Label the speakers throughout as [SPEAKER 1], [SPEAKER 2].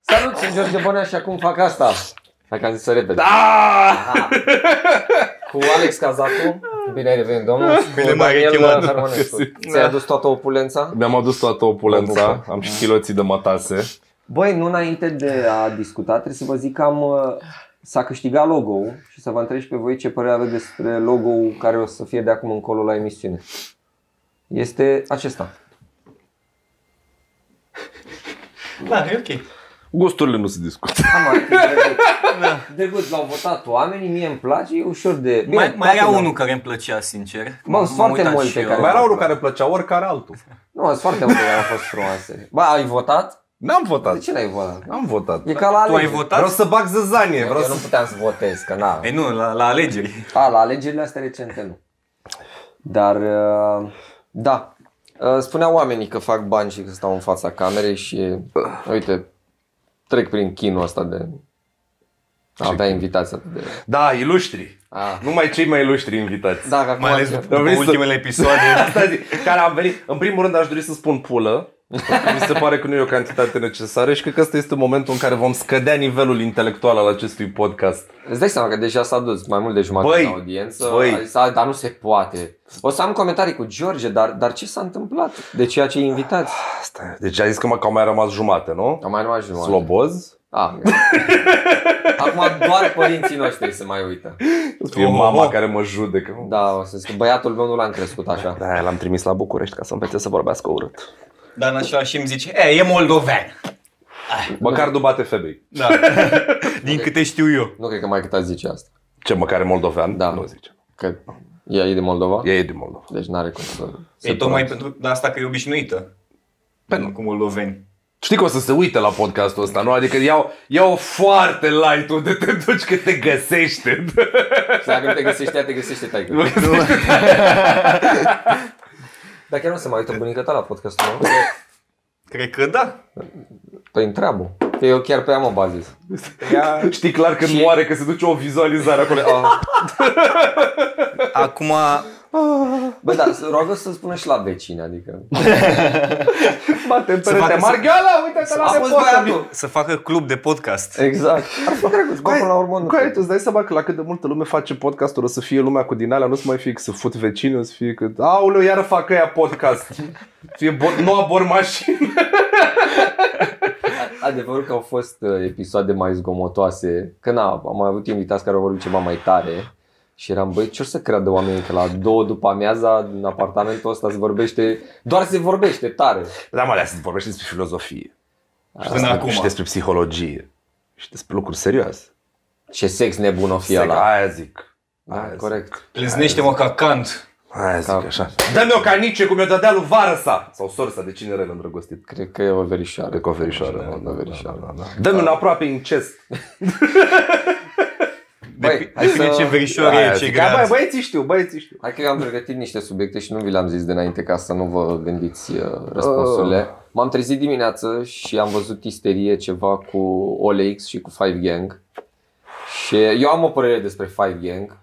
[SPEAKER 1] Salut, sunt George Bonea și acum fac asta. Dacă am zis-o repede.
[SPEAKER 2] Da!
[SPEAKER 1] Aha. Cu Alex Cazacu, bine ai revenit, domnul. și Cu
[SPEAKER 2] Bine m-ai rechemat.
[SPEAKER 1] Daniel Hermănescu. Ți-ai adus toată opulența?
[SPEAKER 2] Mi-am adus toată opulența, am și chiloții de matase.
[SPEAKER 1] Băi, nu înainte de a discuta, trebuie să vă zic că am, uh, s-a câștigat logo și să vă întreb și pe voi ce părere aveți despre logo care o să fie de acum încolo la emisiune. Este acesta.
[SPEAKER 3] Da, e ok.
[SPEAKER 2] Gusturile nu se discută.
[SPEAKER 1] Am ar fi drăguț.
[SPEAKER 3] Da.
[SPEAKER 1] Drăguț, l-au votat oamenii, mie îmi place, e ușor de... Bine,
[SPEAKER 3] mai, mai
[SPEAKER 1] toate
[SPEAKER 3] era
[SPEAKER 1] le-au-
[SPEAKER 3] unul care îmi plăcea, sincer.
[SPEAKER 1] Bă, sunt
[SPEAKER 3] M-am
[SPEAKER 1] foarte
[SPEAKER 3] uitat
[SPEAKER 1] multe
[SPEAKER 3] și eu.
[SPEAKER 1] care-
[SPEAKER 4] Mai era unul care plăcea oricare altul.
[SPEAKER 1] Nu, sunt foarte multe care au fost frumoase. Ba, ai votat?
[SPEAKER 4] N-am
[SPEAKER 1] De
[SPEAKER 4] votat.
[SPEAKER 1] ce n-ai votat?
[SPEAKER 4] Am votat.
[SPEAKER 1] E ca la
[SPEAKER 3] Tu ai
[SPEAKER 1] alegeri.
[SPEAKER 3] votat?
[SPEAKER 4] Vreau să bag zăzanie, vreau
[SPEAKER 1] Eu nu
[SPEAKER 4] să...
[SPEAKER 1] puteam să votez, că na.
[SPEAKER 3] Ei nu, la, la alegeri.
[SPEAKER 1] A, la alegerile astea recente nu. Dar, uh, da. Uh, Spuneau oamenii că fac bani și că stau în fața camerei și, uh, uite, trec prin chinul ăsta de a avea invitația de...
[SPEAKER 4] Da, ilustri.
[SPEAKER 1] A.
[SPEAKER 4] Numai cei mai ilustri invitați.
[SPEAKER 1] Da, că acum...
[SPEAKER 3] Mai ales
[SPEAKER 1] chiar-
[SPEAKER 3] după
[SPEAKER 4] Vrei să-
[SPEAKER 3] ultimele episoade.
[SPEAKER 4] Asta zic, care am venit. În primul rând aș dori să spun pulă. pentru că Mi se pare că nu e o cantitate necesară și cred că ăsta este momentul în care vom scădea nivelul intelectual al acestui podcast.
[SPEAKER 1] Îți dai seama că deja s-a dus mai mult de jumătate
[SPEAKER 4] Băi,
[SPEAKER 1] de audiență,
[SPEAKER 4] băi.
[SPEAKER 1] s-a- dar nu se poate. O să am comentarii cu George, dar, dar ce s-a întâmplat? De ceea ce invitați?
[SPEAKER 4] Asta e. Deci ai zis că mă- că au mai rămas jumate, nu?
[SPEAKER 1] Am mai rămas jumătate.
[SPEAKER 4] Sloboz?
[SPEAKER 1] A, gata. Acum doar părinții noștri se mai uită.
[SPEAKER 4] E mama care mă judecă.
[SPEAKER 1] Da, o să zic că băiatul meu nu l-am crescut așa.
[SPEAKER 4] Da, l-am trimis la București ca să învețe să vorbească urât.
[SPEAKER 3] Dar în același timp zici, e, e moldovean.
[SPEAKER 4] Măcar nu bate femei.
[SPEAKER 3] Da. Din câte știu eu.
[SPEAKER 1] Nu cred că mai cât ați zice asta.
[SPEAKER 4] Ce, măcar e moldovean?
[SPEAKER 1] Da.
[SPEAKER 4] Nu zice.
[SPEAKER 1] Că ea e din Moldova,
[SPEAKER 4] Ea e din Moldova.
[SPEAKER 1] deci n-are cum să...
[SPEAKER 3] E tocmai pentru de asta că e obișnuită. Pentru cu moldoveni.
[SPEAKER 4] Știi că o să se uite la podcastul ăsta, nu? Adică iau, iau foarte light unde te duci că te găsește.
[SPEAKER 1] Și dacă nu te găsește ea, te găsește taică. Dar chiar nu se mai uită bunica ta la podcastul meu?
[SPEAKER 3] Cred că da.
[SPEAKER 1] Păi întreabă. Că eu chiar pe ea mă bazez.
[SPEAKER 3] Ea...
[SPEAKER 4] Știi clar când
[SPEAKER 1] Și-
[SPEAKER 4] moare că se duce o vizualizare acolo. Ah,
[SPEAKER 3] Acum,
[SPEAKER 1] Bă, dar să- rogă să spună și la vecini, adică...
[SPEAKER 4] bate
[SPEAKER 3] Se facă-
[SPEAKER 4] perete. Margheala, uite că la
[SPEAKER 1] Auzi,
[SPEAKER 4] nepoată.
[SPEAKER 1] băiatul!
[SPEAKER 3] să facă club de podcast.
[SPEAKER 1] Exact. Ar fi drăguț, bă, până la urmă nu
[SPEAKER 4] Coai,
[SPEAKER 1] cred.
[SPEAKER 4] tu îți dai seama că la cât de multă lume face podcastul, o să fie lumea cu din alea, nu o să mai fie că să fut vecini, o să fie că, aoleu, iară fac ăia podcast. Fie bo- noua bormașină.
[SPEAKER 1] Adevărul că au fost uh, episoade mai zgomotoase, că na, am mai avut invitați care au vorbit ceva mai tare și eram, băi, ce o să creadă oamenii că la două după amiaza în apartamentul ăsta se vorbește, doar se vorbește tare.
[SPEAKER 4] Da, mă, alea se vorbește despre filozofie.
[SPEAKER 3] Și până acum.
[SPEAKER 4] psihologie. Și despre lucruri serioase.
[SPEAKER 1] Ce sex nebun o fi ăla.
[SPEAKER 4] Aia zic.
[SPEAKER 1] Da, corect.
[SPEAKER 3] Plâznește-mă ca Kant.
[SPEAKER 4] Aia zic
[SPEAKER 1] Ca-
[SPEAKER 4] așa. Dă-mi o canice cum i-o dădea lui Varăsa sau sorsa de cine răl îndrăgostit.
[SPEAKER 1] Cred că e o verișoară.
[SPEAKER 4] De coferișoară.
[SPEAKER 1] Da, da, verișoară.
[SPEAKER 4] Dă-mi un aproape incest.
[SPEAKER 1] Băi, hai
[SPEAKER 3] Depinde
[SPEAKER 1] să...
[SPEAKER 3] ce verișoare
[SPEAKER 4] Aia
[SPEAKER 3] e, ce
[SPEAKER 4] zic. Hai,
[SPEAKER 3] grad.
[SPEAKER 4] băi, băieții știu, băieții știu.
[SPEAKER 1] Hai că eu am pregătit niște subiecte și nu vi le-am zis de înainte ca să nu vă gândiți uh, răspunsurile.
[SPEAKER 4] Uh.
[SPEAKER 1] M-am trezit dimineață și am văzut isterie ceva cu OLX și cu Five Gang. Și eu am o părere despre Five Gang.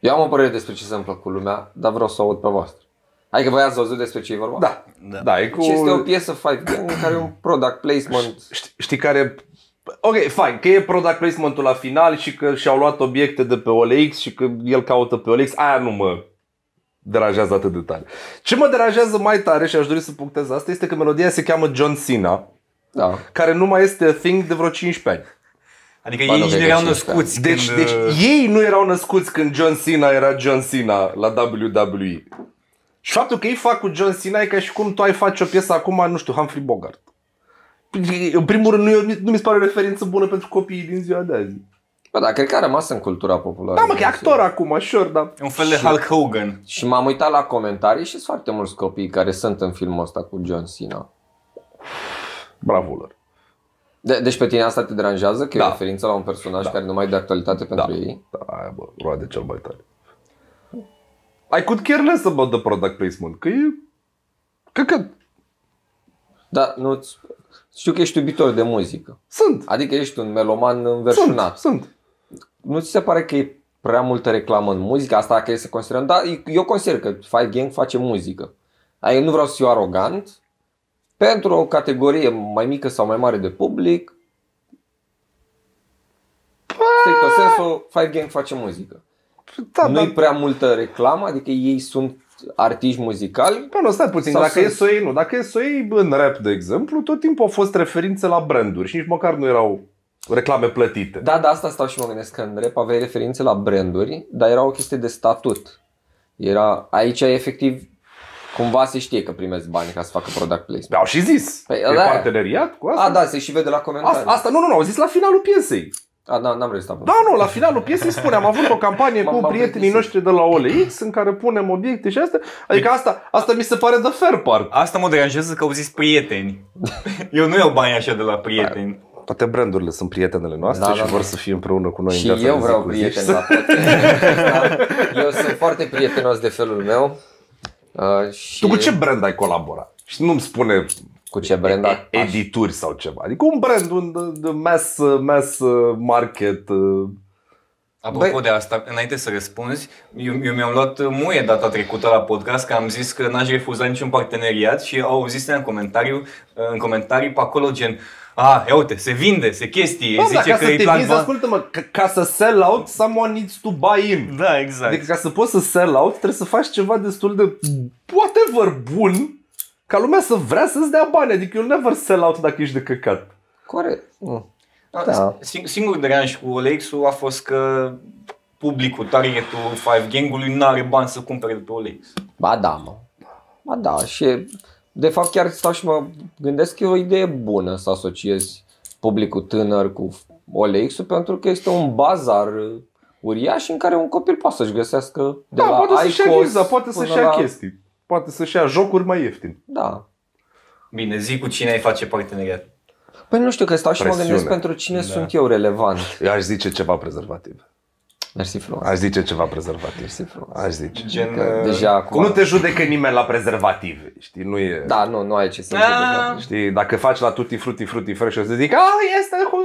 [SPEAKER 1] Eu am o părere despre ce se întâmplă cu lumea, dar vreau să o aud pe voastră. Hai că voi ați văzut despre ce e vorba?
[SPEAKER 4] Da.
[SPEAKER 3] Da.
[SPEAKER 4] Da, e cu...
[SPEAKER 1] Și este o piesă Five Gang în care e un product placement.
[SPEAKER 4] Ști- Știi care... e- Ok, fine, că e product placement-ul la final și că și-au luat obiecte de pe OLX și că el caută pe OLX, aia nu mă deranjează atât de tare. Ce mă deranjează mai tare și aș dori să punctez asta este că melodia se cheamă John Cena,
[SPEAKER 1] Da.
[SPEAKER 4] care nu mai este a thing de vreo 15 ani.
[SPEAKER 3] Adică
[SPEAKER 1] Ba,
[SPEAKER 3] ei
[SPEAKER 1] nu
[SPEAKER 3] nici
[SPEAKER 1] cred
[SPEAKER 3] nu
[SPEAKER 1] că
[SPEAKER 3] erau
[SPEAKER 1] și ăsta.
[SPEAKER 3] născuți
[SPEAKER 4] Deci,
[SPEAKER 3] când... uh,
[SPEAKER 4] deci ei nu erau născuți când John Cena era John Cena la WWE. Și faptul că ei fac cu John Cena e ca și cum tu ai face o piesă acum, nu știu, Humphrey Bogart. În primul rând, nu, e- nu mi se pare o referință bună pentru copiii din ziua de azi.
[SPEAKER 1] Bă, dar cred că a rămas în cultura populară.
[SPEAKER 4] Da, mă, că e actor acum, sure, da. dar...
[SPEAKER 3] E un fel de Hulk Hogan.
[SPEAKER 1] Și m-am uitat la comentarii și sunt foarte mulți copii care sunt în filmul ăsta cu John Cena.
[SPEAKER 4] Bravo lor.
[SPEAKER 1] De- deci pe tine asta te deranjează? Că da. e
[SPEAKER 4] Da.
[SPEAKER 1] referință la un personaj da. care nu mai e de actualitate pentru da. ei?
[SPEAKER 4] Da, aia, bă, roade cel mai tare. I could care less about the product placement, că e... Căcat.
[SPEAKER 1] Da, nu Știu că ești iubitor de muzică.
[SPEAKER 4] Sunt.
[SPEAKER 1] Adică ești un meloman
[SPEAKER 4] Sunt,
[SPEAKER 1] înverșunat.
[SPEAKER 4] sunt.
[SPEAKER 1] Nu ți se pare că e prea multă reclamă în muzică? Asta dacă e să considerăm. Da, eu consider că Five Gang face muzică. Adică nu vreau să fiu arogant. Pentru o categorie mai mică sau mai mare de public, Strict sensul, Five Gang face muzică.
[SPEAKER 4] Da,
[SPEAKER 1] Nu-i
[SPEAKER 4] dar...
[SPEAKER 1] prea multă reclamă, adică ei sunt artiști muzicali.
[SPEAKER 4] Bă, nu, stai puțin,
[SPEAKER 1] Sau
[SPEAKER 4] dacă
[SPEAKER 1] sunt-
[SPEAKER 4] e să o iei, nu. Dacă e să o iei în rap, de exemplu, tot timpul au fost referințe la branduri și nici măcar nu erau reclame plătite.
[SPEAKER 1] Da, da, asta stau și mă gândesc că în rap aveai referințe la branduri, dar era o chestie de statut. Era, aici efectiv cumva se știe că primezi bani ca să facă product placement.
[SPEAKER 4] Au și zis.
[SPEAKER 1] Păi,
[SPEAKER 4] e
[SPEAKER 1] da.
[SPEAKER 4] parteneriat cu asta?
[SPEAKER 1] A, da, se și vede la comentarii.
[SPEAKER 4] Asta, asta, nu, nu, nu, au zis la finalul piesei.
[SPEAKER 1] A, da, n-am rezistat.
[SPEAKER 4] Da, nu, la finalul piesei spune, am avut o campanie
[SPEAKER 1] M-am-
[SPEAKER 4] cu
[SPEAKER 1] m-am
[SPEAKER 4] prietenii
[SPEAKER 1] plictisit.
[SPEAKER 4] noștri de la OLX în care punem obiecte și astea. Adică asta, asta mi se pare de fair part.
[SPEAKER 3] Asta mă deranjează că au zis prieteni. Eu nu iau bani așa de la prieteni.
[SPEAKER 4] Toate brandurile sunt prietenele noastre
[SPEAKER 1] Da,
[SPEAKER 4] și
[SPEAKER 1] da.
[SPEAKER 4] vor să fie împreună cu noi
[SPEAKER 1] Și
[SPEAKER 4] în viața
[SPEAKER 1] eu
[SPEAKER 4] de zi
[SPEAKER 1] vreau
[SPEAKER 4] cu zi.
[SPEAKER 1] prieteni da. la tot. Eu sunt foarte prietenos de felul meu. Uh, și
[SPEAKER 4] Tu cu ce brand ai colaborat? Și nu-mi spune
[SPEAKER 1] Cu ce brand? Da.
[SPEAKER 4] edituri sau ceva. Adică un brand, un de, de mass, mass market. uh,
[SPEAKER 3] Apropo
[SPEAKER 1] Băi-
[SPEAKER 3] de asta, înainte să răspunzi, eu, eu mi-am luat uh, muie data trecută la podcast că am zis că n-aș refuza niciun parteneriat și au zis în comentariu, în comentarii pe acolo gen a, ia uite, se vinde, se chestie,
[SPEAKER 4] Bă,
[SPEAKER 3] zice
[SPEAKER 4] dar
[SPEAKER 3] că
[SPEAKER 4] ca să
[SPEAKER 3] îi
[SPEAKER 4] te
[SPEAKER 3] plac
[SPEAKER 4] vinzi,
[SPEAKER 3] bani.
[SPEAKER 4] ascultă-mă, ca, ca să sell out, someone needs to buy in.
[SPEAKER 3] Da, exact.
[SPEAKER 4] Adică ca să poți să sell out, trebuie să faci ceva destul de whatever bun ca lumea să vrea să-ți dea bani. Adică you'll never sell out dacă ești de căcat.
[SPEAKER 1] Corect. Nu. Da.
[SPEAKER 3] Da. Singurul deranj cu Olex-ul a fost că publicul, targetul Five Gang-ului nu are bani să cumpere de pe Olex.
[SPEAKER 1] Ba da, mă. Ba da, și de fapt chiar stau și mă gândesc că e o idee bună să asociezi publicul tânăr cu OLX-ul pentru că este un bazar uh, uriaș în care un copil poate să-și găsească de
[SPEAKER 4] Da,
[SPEAKER 1] la
[SPEAKER 4] poate să-și ia
[SPEAKER 1] IQOS
[SPEAKER 4] viza, poate
[SPEAKER 1] până
[SPEAKER 4] să-și ia
[SPEAKER 1] la...
[SPEAKER 4] chestii. Poate să-și ia jocuri mai ieftin.
[SPEAKER 1] Da,
[SPEAKER 3] Bine, zi cu cine ai face parteneriat.
[SPEAKER 1] Păi nu știu că stau și mă gândesc
[SPEAKER 4] Presiune.
[SPEAKER 1] pentru cine da. sunt eu relevant.
[SPEAKER 4] Eu aș zice ceva prezervativ.
[SPEAKER 1] Mersi frumos.
[SPEAKER 4] Aș zice ceva prezervativ.
[SPEAKER 1] Mersi frumos.
[SPEAKER 4] Aș zice.
[SPEAKER 3] Gen,
[SPEAKER 1] Că
[SPEAKER 3] uh,
[SPEAKER 4] Deci
[SPEAKER 1] deja acum...
[SPEAKER 4] Adică, Nu te judecă nimeni la prezervativ, știi? Nu e...
[SPEAKER 1] Da, nu, nu ai ce să
[SPEAKER 3] Aaa.
[SPEAKER 1] zici.
[SPEAKER 4] Știi, dacă faci la tutti frutti frutti fresh, o să zic, ah, este cu,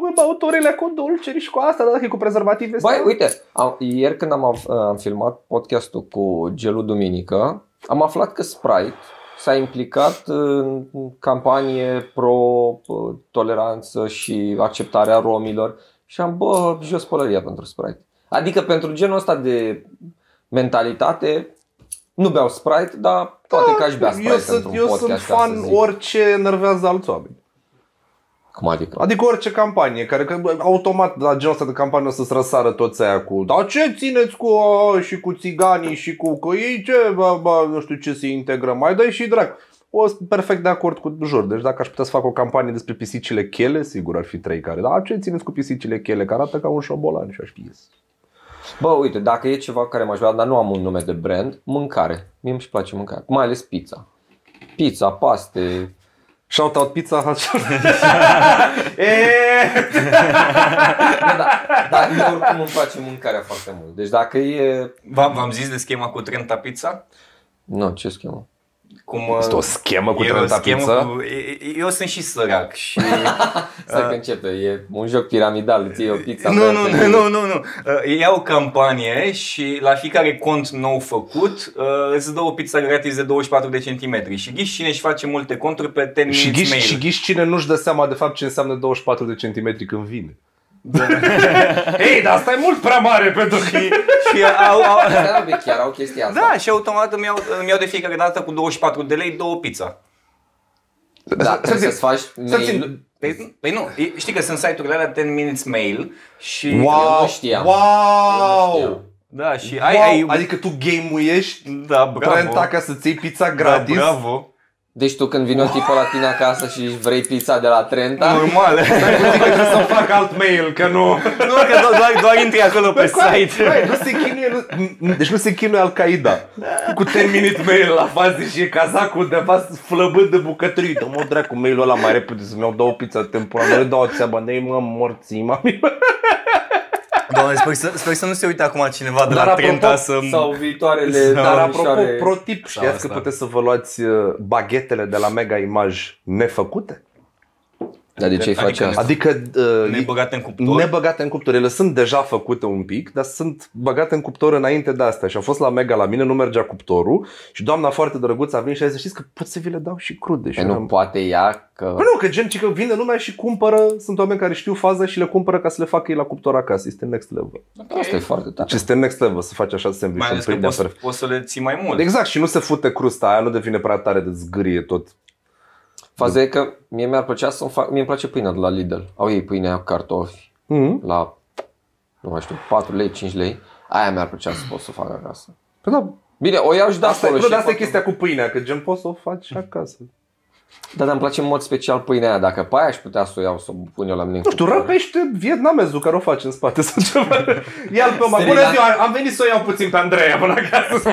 [SPEAKER 4] cu băuturile cu dulciuri și cu asta, dar dacă e cu prezervativ este...
[SPEAKER 1] Băi, uite, am, ieri când am, af- am filmat podcastul cu Gelu Duminică, am aflat că Sprite s-a implicat în campanie pro-toleranță și acceptarea romilor și am, bă, jos pălăria pentru Sprite. Adică pentru genul ăsta de mentalitate, nu beau Sprite, dar poate că aș bea Sprite
[SPEAKER 4] Da, eu sunt,
[SPEAKER 1] într-un
[SPEAKER 4] eu
[SPEAKER 1] podcast, ca
[SPEAKER 4] sunt
[SPEAKER 1] să
[SPEAKER 4] fan
[SPEAKER 1] zic.
[SPEAKER 4] orice enervează alți oameni.
[SPEAKER 1] Cum adică?
[SPEAKER 4] Adică orice campanie, care că, bă, automat la genul ăsta de campanie o să-ți răsară toți aia cu Dar ce țineți cu a, și cu țiganii și cu că ei ce, bă, bă, nu știu ce se integră, mai dai și drac o sunt perfect de acord cu jur. Deci dacă aș putea să fac o campanie despre pisicile chele, sigur ar fi trei care. Dar ce țineți cu pisicile chele, care arată ca un șobolan și aș fi yes.
[SPEAKER 1] Bă, uite, dacă e ceva care m-aș vrea, dar nu am un nume de brand, mâncare. Mie îmi place mâncare, mai ales pizza. Pizza, paste,
[SPEAKER 4] Shout out pizza Hut.
[SPEAKER 1] da, da, dar mie oricum îmi place mâncarea foarte mult. Deci dacă e...
[SPEAKER 3] V-am, v-am zis de schema cu Trenta Pizza?
[SPEAKER 1] Nu, ce schemă?
[SPEAKER 3] Cum, uh,
[SPEAKER 4] Este o schemă cu
[SPEAKER 3] e o
[SPEAKER 4] Trenta
[SPEAKER 3] schemă
[SPEAKER 4] Pizza?
[SPEAKER 3] Cu, e- e- eu sunt și sărac și...
[SPEAKER 1] Stai că începe, e un joc piramidal, îți iei o pizza.
[SPEAKER 3] nu,
[SPEAKER 1] pe
[SPEAKER 3] nu,
[SPEAKER 1] altă-
[SPEAKER 3] nu, nu, nu, nu. Uh, Ei au campanie și la fiecare cont nou făcut uh, îți dă o pizza gratis de 24 de centimetri. Și ghiși cine își face multe conturi pe 10
[SPEAKER 4] Și
[SPEAKER 3] minutes
[SPEAKER 4] ghiși,
[SPEAKER 3] mail.
[SPEAKER 4] și ghiși cine nu-și dă seama de fapt ce înseamnă 24 de centimetri când vine.
[SPEAKER 3] Da.
[SPEAKER 4] Ei, dar asta e mult prea mare pentru că...
[SPEAKER 3] și au, au,
[SPEAKER 1] Astea au- chiar au chestia asta.
[SPEAKER 3] Da, și automat îmi iau, îmi iau de fiecare dată cu 24 de lei două pizza.
[SPEAKER 1] da trebuie să-ți faci mail.
[SPEAKER 4] țin-
[SPEAKER 3] Păi, păi nu, e- știi că sunt site-urile alea 10 minutes mail și...
[SPEAKER 1] Eu
[SPEAKER 4] Wow!
[SPEAKER 1] nu știam.
[SPEAKER 4] Wow!
[SPEAKER 1] Eu nu știam.
[SPEAKER 3] Da, și
[SPEAKER 4] Ai,
[SPEAKER 3] ai... ai
[SPEAKER 4] Adică tu game-uiești
[SPEAKER 3] da, bravo.
[SPEAKER 4] Trenta ca să-ți iei pizza gratis?
[SPEAKER 3] Da, bravo.
[SPEAKER 1] Deci tu când vine o tipă la tine acasă și își vrei pizza de la
[SPEAKER 4] Da.
[SPEAKER 1] Trenta,
[SPEAKER 3] Normal.
[SPEAKER 4] Stai puțin că trebuie să fac alt mail, că nu... Păi
[SPEAKER 3] nu, că do- doar, doar intri acolo pe site.
[SPEAKER 4] Băi, nu se chinuie, nu, deci nu se chinuie Al-Qaeda. Cu 10 minute mail la fazi și e cazacul de vas flăbând de bucătării. Dă-mă dracu mailul ăla mai repede să-mi iau două pizza temporară, nu dau o țeabă, ne mă morții, mami.
[SPEAKER 3] Doamne, sper să, sper să nu se uite acum cineva de
[SPEAKER 4] Dar
[SPEAKER 3] la
[SPEAKER 4] apropo,
[SPEAKER 3] Trenta să...
[SPEAKER 1] sau viitoarele
[SPEAKER 3] Da,
[SPEAKER 4] Dar apropo,
[SPEAKER 1] domnișoare-
[SPEAKER 4] pro tip, știați că
[SPEAKER 3] asta.
[SPEAKER 4] puteți să vă luați uh, baghetele de la Mega Image nefăcute?
[SPEAKER 1] Dar de ce ai
[SPEAKER 3] Adică-
[SPEAKER 1] face asta?
[SPEAKER 4] Adică uh,
[SPEAKER 3] Ne
[SPEAKER 4] e-
[SPEAKER 3] băgate în cuptor.
[SPEAKER 4] nebăgate în cuptor. Ele sunt deja făcute un pic, dar sunt băgate în cuptor înainte de astea. Și a fost la Mega la mine, nu mergea cuptorul și doamna foarte drăguță a venit și a zis, știți că pot să vi le dau și crude. Și
[SPEAKER 1] Că nu
[SPEAKER 4] eram-
[SPEAKER 1] poate ea că...
[SPEAKER 4] Bă, nu, că gen, ci că vine lumea și cumpără, sunt oameni care știu faza și le cumpără ca să le facă ei la cuptor acasă. Este next level.
[SPEAKER 1] Asta e foarte tare.
[SPEAKER 4] Deci este next level să faci așa sandwich
[SPEAKER 3] Mai
[SPEAKER 4] în
[SPEAKER 3] ales că
[SPEAKER 4] prindea
[SPEAKER 3] poți,
[SPEAKER 4] perfect.
[SPEAKER 3] poți să le ții mai mult.
[SPEAKER 4] Exact, și nu se fute crusta aia, nu devine prea tare de zgârie tot.
[SPEAKER 1] Faza e că mie mi-ar plăcea să fac, mie îmi place pâinea de la Lidl. Au ei pâinea cu cartofi
[SPEAKER 4] Mm-hmm.
[SPEAKER 1] la, nu mai știu, 4 lei, 5 lei. Aia mi-ar plăcea să pot să fac acasă.
[SPEAKER 4] Păi da,
[SPEAKER 1] Bine, o iau și de
[SPEAKER 4] asta,
[SPEAKER 1] acolo.
[SPEAKER 4] e,
[SPEAKER 1] și
[SPEAKER 4] bă, dar asta e
[SPEAKER 1] fac-
[SPEAKER 4] chestia cu pâinea, că gen poți să o faci și acasă.
[SPEAKER 1] Da, dar îmi place în mod special pâinea aia. Dacă pe aia aș putea să o iau, să o pun eu la mine în
[SPEAKER 4] Nu știu,
[SPEAKER 1] cuptor.
[SPEAKER 4] răpește vietnamezul care o face în spate sau ceva. Ia-l pe mai.
[SPEAKER 1] Striga.
[SPEAKER 4] Bună ziua, am venit să o iau puțin pe Andreea până acasă.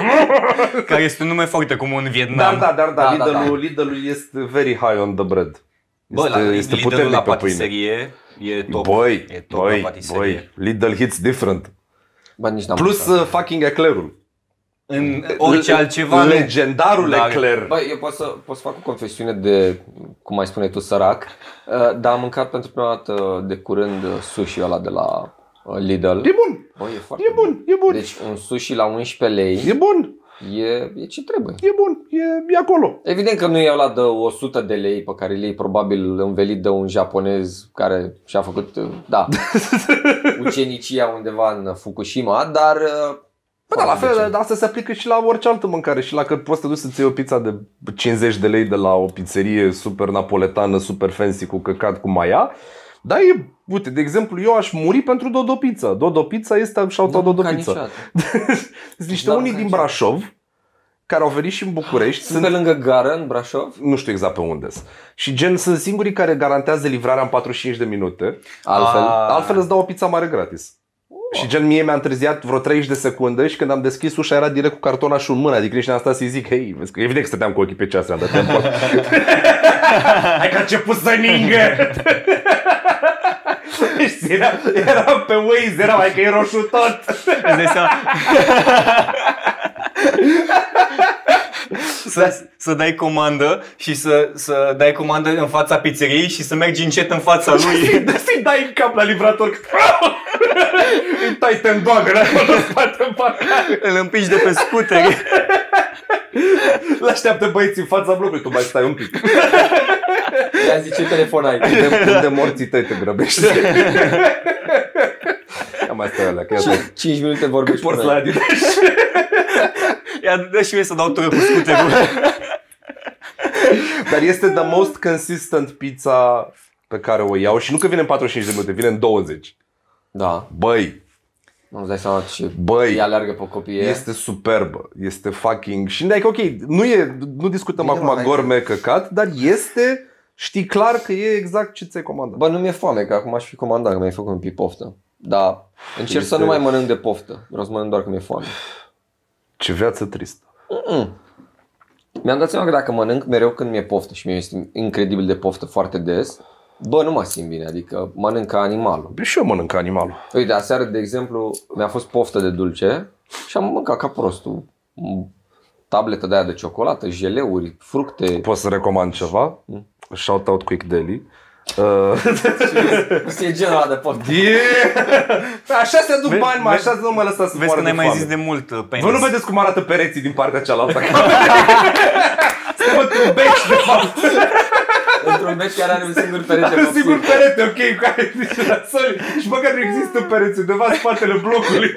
[SPEAKER 3] Care este un nume foarte comun în Vietnam.
[SPEAKER 4] Dar da, dar da,
[SPEAKER 1] Da, da,
[SPEAKER 4] Lidl-ul, Lidl-ul este very high on the bread.
[SPEAKER 3] Bă,
[SPEAKER 4] este,
[SPEAKER 3] la,
[SPEAKER 4] este
[SPEAKER 3] Lidl-ul
[SPEAKER 4] puternic
[SPEAKER 3] la
[SPEAKER 4] pe pâine.
[SPEAKER 3] patiserie e top.
[SPEAKER 4] Băi,
[SPEAKER 3] e top la
[SPEAKER 4] băi,
[SPEAKER 3] patiserie.
[SPEAKER 4] băi, Lidl hits different.
[SPEAKER 1] Bă, nici n-am
[SPEAKER 4] Plus
[SPEAKER 1] mâncat.
[SPEAKER 4] uh, fucking eclerul.
[SPEAKER 3] În orice altceva nu.
[SPEAKER 4] Legendarul
[SPEAKER 3] Da.
[SPEAKER 4] ecler.
[SPEAKER 1] Bă, eu pot să, pot să fac o confesiune de, cum mai spune tu, sărac, uh, dar am mâncat pentru prima dată de curând uh, sushi ăla de la uh, Lidl.
[SPEAKER 4] E bun,
[SPEAKER 1] Bă, e foarte
[SPEAKER 4] e bun, e bun.
[SPEAKER 1] Deci un sushi la 11 lei
[SPEAKER 4] E bun,
[SPEAKER 1] e, e ce trebuie.
[SPEAKER 4] e bun, e, e acolo.
[SPEAKER 1] Evident că nu e ăla de 100 de lei pe care lei probabil învelit de un japonez care și-a făcut, da, ucenicia undeva în Fukushima, dar... uh,
[SPEAKER 4] Bă, da, la fel, dar asta se aplică și la orice altă mâncare și la că poți să te duci să-ți iei o pizza de 50 de lei de la o pizzerie super napoletană, super fancy, cu căcat, cu maia. Dar e, uite, de exemplu, eu aș muri pentru Dodo Pizza. Dodo Pizza este, shout out Dodo Pizza. Sunt niște
[SPEAKER 1] N-am mâncat
[SPEAKER 4] unii din
[SPEAKER 1] niciodată.
[SPEAKER 4] Brașov care au venit și în București.
[SPEAKER 1] Sunt pe
[SPEAKER 4] Sunt,
[SPEAKER 1] lângă gară în Brașov?
[SPEAKER 4] nu știu exact pe unde Și gen, sunt singurii care garantează livrarea în 45 de minute.
[SPEAKER 1] Altfel,
[SPEAKER 3] A,
[SPEAKER 4] Altfel îți dau o pizza mare gratis. Și gen mie mi-a întârziat vreo 30 de secunde și când am deschis ușa era direct cu cartonașul în mână, adică nici n-am stat să-i zic, hei, vezi că evident că stăteam cu ochii pe ceas, am dat în pat. Hai că a început să ningă! Știi, era, era pe Waze, era mai că e roșu tot.
[SPEAKER 3] Îți dai seama. să, să dai comandă și să, să dai comandă în fața pizzeriei și să mergi încet în fața lui.
[SPEAKER 4] Să-i, să-i dai în cap la livrator. că- Îi tai tendoagă, acolo în spate, în parcare.
[SPEAKER 3] Îl împingi de pe scutere.
[SPEAKER 4] L-așteaptă băieții în fața blocului, tu mai stai un pic.
[SPEAKER 1] ea zice telefon ai.
[SPEAKER 4] Unde, unde morții tăi te grăbești? Am mai stai alea, că iată.
[SPEAKER 1] 5 minute vorbești
[SPEAKER 4] Porți la Adidas.
[SPEAKER 3] Ia dă și mie să dau tură cu scuterul.
[SPEAKER 4] Dar este the most consistent pizza pe care o iau și nu că vine în 45 de minute, vine în 20.
[SPEAKER 1] Da,
[SPEAKER 4] Băi,
[SPEAKER 1] nu-ți dai seama ce...
[SPEAKER 4] băi,
[SPEAKER 1] Ea alergă pe copii.
[SPEAKER 4] este superbă, este fucking... Și like, ok, nu, e, nu discutăm
[SPEAKER 1] Bine, mă,
[SPEAKER 4] acum
[SPEAKER 1] hai
[SPEAKER 4] gorme căcat, dar este, știi clar că e exact ce ți-ai comandat.
[SPEAKER 1] Bă, nu mi-e foame, că acum aș fi comandat, că mi-ai făcut un pic poftă. Da, încerc
[SPEAKER 4] Este-
[SPEAKER 1] să nu mai mănânc de poftă. Vreau să mănânc doar că mi-e foame.
[SPEAKER 4] Ce viață tristă.
[SPEAKER 1] Mi-am dat seama că dacă mănânc mereu când mi-e poftă și mi este incredibil de poftă foarte des, bă, nu mă simt bine, adică mănânc ca animalul.
[SPEAKER 4] Și eu mănânc animalul.
[SPEAKER 1] Uite, aseară, de exemplu, mi-a fost poftă de dulce și am mâncat ca prostul. Tabletă de aia de ciocolată, jeleuri, fructe.
[SPEAKER 4] Pot să recomand ceva? Shout out Quick Deli. Uh,
[SPEAKER 1] E genul ăla de poftă.
[SPEAKER 4] Așa se aduc
[SPEAKER 3] Vezi-
[SPEAKER 4] bani, mă,
[SPEAKER 3] vezi-
[SPEAKER 4] așa să nu mă lăsați să
[SPEAKER 3] Vezi
[SPEAKER 4] moară
[SPEAKER 3] că n-ai
[SPEAKER 4] de
[SPEAKER 3] mai
[SPEAKER 4] foame.
[SPEAKER 3] zis de mult uh, penis.
[SPEAKER 4] Vă nu vedeți cum arată pereții din partea cealaltă. Suntem într-un beci, de fapt.
[SPEAKER 1] Într-un bec care are un singur perete
[SPEAKER 4] Un singur
[SPEAKER 1] vopsit.
[SPEAKER 4] perete, ok, cu care zici la soli. Și măcar nu există pereți undeva în spatele blocului.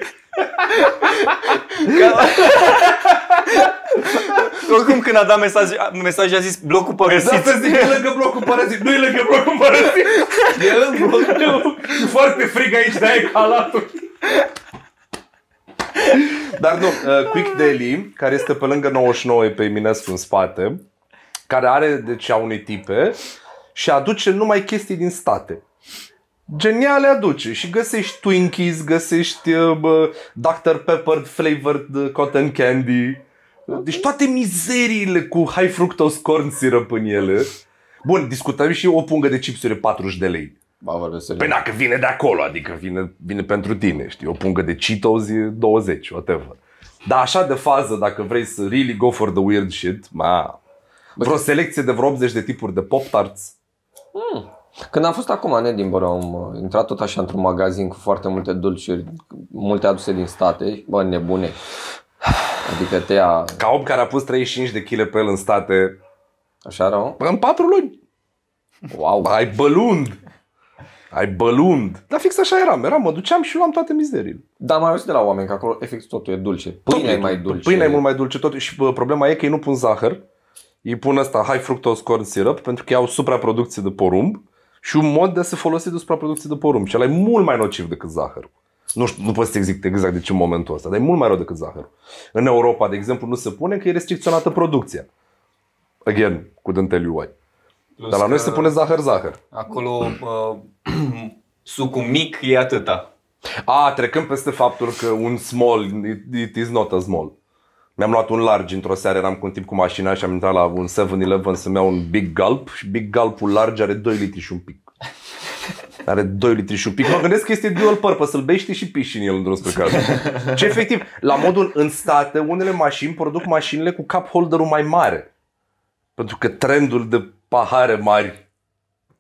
[SPEAKER 3] Oricum când a dat mesaj, a- mesaj a zis blocul
[SPEAKER 4] Dar
[SPEAKER 3] părăsit.
[SPEAKER 4] să Exact, zic, e lângă blocul părăsit. Nu e lângă blocul părăsit. E în blocul. E foarte frig aici, de-aia e calatul. Dar nu, uh, Quick Deli, care este pe lângă 99 e pe Eminescu în spate, care are deci a unei tipe și aduce numai chestii din state. Geniale aduce și găsești Twinkies, găsești uh, bă, Dr. Pepper flavored uh, cotton candy. Deci toate mizeriile cu high fructose corn syrup în ele. Bun, discutăm și o pungă de chipsuri 40 de lei.
[SPEAKER 1] Ba, vorbesc serios.
[SPEAKER 4] Păi dacă vine de acolo, adică vine, vine pentru tine, știi, o pungă de Cheetos e 20, whatever. Dar așa de fază, dacă vrei să really go for the weird shit, ma, vreo selecție de vreo 80 de tipuri de Pop-Tarts.
[SPEAKER 1] Când am fost acum în Edinburgh, am uh, intrat tot așa într-un magazin cu foarte multe dulciuri, multe aduse din state, bă, nebune. Adică te ia
[SPEAKER 4] Ca om care a pus 35 de kg pe el în state,
[SPEAKER 1] așa rău.
[SPEAKER 4] în 4 luni,
[SPEAKER 1] Wow.
[SPEAKER 4] ai bălund. Ai bălund. Dar fix așa eram. Eram, mă duceam și luam toate mizerile.
[SPEAKER 1] Dar mai auzit de la oameni că acolo efectiv totul e dulce. Pâinea e mai dulce.
[SPEAKER 4] Pâinea e mult mai dulce tot și bă, problema e că ei nu pun zahăr. Ei pun asta high fructose corn syrup pentru că au supraproducție de porumb și un mod de a se folosi de supraproducție de porumb. Și ăla e mult mai nociv decât zahărul. Nu știu, nu pot să te zic exact de ce în momentul ăsta, dar e mult mai rău decât zahărul. În Europa, de exemplu, nu se pune că e restricționată producția. Again, cu denteliu ai.
[SPEAKER 3] Plus
[SPEAKER 4] Dar la noi
[SPEAKER 3] că
[SPEAKER 4] se pune zahăr-zahăr.
[SPEAKER 3] Acolo uh, sucul mic e atâta.
[SPEAKER 4] A, trecând peste faptul că un small, it- it is not a small. Mi-am luat un large într-o seară, eram cu un tip cu mașina și am intrat la un 7-Eleven să-mi iau un big gulp și big gulpul large are 2 litri și un pic. Are 2 litri și un pic. Mă gândesc că este dual purpose, îl bei și te și piși în el în drum spre casă. Ce efectiv, la modul în state, unele mașini produc mașinile cu cup holder-ul mai mare. Pentru că trendul de pahare mari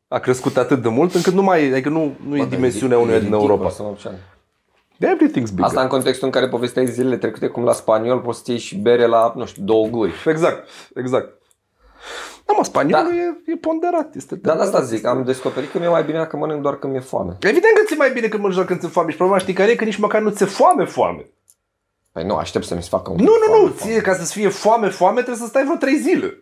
[SPEAKER 4] a crescut atât de mult încât nu mai adică nu, nu e
[SPEAKER 1] Bă, dar
[SPEAKER 4] dimensiunea
[SPEAKER 1] e
[SPEAKER 4] unuia din
[SPEAKER 1] ridicol
[SPEAKER 4] Europa. Adică-
[SPEAKER 1] să mă obțin.
[SPEAKER 4] Everything's bigger.
[SPEAKER 1] Asta în contextul în care povesteai zilele trecute cum la spaniol poți să iei și bere la, nu știu, două guri.
[SPEAKER 4] Exact, exact. Da, mă, spaniolul da. E, e ponderat. Este
[SPEAKER 1] Dar de asta zic, am descoperit că mi-e mai bine dacă mănânc doar când mi-e foame.
[SPEAKER 4] da. Evident că ți mai bine când mă joci când ți foame și problema știi care e că nici măcar nu ți foame foame.
[SPEAKER 1] Păi nu, aștept să mi se facă un
[SPEAKER 4] Nu, nu,
[SPEAKER 1] foame,
[SPEAKER 4] nu, ție ca să-ți fie foame foame trebuie să stai vreo 3 zile.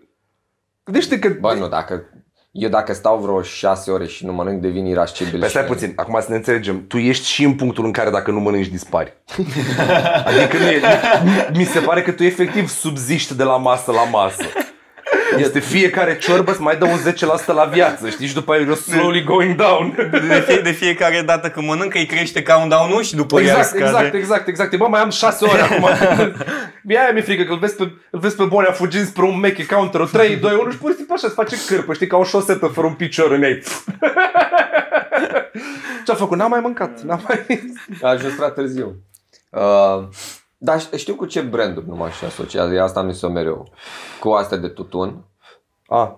[SPEAKER 4] Gândește că... Păi,
[SPEAKER 1] Bă, nu, dacă... Eu dacă stau vreo 6 ore și nu mănânc, devin irascibil.
[SPEAKER 4] Păi stai
[SPEAKER 1] și-
[SPEAKER 4] puțin, acum să ne înțelegem, tu ești și în punctul în care dacă nu mănânci dispari. Adică nu e, mi- mi se pare că tu efectiv subziști de la masă la masă. Este fiecare ciorbă îți mai dă un 10% la viață, știi? Și după aia you're slowly going down.
[SPEAKER 3] De, fie, de fiecare dată când mănâncă îi crește countdown-ul și
[SPEAKER 1] Păi
[SPEAKER 3] după iar
[SPEAKER 4] Exact,
[SPEAKER 3] scade.
[SPEAKER 4] exact, exact, exact. Bă, mai am șase ore acum. Mi-e aia mi frică că îl vezi pe, îl vezi pe Bonea fugind spre un meche counter 3, 2, 1 și pur și simplu așa îți face cârpă, știi, ca o șosetă fără un picior în ei. Ce-a făcut? N-am mai mâncat, n-am mai...
[SPEAKER 1] A ajuns prea târziu. Uh, dar ș- știu cu ce branduri nu m-aș asocia, de asta mi se mereu. Cu astea de tutun,
[SPEAKER 4] A,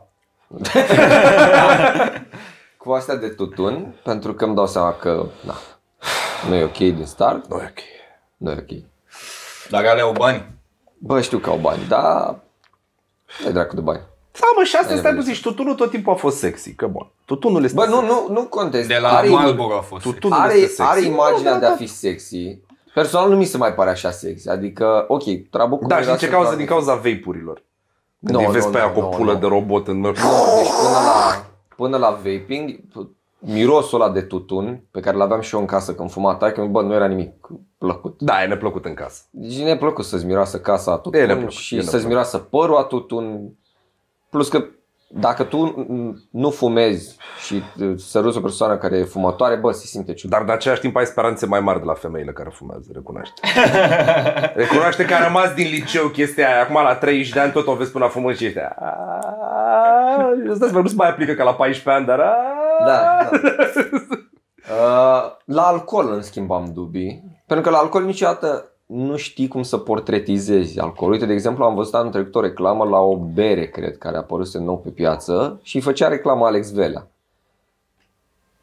[SPEAKER 1] cu astea de tutun, pentru că îmi dau seama că na, nu e ok din start,
[SPEAKER 4] nu e ok.
[SPEAKER 1] nu e ok.
[SPEAKER 3] Dar alea au bani.
[SPEAKER 1] Bă, știu că au bani, dar e dracu de bani.
[SPEAKER 4] Da, mă, și asta
[SPEAKER 1] Bine,
[SPEAKER 4] stai
[SPEAKER 1] bine.
[SPEAKER 4] puțin. Și tutunul tot timpul a fost sexy, că bun. Tutunul este
[SPEAKER 1] Bă, nu,
[SPEAKER 4] sexy.
[SPEAKER 1] nu, nu contest.
[SPEAKER 3] De la
[SPEAKER 1] Are-
[SPEAKER 3] Marlboro a fost.
[SPEAKER 4] Tutunul
[SPEAKER 1] are,
[SPEAKER 4] este sexy.
[SPEAKER 1] are
[SPEAKER 4] Nu, da,
[SPEAKER 1] imaginea de a
[SPEAKER 4] da.
[SPEAKER 1] fi sexy. Personal nu mi se mai pare așa sexy. Adică, ok, trabucul
[SPEAKER 4] Da,
[SPEAKER 1] era
[SPEAKER 4] și din ce
[SPEAKER 1] sexual.
[SPEAKER 4] cauză? Din cauza vapurilor. Când
[SPEAKER 1] Nu,
[SPEAKER 4] îi vezi
[SPEAKER 1] nu,
[SPEAKER 4] pe aia
[SPEAKER 1] nu,
[SPEAKER 4] cu o
[SPEAKER 1] nu,
[SPEAKER 4] pulă
[SPEAKER 1] nu.
[SPEAKER 4] de robot în mână.
[SPEAKER 1] Deci până la, până la vaping, mirosul ăla de tutun pe care l-aveam și eu în casă când fuma taică, bă, nu era nimic plăcut.
[SPEAKER 4] Da, e neplăcut în casă.
[SPEAKER 1] Deci ne plăcut să-ți miroasă casa a tutun
[SPEAKER 4] E neplăcut, e
[SPEAKER 1] și să-ți
[SPEAKER 4] neplăcut.
[SPEAKER 1] miroasă părul a tutun. Plus că dacă tu n- nu fumezi și uh, săruți o persoană care e fumătoare, bă, se simte ciudat.
[SPEAKER 4] Dar în același timp ai speranțe mai mari de la femeile care fumează, recunoaște. recunoaște că a rămas din liceu chestia aia. Acum la 30 de ani tot o vezi până la fumând și ești aia. Asta nu se mai aplică ca la 14 ani, dar... aaa.
[SPEAKER 1] Da, da. Uh, la alcool, în schimb, am dubii. Pentru că la alcool niciodată nu știi cum să portretizezi alcoolul. Uite, de exemplu, am văzut anul trecut o reclamă la o bere, cred, care a apărut nou pe piață și îi făcea reclamă Alex Velea.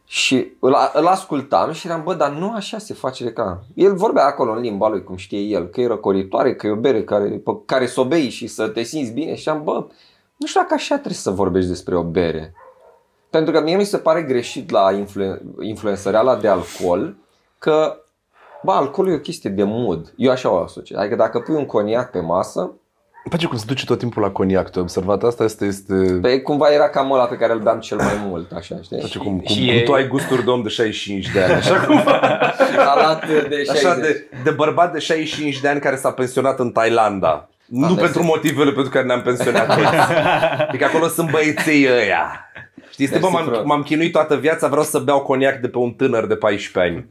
[SPEAKER 1] Și îl, îl ascultam și eram, bă, dar nu așa se face reclamă. El vorbea acolo în limba lui, cum știe el, că e răcoritoare, că e o bere care, pe care să o bei și să te simți bine. Și am, bă, nu știu dacă așa trebuie să vorbești despre o bere. Pentru că mie mi se pare greșit la influ- influențăreala de alcool că Ba, alcoolul e o chestie de mood. Eu așa o asociez. Adică dacă pui un coniac pe masă,
[SPEAKER 4] Îmi place cum se duce tot timpul la coniac. Tu ai observat asta? Asta este...
[SPEAKER 1] pe cumva era cam ăla pe care îl beam cel mai mult, așa,
[SPEAKER 4] Îmi
[SPEAKER 1] știi?
[SPEAKER 4] place cum, cum,
[SPEAKER 3] Și
[SPEAKER 4] cum
[SPEAKER 3] ei-
[SPEAKER 4] tu ai gusturi de om de 65 de ani. Așa cum...
[SPEAKER 1] Salat de 60.
[SPEAKER 4] Așa de, de bărbat de 65 de ani care s-a pensionat în Thailanda. Nu
[SPEAKER 1] Am
[SPEAKER 4] pentru motivele pentru care ne-am pensionat toți. Adică acolo sunt băieții ăia. Știi, este, bă,
[SPEAKER 1] Mersi,
[SPEAKER 4] m-am,
[SPEAKER 1] frate.
[SPEAKER 4] m-am chinuit toată viața, vreau să beau coniac de pe un tânăr de 14 ani.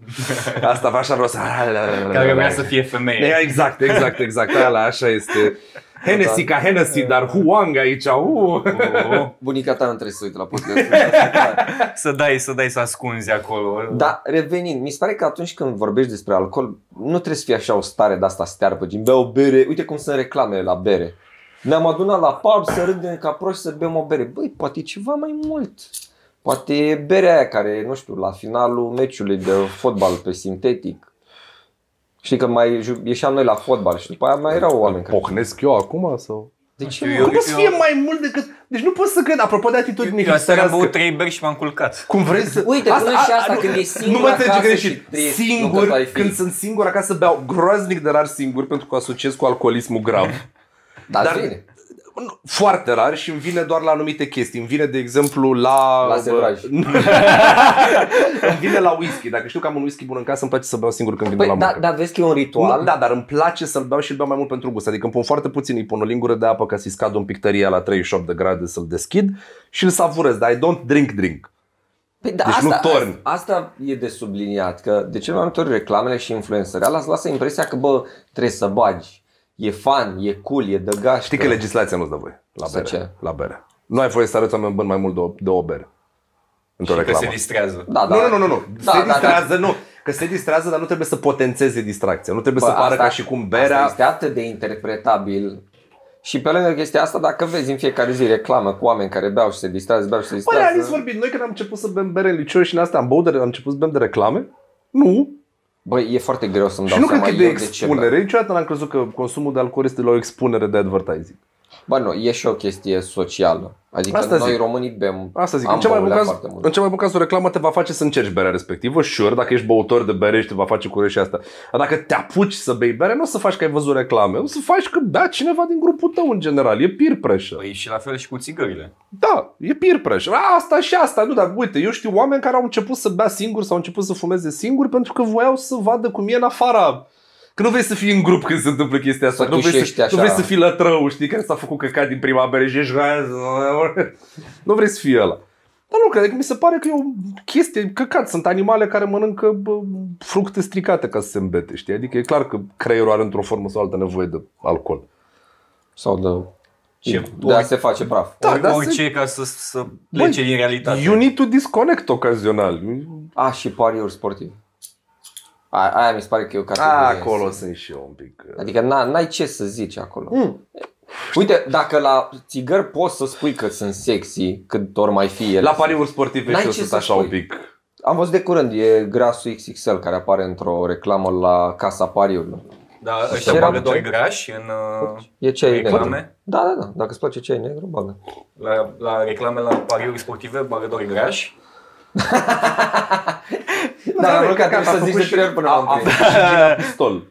[SPEAKER 4] Asta va așa vreau să...
[SPEAKER 3] Care vrea să fie femeie.
[SPEAKER 4] E, Exact, exact, exact. Ala, așa este. Hennessy ca Hennessy, dar huang aici. Uh.
[SPEAKER 3] Oh,
[SPEAKER 1] Bunica ta nu trebuie să se uite la podcast.
[SPEAKER 3] Să dai, să dai, să ascunzi acolo.
[SPEAKER 1] Dar revenind, mi se pare că atunci când vorbești despre alcool, nu trebuie să fie așa o stare de asta stearpă, gen bea o bere, uite cum sunt reclamele la bere. Ne-am adunat la pub să râdem ca proști să bem o bere. Băi, poate e ceva mai mult. Poate e berea aia care, nu știu, la finalul meciului de fotbal pe sintetic. Știi că mai ju- ieșeam noi la fotbal și după aia mai erau oameni care...
[SPEAKER 4] Pocnesc eu acum sau?
[SPEAKER 1] De ce
[SPEAKER 3] Eu-
[SPEAKER 1] nu?
[SPEAKER 4] Cum poți să fie mai mult decât... Deci nu poți să cred, apropo de atitudine
[SPEAKER 3] Eu asta am
[SPEAKER 4] hipsterească.
[SPEAKER 3] băut trei beri și m-am culcat.
[SPEAKER 4] Cum vrei să...
[SPEAKER 1] Uite, până și asta,
[SPEAKER 4] nu-
[SPEAKER 1] când e singur
[SPEAKER 4] Nu mă înțelege
[SPEAKER 1] acasă
[SPEAKER 4] greșit.
[SPEAKER 1] și trăiești,
[SPEAKER 4] Singur,
[SPEAKER 1] nu că tu ai fi.
[SPEAKER 4] când sunt singur acasă, beau groaznic de rar singur pentru că o asociez cu alcoolismul grav.
[SPEAKER 1] Dar,
[SPEAKER 4] Dar-
[SPEAKER 1] vine.
[SPEAKER 4] Nu, Foarte rar și îmi vine doar la anumite chestii. Îmi vine, de exemplu, la...
[SPEAKER 1] La sevraj.
[SPEAKER 4] îmi vine la whisky. Dacă știu că am un whisky bun în casă, îmi place să beau singur când vin de
[SPEAKER 1] Păi,
[SPEAKER 4] la
[SPEAKER 1] da,
[SPEAKER 4] muncă.
[SPEAKER 1] dar vezi că e un
[SPEAKER 4] Nu,
[SPEAKER 1] ritual.
[SPEAKER 4] da, dar îmi place să-l beau și îl beau mai mult pentru gust. Adică îmi pun foarte puțin, îi pun o lingură de apă ca să-i scadă un pic tăria la 38 de grade să-l deschid și îl savurez. Dar I don't drink drink.
[SPEAKER 1] Păi, da,
[SPEAKER 4] Deci
[SPEAKER 1] asta,
[SPEAKER 4] nu torni.
[SPEAKER 1] Asta e de subliniat, că de cel mai multe ori reclamele și influențări alea îți lasă impresia că, bă, trebuie să bagi. E fan, e cool, e dăgaș.
[SPEAKER 4] Știi că legislația nu-ți dă voie la
[SPEAKER 1] Să
[SPEAKER 4] bere.
[SPEAKER 1] ce?
[SPEAKER 4] La bere. Nu ai voie să arăți oameni buni mai mult de o, de o bere. Într-o
[SPEAKER 3] Că se
[SPEAKER 4] reclamă.
[SPEAKER 3] distrează.
[SPEAKER 1] Da, da.
[SPEAKER 4] Nu, nu, nu, nu.
[SPEAKER 1] Da,
[SPEAKER 4] Da, se
[SPEAKER 1] da,
[SPEAKER 4] distrează, nu. Că se distrează, dar nu trebuie să potențeze distracția. Nu trebuie
[SPEAKER 1] Bă,
[SPEAKER 4] să pară
[SPEAKER 1] asta-
[SPEAKER 4] ca și cum berea...
[SPEAKER 1] Asta este atât de interpretabil. Și pe lângă chestia asta, dacă vezi în fiecare zi reclamă cu oameni care beau și se distrează, beau și se
[SPEAKER 4] Bă, realist
[SPEAKER 1] distrează.
[SPEAKER 4] vorbit, noi când am început să bem bere în liceu și în astea am băut, de, am început să bem de reclame? Nu.
[SPEAKER 1] Băi, e foarte greu să-mi
[SPEAKER 4] și
[SPEAKER 1] dau
[SPEAKER 4] nu cred
[SPEAKER 1] seama
[SPEAKER 4] că e de
[SPEAKER 1] eu de ce beau.
[SPEAKER 4] expunere. Niciodată n-am crezut că consumul de alcool este la o expunere de advertising.
[SPEAKER 1] Bă, nu, e și o chestie socială. Adică
[SPEAKER 4] Asta
[SPEAKER 1] Asta noi
[SPEAKER 4] zic.
[SPEAKER 1] românii bem
[SPEAKER 4] Asta zic.
[SPEAKER 1] am
[SPEAKER 4] În cel, mai bun
[SPEAKER 1] băulea
[SPEAKER 4] caz,
[SPEAKER 1] foarte mult.
[SPEAKER 4] în cel mai bun caz, o reclamă te va face să încerci berea respectivă. Sure, dacă ești băutor de bere și te va face curaj și asta. Dar dacă te apuci să bei bere, nu o să faci că ai văzut reclame. O să faci că bea cineva din grupul tău în general. E peer pressure.
[SPEAKER 3] Păi și la fel și cu țigările.
[SPEAKER 4] Da, e peer pressure. A, Asta și asta, nu, dar uite, eu știu oameni care au început să bea singuri sau au început să fumeze singuri pentru că voiau să vadă cum e în afara. Că nu vrei să fii în grup când se întâmplă chestia asta.
[SPEAKER 1] Să
[SPEAKER 4] că Nu vrei,
[SPEAKER 1] tușești
[SPEAKER 4] să,
[SPEAKER 1] așa.
[SPEAKER 4] nu vrei să fii lătrău, știi, care s-a făcut căcat din prima bere și ești... Nu vrei să fii ăla. Dar nu, cred că mi se pare că e o chestie căcat. Sunt animale care mănâncă bă, fructe stricate ca să se îmbete, știi? Adică e clar că creierul are într-o formă sau alta nevoie de alcohol.
[SPEAKER 1] Sau de...
[SPEAKER 3] Ce?
[SPEAKER 1] de aia se face praf.
[SPEAKER 4] Da,
[SPEAKER 3] Ori-
[SPEAKER 4] dar
[SPEAKER 3] orice ca să, să plece din
[SPEAKER 1] Da,
[SPEAKER 3] realitate.
[SPEAKER 4] You need to disconnect ocazional.
[SPEAKER 1] A, și pariuri sportive. A, aia mi se pare că e o categorie.
[SPEAKER 4] A, acolo sunt și eu un pic. uh,
[SPEAKER 1] Adică na, n-ai ce să zici acolo.
[SPEAKER 4] Mm.
[SPEAKER 1] Uite, dacă la țigări poți să spui că sunt sexy, cât ori mai fi ele.
[SPEAKER 4] La pariuri sportive
[SPEAKER 1] N-ai
[SPEAKER 4] și eu
[SPEAKER 1] ce
[SPEAKER 4] sunt
[SPEAKER 1] să
[SPEAKER 4] așa
[SPEAKER 1] spui.
[SPEAKER 4] un pic.
[SPEAKER 1] Am văzut de curând, e grasul XXL care apare într-o reclamă la Casa Pariurilor.
[SPEAKER 3] Dar
[SPEAKER 1] Așa
[SPEAKER 3] Da, ăștia bagă
[SPEAKER 1] bagă
[SPEAKER 3] doi
[SPEAKER 1] ce?
[SPEAKER 3] grași în uh,
[SPEAKER 1] E ce e negru.
[SPEAKER 3] reclame?
[SPEAKER 1] Da, da, da. Dacă îți place ce e negru, bagă.
[SPEAKER 3] La, la reclame la pariuri sportive, bagă doi grași.
[SPEAKER 1] Da, am
[SPEAKER 4] bă,
[SPEAKER 1] vrut că
[SPEAKER 4] căcat,
[SPEAKER 1] trebuie
[SPEAKER 4] a
[SPEAKER 1] să zici
[SPEAKER 4] făcut
[SPEAKER 1] de
[SPEAKER 4] și-
[SPEAKER 1] trei ori până
[SPEAKER 4] a-
[SPEAKER 1] am
[SPEAKER 4] a
[SPEAKER 1] prins.
[SPEAKER 4] făcut și gin la pistol.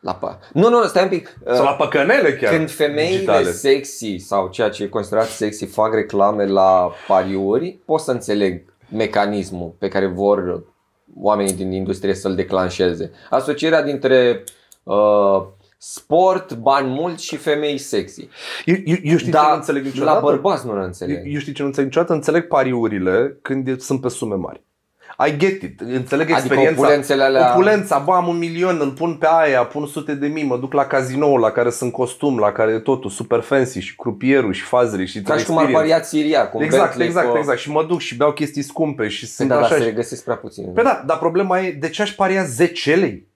[SPEAKER 1] La pa. Nu, nu, nu, stai un pic.
[SPEAKER 4] Sau la păcănele chiar.
[SPEAKER 1] Când femeile
[SPEAKER 4] digitale.
[SPEAKER 1] sexy sau ceea ce e considerat sexy fac reclame la pariuri, pot să înțeleg mecanismul pe care vor oamenii din industrie să-l declanșeze. Asocierea dintre uh, sport, bani mulți și femei sexy.
[SPEAKER 4] Eu, eu, eu știi ce nu
[SPEAKER 1] Dar
[SPEAKER 4] înțeleg niciodată?
[SPEAKER 1] la bărbați nu le înțeleg.
[SPEAKER 4] Eu, eu știi ce nu înțeleg niciodată? Înțeleg pariurile când e- sunt pe sume mari. I get it. Înțeleg
[SPEAKER 1] Adică
[SPEAKER 4] experiența.
[SPEAKER 1] opulențele alea-
[SPEAKER 4] Opulența, bă, am un milion, îl pun pe aia, pun sute de mii, mă duc la cazinoul la care sunt costum, la care e totul, super fancy și crupierul și fazele și
[SPEAKER 1] Ca și cum ar
[SPEAKER 4] experience.
[SPEAKER 1] varia Siria, cu un
[SPEAKER 4] Exact,
[SPEAKER 1] Bentley,
[SPEAKER 4] exact,
[SPEAKER 1] cu...
[SPEAKER 4] exact. Și mă duc și beau chestii scumpe și sunt
[SPEAKER 1] Da, da,
[SPEAKER 4] așa.
[SPEAKER 1] se
[SPEAKER 4] și-
[SPEAKER 1] regăsesc prea puțin.
[SPEAKER 4] Păi da, dar problema e de ce aș paria 10 lei?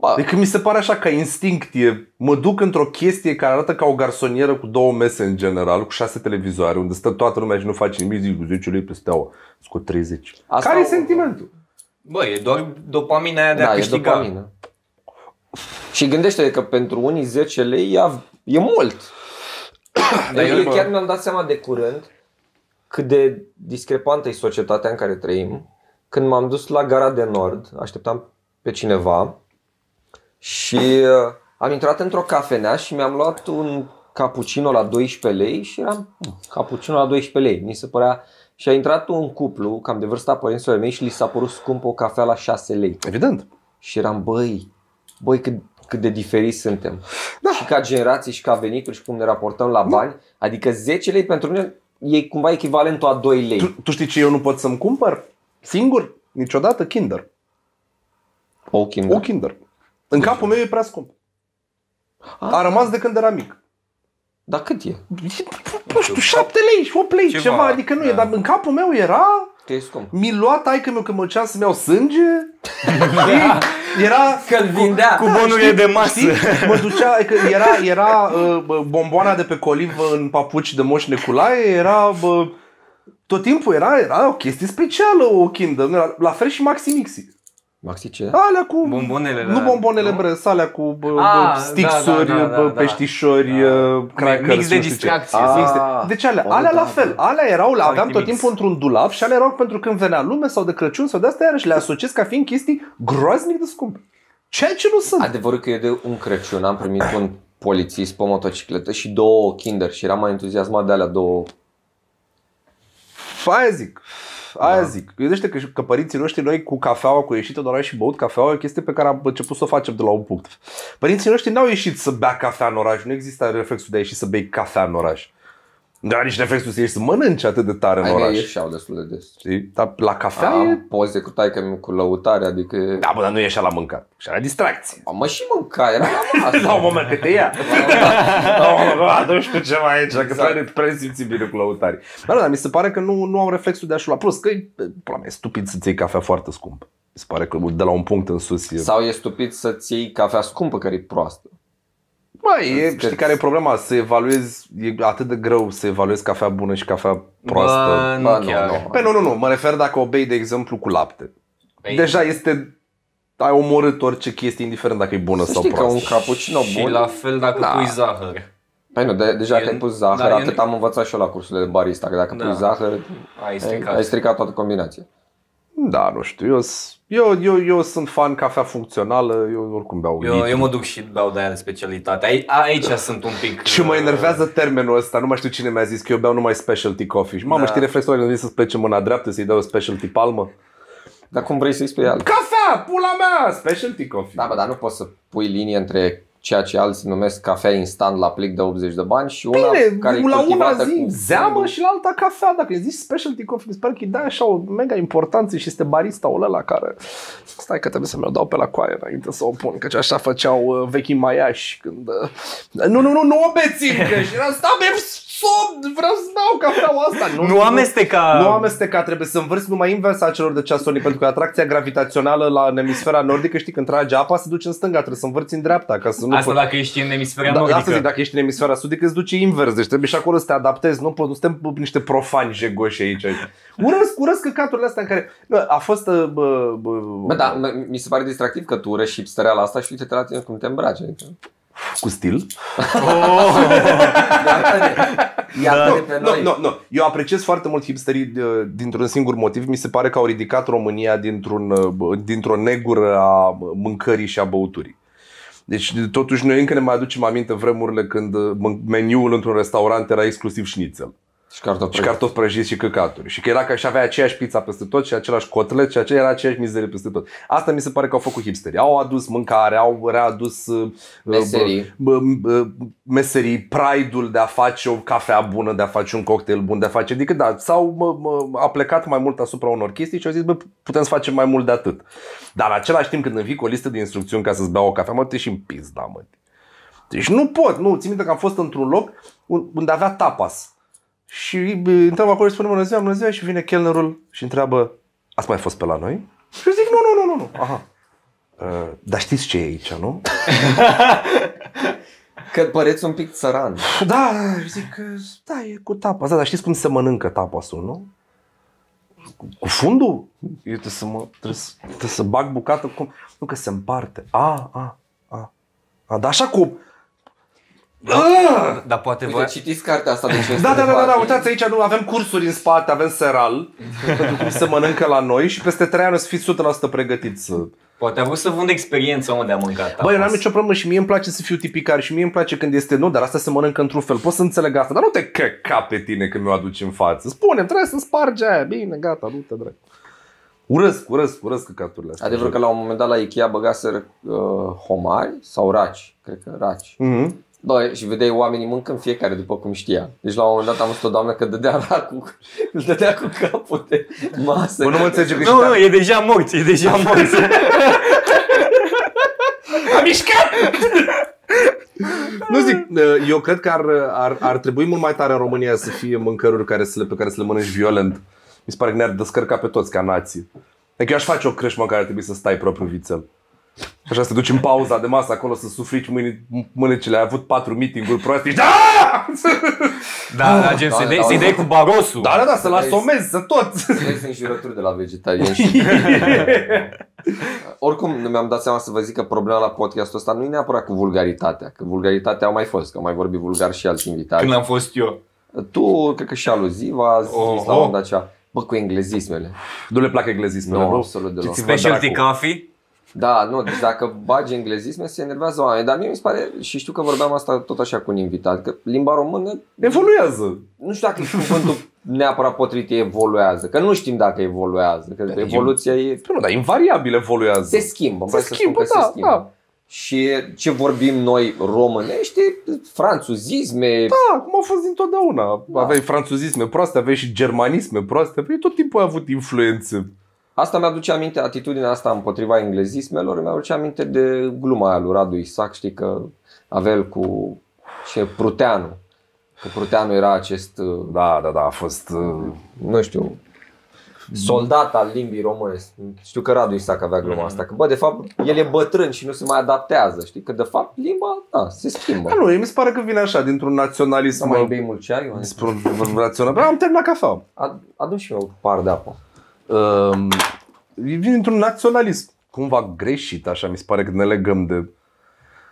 [SPEAKER 1] Ba,
[SPEAKER 4] Adică mi se pare așa ca instinct e, mă duc într-o chestie care arată ca o garsonieră cu două mese în general, cu șase televizoare, unde stă toată lumea și nu face nimic, zic cu 10 lei pe steaua, scot 30.
[SPEAKER 1] Asta
[SPEAKER 4] care e
[SPEAKER 1] o-
[SPEAKER 4] sentimentul?
[SPEAKER 3] Bă, e doar dopamina aia de a
[SPEAKER 1] da, e
[SPEAKER 3] câștiga.
[SPEAKER 1] dopamină. Și gândește că pentru unii 10 lei e, av- e mult. Dar eu
[SPEAKER 4] e, bă.
[SPEAKER 1] chiar mi-am dat seama de curând cât de discrepantă e societatea în care trăim. Când m-am dus la gara de Nord, așteptam pe cineva și uh, am intrat într-o cafenea și mi-am luat un cappuccino la 12 lei și eram "Mm, cappuccino la 12 lei. Mi se părea și a intrat un cuplu, cam de vârsta părinților mei, și li s-a părut scumpă o cafea la 6 lei.
[SPEAKER 4] Evident.
[SPEAKER 1] Și eram, băi, băi cât, cât de diferiți suntem. Da. Și ca generații și ca venituri și cum ne raportăm
[SPEAKER 4] Da.
[SPEAKER 1] la bani. Adică 10 lei pentru noi e cumva echivalentul a 2
[SPEAKER 4] Tu,
[SPEAKER 1] lei.
[SPEAKER 4] tu știi ce eu nu pot să-mi cumpăr? Singur? Niciodată? Kinder.
[SPEAKER 1] O Kinder.
[SPEAKER 4] O Kinder. În
[SPEAKER 1] Deci-
[SPEAKER 4] capul meu e prea scump. A rămas de când eram mic.
[SPEAKER 1] Dar cât e?
[SPEAKER 4] Nu știu, 7 lei, 8 lei, ceva,
[SPEAKER 3] Ceva,
[SPEAKER 4] ceva adică nu e,
[SPEAKER 3] da.
[SPEAKER 4] dar în capul meu era
[SPEAKER 1] Că e scump.
[SPEAKER 4] mi lua taică meu că mă duceam să-mi iau sânge. Știi? era
[SPEAKER 1] Că-l vindea.
[SPEAKER 3] Cu bonurile de masă.
[SPEAKER 4] Știi? Mă ducea, că era, era uh, bă, bomboana de pe colivă în papuci de moș Neculae, era bă, tot timpul era, era o chestie specială, o kindă. Nu era- La fel și Maxi Mixi.
[SPEAKER 1] Maxi, ce?
[SPEAKER 4] Alea cu...
[SPEAKER 3] Bombonele.
[SPEAKER 4] nu
[SPEAKER 3] la-
[SPEAKER 4] bombonele,
[SPEAKER 3] nu?
[SPEAKER 4] bre, alea cu bă,
[SPEAKER 3] Ah,
[SPEAKER 4] bă, stixuri,
[SPEAKER 3] da, da, da,
[SPEAKER 4] bă,
[SPEAKER 3] da, da.
[SPEAKER 4] peștișori,
[SPEAKER 3] Da.
[SPEAKER 4] da. crackers,
[SPEAKER 3] Mix de
[SPEAKER 4] nu știu ce.
[SPEAKER 3] distracție.
[SPEAKER 4] Ah,
[SPEAKER 1] Mix
[SPEAKER 4] de...
[SPEAKER 1] de-
[SPEAKER 4] Deci alea,
[SPEAKER 1] O,
[SPEAKER 4] alea
[SPEAKER 1] da,
[SPEAKER 4] la fel,
[SPEAKER 1] da.
[SPEAKER 4] alea erau, le
[SPEAKER 3] Party
[SPEAKER 4] aveam tot
[SPEAKER 3] mix.
[SPEAKER 4] timpul într-un dulap și alea erau pentru când venea lume sau de Crăciun sau de astea, iarăși le asociez ca fiind chestii groaznic de scumpe. Ceea ce nu sunt.
[SPEAKER 1] Adevărul că eu de un Crăciun am primit un polițist pe o motocicletă și două kinder și eram mai entuziasmat de alea două.
[SPEAKER 4] Aia zic. Aia da. zic. Gândește că, că părinții noștri, noi cu cafeaua, cu ieșită doar și băut cafeaua, e o chestie pe care am început să o facem de la un punct. Părinții noștri n-au ieșit să bea cafea în oraș. Nu există reflexul de a ieși să bei cafea în oraș. Dar nici reflexul să ieși să mănânci atât de tare în
[SPEAKER 1] Ai mei
[SPEAKER 4] oraș.
[SPEAKER 1] ieșeau destul de des.
[SPEAKER 4] Știi? Dar la cafea Da, e...
[SPEAKER 1] Am poze cu taică mi cu lăutare, adică...
[SPEAKER 4] Da, bă, dar nu ieșea la mâncat. Și era distracție.
[SPEAKER 1] Mă și mânca, era la masă.
[SPEAKER 4] La un moment că te ia. La un moment dat, aduci tu ceva aici, că exact. prea simți bine cu lăutari. Dar, dar mi se pare că nu, nu au reflexul de a-și lua. Plus că e, pula mea, e stupid să-ți iei cafea foarte scump. Mi se pare că de la un punct în sus e...
[SPEAKER 1] Sau e stupid să-ți iei cafea scumpă care e proastă.
[SPEAKER 4] Mai, e, știi
[SPEAKER 1] Sunteți-
[SPEAKER 4] care e problema? Să evaluezi, e atât de greu să evaluezi cafea bună și cafea proastă.
[SPEAKER 3] Bă,
[SPEAKER 1] Ba,
[SPEAKER 3] nu chiar.
[SPEAKER 4] Pe nu, nu, nu, mă refer dacă o bei, de exemplu, cu lapte.
[SPEAKER 3] Păi-
[SPEAKER 4] Deja este ai omorât orice chestie, indiferent dacă e bună
[SPEAKER 1] Să
[SPEAKER 4] sau
[SPEAKER 1] știi că
[SPEAKER 4] proastă.
[SPEAKER 1] un cappuccino
[SPEAKER 3] Și
[SPEAKER 1] bun...
[SPEAKER 3] la fel dacă
[SPEAKER 4] Da.
[SPEAKER 3] pui zahăr.
[SPEAKER 1] Păi nu, de, deja
[SPEAKER 3] Eu-
[SPEAKER 1] te-ai pus
[SPEAKER 3] dar
[SPEAKER 1] zahăr,
[SPEAKER 3] eu
[SPEAKER 1] atât
[SPEAKER 3] nu-
[SPEAKER 1] am învățat și eu la cursurile de barista, că dacă
[SPEAKER 3] Da.
[SPEAKER 1] pui zahăr,
[SPEAKER 3] Ai
[SPEAKER 1] ai, ai
[SPEAKER 3] stricat.
[SPEAKER 1] stricat toată combinația.
[SPEAKER 4] Da, nu știu, eu, s- eu, eu, eu sunt fan cafea funcțională, eu oricum beau
[SPEAKER 3] Eu,
[SPEAKER 4] litru.
[SPEAKER 3] eu mă duc și beau de aia de specialitate. Ai- Aici sunt un pic...
[SPEAKER 4] Și mă
[SPEAKER 3] uh,
[SPEAKER 4] enervează termenul ăsta, nu mai știu cine mi-a zis că eu beau numai specialty coffee. Și mamă,
[SPEAKER 3] Da.
[SPEAKER 4] știi reflexul ăla când vii să-ți plece mâna dreaptă, să-i dai o specialty palmă?
[SPEAKER 1] Dar cum vrei să-i spui alt?
[SPEAKER 4] Cafea, pula mea, specialty coffee.
[SPEAKER 1] Da, bă, dar nu poți să pui linie între ceea ce alții numesc cafea instant la plic de 80 de bani și una
[SPEAKER 4] Bine,
[SPEAKER 1] care e
[SPEAKER 4] la una
[SPEAKER 1] cultivată
[SPEAKER 4] zi
[SPEAKER 1] cu...
[SPEAKER 4] zeamă și la alta cafea. Dacă îi zici specialty coffee, mi se pare că îi dai așa o mega importanță și este barista ăla la care... Stai că trebuie să mi-o dau pe la coaie înainte să o pun, căci așa făceau uh, vechii maiași când... Uh... Nu, nu, nu, nu o beți încă și era asta, mi somn, vreau să beau cafeaua asta.
[SPEAKER 3] Nu amesteca...
[SPEAKER 4] Nu amesteca, trebuie să învârți numai inversa celor de ceasornic, pentru că atracția gravitațională la în emisfera nordică, știi, când trage apa, se duce în stânga, trebuie să învârți în dreapta, ca să nu
[SPEAKER 3] Asta dacă ești în emisfera
[SPEAKER 4] da,
[SPEAKER 3] nordică.
[SPEAKER 4] asta zic, dacă ești în emisfera sudică, îți duci invers, deci trebuie și acolo să te adaptezi, nu poți, nu suntem niște profani jegoși aici. Urăsc, urăsc căcaturile astea în care... Nu, a fost... uh, Bă, bă,
[SPEAKER 1] Bă, da, m- mi se pare distractiv că tu urăști hipstereala asta și uite-te la tine cum te îmbraci. Adică.
[SPEAKER 4] Cu stil?
[SPEAKER 1] Iată de pe
[SPEAKER 4] Nu,
[SPEAKER 1] noi.
[SPEAKER 4] nu, nu. Eu apreciez foarte mult hipsterii uh, dintr-un singur motiv. Mi se pare că au ridicat România dintr-un, uh, bă, dintr-o negură a mâncării și a băuturii. Deci, totuși, noi încă ne mai aducem aminte vremurile când uh, mân- meniul într-un restaurant era exclusiv șnițel.
[SPEAKER 1] Și cartofi.
[SPEAKER 4] Și cartofi prăjiți și căcaturi. Și că era că și avea aceeași pizza peste tot și același cotlet și aceea era aceeași mizerie peste tot. Asta mi se pare că au făcut hipsterii. Au adus mâncare, au readus uh,
[SPEAKER 1] Meserii.
[SPEAKER 4] bă, bă, bă, meserii, pride-ul de a face o cafea bună, de a face un cocktail bun, de a face... Adică da, s-au mă, mă, a plecat mai mult asupra unor chestii și au zis, bă, putem să facem mai mult de atât. Dar în același timp când îmi vii cu o listă de instrucțiuni ca să-ți beau o cafea, mă, te și în pizda, mă. Deci nu pot, nu, țin minte că am fost într-un loc un- unde avea tapas. Și bă, întreabă acolo și spune bună ziua, bună ziua și vine chelnerul și întreabă Ați mai fost pe la noi? Și eu zic nu, nu, nu, nu, nu. Aha. Uh, dar știți ce e aici, nu?
[SPEAKER 1] Că păreți un pic țăran.
[SPEAKER 4] Da, și zic, uh, da, e cu tapas, da, dar știți cum se mănâncă tapasul, nu? Cu- Cu fundul? Eu trebuie să, mă, trebuie să, trebuie să bag bucată cum? Nu, că se împarte. A, a, a, a, dar așa cum? Ah!
[SPEAKER 3] Dar poate
[SPEAKER 1] Uite,
[SPEAKER 3] voi...
[SPEAKER 1] citiți cartea asta de ce
[SPEAKER 4] Da, da, da, da, da, uitați aici, nu, avem cursuri în spate, avem seral, pentru cum se mănâncă la noi și peste 3 ani o să fiți 100% pregătiți. să-
[SPEAKER 3] Poate a vrut să vând experiența unde am mâncat.
[SPEAKER 4] Bă, eu n-am
[SPEAKER 3] tapas.
[SPEAKER 4] nicio problemă și mie îmi place să fiu tipicar și mie îmi place când este nu, dar asta se mănâncă într-un fel. Poți să înțeleg asta, dar nu te căca pe tine când mi-o aduci în față. Spune, trebuie să spargi aia, bine, gata, nu te drept. Urăsc, urăsc, urăsc căcaturile astea.
[SPEAKER 1] Adevărul că la un moment dat la Ikea băgaseră uh, homari sau raci, cred că raci.
[SPEAKER 4] Mm-hmm.
[SPEAKER 1] Bă, și vedeai oamenii mâncând fiecare după cum știa. Deci la un moment dat am văzut o doamnă că dădea racul, îl dădea cu capul de masă.
[SPEAKER 4] Bă, nu mă înțelege că și
[SPEAKER 3] Nu,
[SPEAKER 4] dacă-
[SPEAKER 3] nu, e deja mort, e deja mort.
[SPEAKER 4] A mișcat! Nu zic, uh, eu cred că ar, ar, ar trebui mult mai tare în România să fie mâncăruri care să le, pe care să le mănânci violent. Mi se pare că ne-ar descărca pe toți ca nații. Adică eu aș face o creșmă în care ar trebui să stai propriu vițel. Și așa să te duci în pauza de masă acolo să suflici mâini, mânecile. Ai avut patru meeting-uri proaste. Da!
[SPEAKER 3] Da, da, gen,
[SPEAKER 1] da,
[SPEAKER 3] să-i
[SPEAKER 1] da,
[SPEAKER 3] dai-
[SPEAKER 1] da.
[SPEAKER 3] să-i dai cu barosul.
[SPEAKER 4] Da, da, da, să-l
[SPEAKER 1] Vezi.
[SPEAKER 4] asomezi, să tot.
[SPEAKER 1] Ele sunt jurături de la vegetarian și... Oricum, mi-am dat seama să vă zic că problema la podcastul ăsta nu e neapărat cu vulgaritatea, că vulgaritatea au mai fost, că au mai vorbit vulgar și alți
[SPEAKER 4] da.
[SPEAKER 1] invitați.
[SPEAKER 3] Când am fost eu.
[SPEAKER 1] Tu, cred că și aluziv azi,
[SPEAKER 3] Oho.
[SPEAKER 1] oh, la onda aceea. Bă, cu englezismele.
[SPEAKER 4] Nu le plac englezismele,
[SPEAKER 1] Nu,
[SPEAKER 4] Da, bă.
[SPEAKER 1] absolut deloc.
[SPEAKER 4] Ce-ți vă
[SPEAKER 3] Specialty
[SPEAKER 4] dracu?
[SPEAKER 3] coffee.
[SPEAKER 1] Da, nu, deci dacă bagi englezisme, se enervează oamenii. Dar mie mi se pare, și știu că vorbeam asta tot așa cu un invitat, că limba română,
[SPEAKER 4] Evoluează.
[SPEAKER 1] nu știu dacă e cuvântul neapărat potrivit, e evoluează. Că nu știm dacă evoluează, că evoluția e
[SPEAKER 4] Nu, dar invariabil evoluează.
[SPEAKER 1] se schimbă.
[SPEAKER 4] Se
[SPEAKER 1] vreau să spun
[SPEAKER 4] schimbă,
[SPEAKER 1] că
[SPEAKER 4] da,
[SPEAKER 1] se schimbă.
[SPEAKER 4] da.
[SPEAKER 1] Și ce vorbim noi românești, e franțuzisme, da.
[SPEAKER 4] Da, cum a fost dintotdeauna. Da. Aveai franțuzisme proaste, aveai și germanisme proaste, aveai tot timpul ai avut influențe.
[SPEAKER 1] asta mi-aduce aminte, atitudinea asta împotriva englezismelor, mi-aduce aminte de gluma aia lui Radu Isac, știi că avea el cu ce, Pruteanu. Că Pruteanu era acest, uh,
[SPEAKER 4] Da, da, da, a fost... Uh...
[SPEAKER 1] nu știu, soldat al limbii române. Știu că Radu Isac avea gluma asta, că bă, de fapt, el e bătrân și nu se mai adaptează, știi? Că de fapt limba, da, se schimbă.
[SPEAKER 4] Da, nu, mi se pare că vine așa, dintr-un
[SPEAKER 1] Să
[SPEAKER 4] naționalism...
[SPEAKER 1] Da, mai bei mult ceai? Ioane?
[SPEAKER 4] Despre un rațional. Am terminat cafea.
[SPEAKER 1] Ad- Adun și eu un par de apă.
[SPEAKER 4] Um, vine dintr-un naționalism cumva greșit, așa mi se pare că ne legăm de...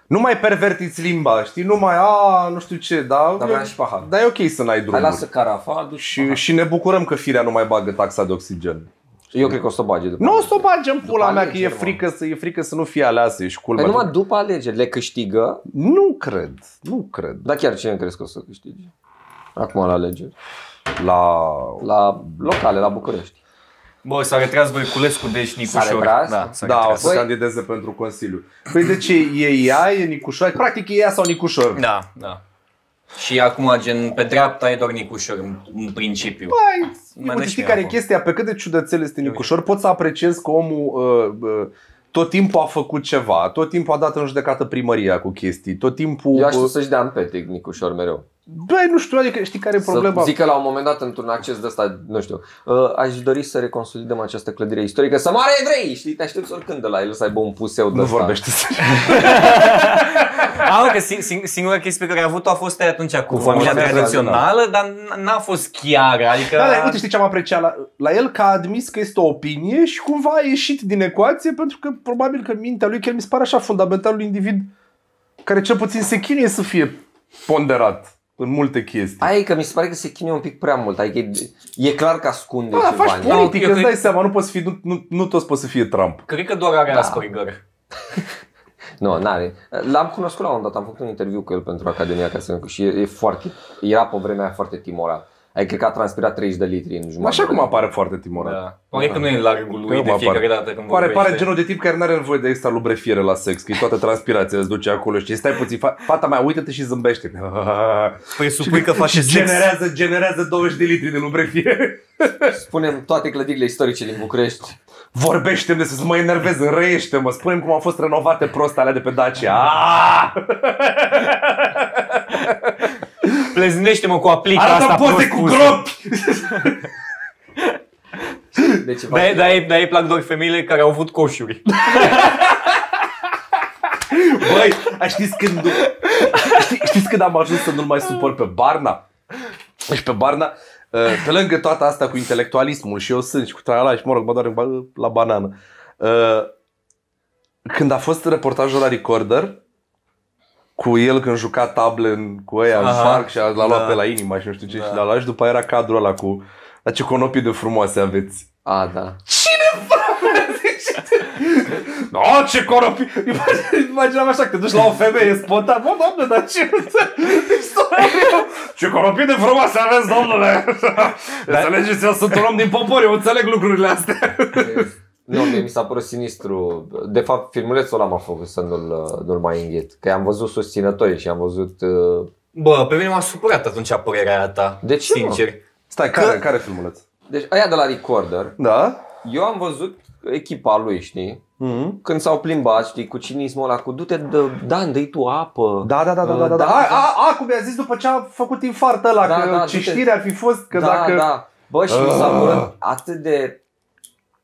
[SPEAKER 4] Nu mai pervertiți limba, știi? Nu mai, a, nu știu ce, dar...
[SPEAKER 1] Dar vreau și pahar.
[SPEAKER 4] Dar e ok să n-ai drumuri.
[SPEAKER 1] Hai lasă carafa, adu
[SPEAKER 4] Și, și ne bucurăm că firea nu mai bagă taxa de oxigen.
[SPEAKER 1] Eu cred că o să o bage după.
[SPEAKER 4] Nu o să o bagem pula mea, că e
[SPEAKER 1] alegeri, mă.
[SPEAKER 4] frică, să, e frică să nu fie aleasă, și
[SPEAKER 1] Păi
[SPEAKER 4] culmea.
[SPEAKER 1] numai după alegeri le câștigă,
[SPEAKER 4] Nu cred, nu cred.
[SPEAKER 1] dar chiar cine crezi că o să câștige? Acum la alegeri.
[SPEAKER 4] La...
[SPEAKER 1] La locale, la București.
[SPEAKER 3] Bă, s-a retras Voiculescu, deci Nicușor.
[SPEAKER 1] retras?
[SPEAKER 3] Da, s-a
[SPEAKER 4] Da, o
[SPEAKER 3] retras.
[SPEAKER 4] să
[SPEAKER 1] Păi-
[SPEAKER 4] candideze pentru Consiliu. Păi de ce e ea, e Nicușor? Practic e ea sau Nicușor?
[SPEAKER 3] Da, da. Și acum, gen, pe dreapta e doar Nicușor, în, în principiu.
[SPEAKER 4] Băi,
[SPEAKER 3] Mă
[SPEAKER 4] uite
[SPEAKER 3] dă și
[SPEAKER 4] știi
[SPEAKER 3] mie
[SPEAKER 4] care e
[SPEAKER 3] acum.
[SPEAKER 4] chestia, pe cât de ciudățel este Nicușor, pot să apreciez că omul uh, uh, tot timpul a făcut ceva, tot timpul a dat în judecată primăria cu chestii, tot timpul...
[SPEAKER 1] Eu aștept
[SPEAKER 4] uh,
[SPEAKER 1] să-și dea în petic Nicușor mereu.
[SPEAKER 4] Băi, nu știu, adică știi care e problema?
[SPEAKER 1] Să zică la un moment dat într-un acces de ăsta, nu știu, "Uh, aș dori să reconsolidăm această clădire istorică, să moare evrei, știi, te aștepți oricând de la el să aibă un puseu de
[SPEAKER 4] nu
[SPEAKER 1] ăsta.
[SPEAKER 4] vorbește serios.
[SPEAKER 3] A, că Ah, sing- sing- singura chestie pe care a avut-o a fost aia atunci cu familia da,
[SPEAKER 1] familia
[SPEAKER 3] tradițională, dar n- n-a fost chiar, adică...
[SPEAKER 4] Da, da, uite, știi ce am apreciat la, la el? Că a admis că este o opinie și cumva a ieșit din ecuație pentru că probabil că mintea lui chiar mi se pare așa fundamentalul individ care cel puțin se chinuie să fie ponderat în multe chestii.
[SPEAKER 1] Aia e că mi se pare că se chinuie un pic prea mult, adică e, e clar că ascunde
[SPEAKER 4] Da,
[SPEAKER 1] ceva.
[SPEAKER 4] faci
[SPEAKER 1] în el.
[SPEAKER 3] poli-
[SPEAKER 4] politică,
[SPEAKER 3] Eu
[SPEAKER 4] îți
[SPEAKER 3] cred-
[SPEAKER 4] dai seama, nu, poți fi, nu, nu, nu toți poți să fie Trump.
[SPEAKER 3] Cred că doar are da. Asperger.
[SPEAKER 1] Nu, n-are. L-am cunoscut la un dat, am făcut un interviu cu el pentru Academia ca să și e, e foarte, era pe vremea aia foarte timorat. Adică cred că a transpirat 30 de litri în jumătate.
[SPEAKER 4] Așa cum apare foarte timorat. Da.
[SPEAKER 3] Da. Pare că nu e largul
[SPEAKER 4] Că
[SPEAKER 3] lui de
[SPEAKER 4] mă
[SPEAKER 3] fiecare
[SPEAKER 4] apare.
[SPEAKER 3] dată
[SPEAKER 4] Pare,
[SPEAKER 3] când vorbește.
[SPEAKER 4] pare genul de tip care nu are nevoie de extra lubrefiere la sex, că e toată transpirația, îți duce acolo și stai puțin, fa- fata mea, uită-te și zâmbește.
[SPEAKER 3] Presupui că face sex.
[SPEAKER 4] generează, generează 20 de litri de lubrefiere.
[SPEAKER 1] Spunem toate clădirile istorice din București.
[SPEAKER 4] Vorbește-mi despre să mă enervez, înrăiește-mă, spune cum au fost renovate prost alea de pe Dacia.
[SPEAKER 3] Ah!
[SPEAKER 4] Aaa!
[SPEAKER 3] Pleznește-mă cu aplica asta
[SPEAKER 4] Arată poze
[SPEAKER 3] prost
[SPEAKER 4] cu
[SPEAKER 3] pusă.
[SPEAKER 4] gropi!
[SPEAKER 1] Deci, va-
[SPEAKER 3] Da, da, ei- da, ei plac doar femeile care au avut coșuri.
[SPEAKER 4] Băi, a, știți când, ști, știți când am ajuns să nu-l mai supăr pe Barna? Și pe Barna, uh, pe lângă toată asta cu intelectualismul și eu sunt și cu tralala și mă rog, mă doare în ba- la banană. Uh, Când a fost reportajul la Recorder, cu el când juca table în, cu ăia în
[SPEAKER 3] Aha,
[SPEAKER 4] parc și a- l-a luat
[SPEAKER 3] da.
[SPEAKER 4] pe la inima și nu știu ce
[SPEAKER 3] Da.
[SPEAKER 4] și l-a luat și după aia era cadrul ăla cu dar ce conopii de frumoase aveți.
[SPEAKER 1] A, da.
[SPEAKER 4] No, ce coropi! Imaginam așa, că te duci la o femeie spontan. Bă, doamne, dar ce... Deci, sora mea, Ce coropi de frumoase aveți, domnule! Înțelegeți, eu sunt un om din popor, eu înțeleg lucrurile astea.
[SPEAKER 1] Nu, mie mi s-a părut sinistru. De fapt, filmulețul ăla m-a făcut să nu-l, nu-l mai înghet. Că am văzut susținătorii și am văzut... uh,
[SPEAKER 3] Bă, pe mine m-a supărat atunci părerea aia ta.
[SPEAKER 1] De ce, mă?
[SPEAKER 3] Sincer.
[SPEAKER 4] Stai, care, care filmuleț?
[SPEAKER 1] Deci, aia de la Recorder,
[SPEAKER 4] Da?
[SPEAKER 1] eu am văzut echipa lui, știi?
[SPEAKER 4] Mm-hmm.
[SPEAKER 1] Când s-au plimbat, știi, cu cinismul ăla, cu du-te, dă, Dan, dă-i tu apă.
[SPEAKER 4] Da, da, da, da,
[SPEAKER 1] Uh,
[SPEAKER 4] da, da.
[SPEAKER 1] da,
[SPEAKER 4] A,
[SPEAKER 1] da.
[SPEAKER 4] a, a, cum i-a zis după ce a făcut infart ăla,
[SPEAKER 1] Da,
[SPEAKER 4] că
[SPEAKER 1] da,
[SPEAKER 4] ce
[SPEAKER 1] du-te.
[SPEAKER 4] știre ar fi fost că
[SPEAKER 1] da,
[SPEAKER 4] dacă...
[SPEAKER 1] da. Bă, și mi s-a părut atât de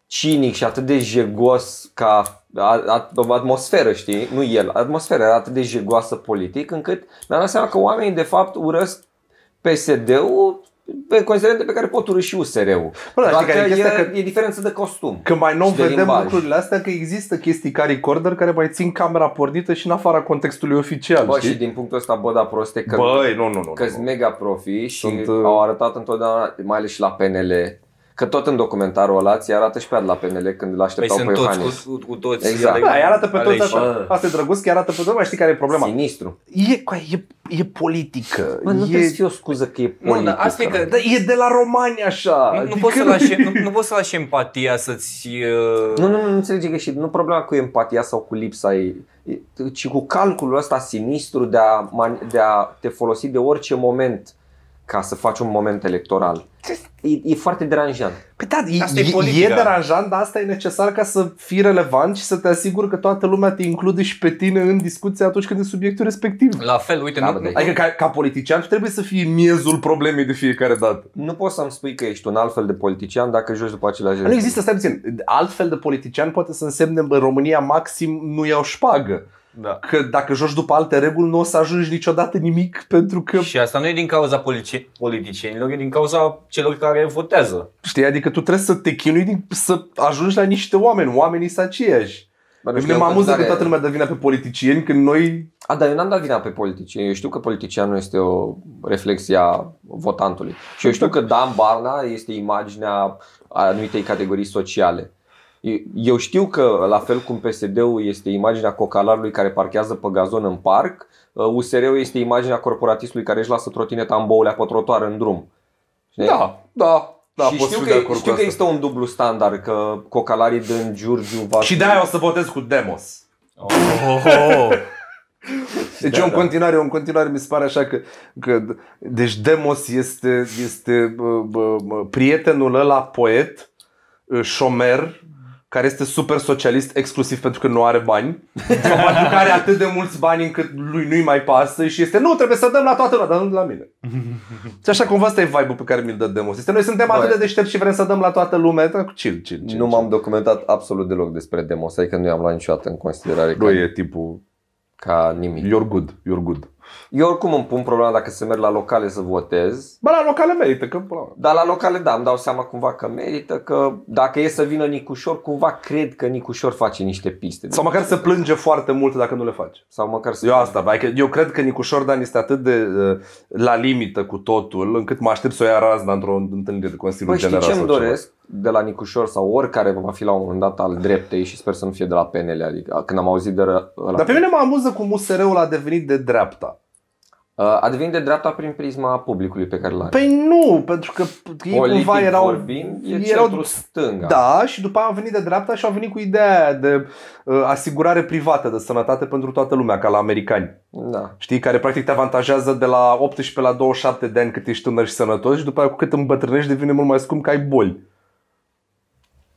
[SPEAKER 1] cinic și atât de jegos ca a- a- atmosferă, știi? Nu el, atmosfera era atât de jegoasă politic încât mi-am dat seama că oamenii de fapt urăsc PSD-ul pe considerente pe care pot urâ și USR-ul.
[SPEAKER 4] Bă, dar
[SPEAKER 1] Doar
[SPEAKER 4] știi care e
[SPEAKER 1] că
[SPEAKER 4] chestia?
[SPEAKER 1] e, e diferență de costum.
[SPEAKER 4] Că mai nou
[SPEAKER 1] și de
[SPEAKER 4] vedem
[SPEAKER 1] limbaj.
[SPEAKER 4] lucrurile astea că există chestii ca recorder care mai țin camera pornită și în afara contextului oficial,
[SPEAKER 1] Bă,
[SPEAKER 4] știi?
[SPEAKER 1] și din punctul ăsta Boda proste că
[SPEAKER 4] Băi, nu, nu, nu.
[SPEAKER 1] că
[SPEAKER 4] nu.
[SPEAKER 1] sunt mega profi și
[SPEAKER 4] Sunt,
[SPEAKER 1] Sunt,
[SPEAKER 4] uh,
[SPEAKER 1] au arătat întotdeauna, mai ales și la PNL, că tot în documentarul ăla ți arată și pe ăla de la PNL când îl
[SPEAKER 3] Păi
[SPEAKER 1] așteptau
[SPEAKER 3] sunt
[SPEAKER 1] pe
[SPEAKER 3] toți
[SPEAKER 1] Iohannis.
[SPEAKER 3] cu, cu, cu toți.
[SPEAKER 1] Exact.
[SPEAKER 3] ele-
[SPEAKER 4] Da, îi arată pe toți
[SPEAKER 3] aleși.
[SPEAKER 4] așa. Asta e drăguț, chiar arată pe toți, mai știi care e problema?
[SPEAKER 1] Sinistru.
[SPEAKER 4] E, coi, e, e politică.
[SPEAKER 1] Bă, nu e... trebuie
[SPEAKER 4] e,
[SPEAKER 1] să fie o scuză că e politică.
[SPEAKER 3] Nu, dar asta e că
[SPEAKER 4] da, e de la romani așa. Adică
[SPEAKER 1] Adică
[SPEAKER 3] nu, nu, poți să lași, nu, nu poți să lași empatia să-ți... uh,
[SPEAKER 1] Nu, nu, nu, nu înțelege greșit. Nu problema cu empatia sau cu lipsa ei, e- ci cu calculul ăsta sinistru de a, man- de a te folosi de orice moment ca să faci un moment electoral. E, e foarte deranjant.
[SPEAKER 4] Păi da, e,
[SPEAKER 3] Asta e
[SPEAKER 4] e, e
[SPEAKER 3] politica.
[SPEAKER 4] deranjant, dar asta e necesar ca să fii relevant și să te asiguri că toată lumea te include și pe tine în discuție atunci când e subiectul respectiv.
[SPEAKER 3] La fel, uite,
[SPEAKER 1] Da,
[SPEAKER 3] nu,
[SPEAKER 1] bă,
[SPEAKER 3] nu,
[SPEAKER 1] deci-
[SPEAKER 4] Adică ca, ca politician trebuie să fii miezul problemei de fiecare dată.
[SPEAKER 1] Nu poți să-mi spui că ești un alt fel de politician dacă joci după același
[SPEAKER 4] Nu există, stai puțin, altfel de politician poate să însemne în România maxim nu iau șpagă.
[SPEAKER 3] Da.
[SPEAKER 4] Că dacă joci după alte reguli nu o să ajungi niciodată nimic pentru că,
[SPEAKER 3] Și asta nu e din cauza polici- politicienilor, e din cauza celor care votează.
[SPEAKER 4] știi, adică tu trebuie să te chinui din, să ajungi la niște oameni, oamenii sunt aceiași.
[SPEAKER 1] Bă, nu
[SPEAKER 4] Ne
[SPEAKER 1] știu, eu
[SPEAKER 4] mă amuză că
[SPEAKER 1] consider-
[SPEAKER 4] toată lumea dă vina pe politicieni când noi...
[SPEAKER 1] A, dar eu n-am dat vina pe politicieni. Eu știu că politicianul este o reflexie a votantului. Și eu știu că Dan Barna este imaginea a anumitei categorii sociale. Eu- Eu știu că, la fel cum PSD-ul este imaginea cocalarului care parchează pe gazon în parc, uh, USR-ul este imaginea corporatistului care își lasă trotineta în boule pe trotuar în drum. Știi?
[SPEAKER 4] Da, da, da,
[SPEAKER 1] și
[SPEAKER 4] pot
[SPEAKER 1] știu
[SPEAKER 4] fi
[SPEAKER 1] că,
[SPEAKER 4] de acord
[SPEAKER 1] știu
[SPEAKER 4] cu
[SPEAKER 1] că
[SPEAKER 4] asta.
[SPEAKER 1] există un dublu standard, că cocalarii din Giurgiu, Vaslui-
[SPEAKER 4] Și de-aia o să votez cu Demos.
[SPEAKER 3] Oh.
[SPEAKER 4] Deci da, eu în continuare, eu în continuare mi se pare așa că, că deci Demos este, este bă, bă, bă, prietenul ăla poet, ă, șomer, care este super socialist exclusiv pentru că nu are bani, sau pentru că are atât de mulți bani încât lui nu-i mai pasă și este nu, trebuie să dăm la toată lumea, dar nu la mine. Și așa cumva asta e vibe-ul pe care mi-l dă Demos. Este, noi suntem
[SPEAKER 1] Băi.
[SPEAKER 4] atât de deștepți și vrem să dăm la toată lumea, dar chill, chill, chill.
[SPEAKER 1] Nu
[SPEAKER 4] chill.
[SPEAKER 1] m-am documentat absolut deloc despre demos, adică nu i-am luat niciodată în considerare
[SPEAKER 4] Nu
[SPEAKER 1] ca,
[SPEAKER 4] e tipul,
[SPEAKER 1] ca nimic.
[SPEAKER 4] you're good, you're good.
[SPEAKER 1] Eu oricum îmi pun problema dacă să merg la locale să votez,
[SPEAKER 4] Bă, la locale merită, că bă,
[SPEAKER 1] dar la locale da, îmi dau seama cumva că merită, că dacă e să vină Nicușor, cumva cred că Nicușor face niște piste.
[SPEAKER 4] Sau măcar să plânge foarte mult dacă nu le faci.
[SPEAKER 1] sau măcar să...
[SPEAKER 4] Eu asta, adică eu cred că Nicușor Dan este atât de uh, la limită cu totul, încât mă aștept să o ia razna într-o întâlnire de Consiliu
[SPEAKER 1] Bă, știi
[SPEAKER 4] General.
[SPEAKER 1] ce îmi
[SPEAKER 4] sau ceva.
[SPEAKER 1] doresc de la Nicușor sau oricare va fi la un moment dat al dreptei și sper să nu fie de la PNL, adică când am auzit de ră- ăla.
[SPEAKER 4] Dar pe mine mă amuză cum USR-ul a devenit de dreapta.
[SPEAKER 1] Uh, A devenit de dreapta prin prisma publicului pe care l are.
[SPEAKER 4] Păi nu, pentru că ei
[SPEAKER 1] Politic
[SPEAKER 4] cumva erau...
[SPEAKER 1] vorbind, e
[SPEAKER 4] erau-
[SPEAKER 1] centru stânga.
[SPEAKER 4] Da, și după aia au venit de dreapta și au venit cu ideea aia de uh, asigurare privată de sănătate pentru toată lumea, ca la americani.
[SPEAKER 1] da.
[SPEAKER 4] Știi, care practic te avantajează de la 18 la 27 de ani cât ești tânăr și sănătos și după aia cu cât îmbătrânești devine mult mai scump că ai boli.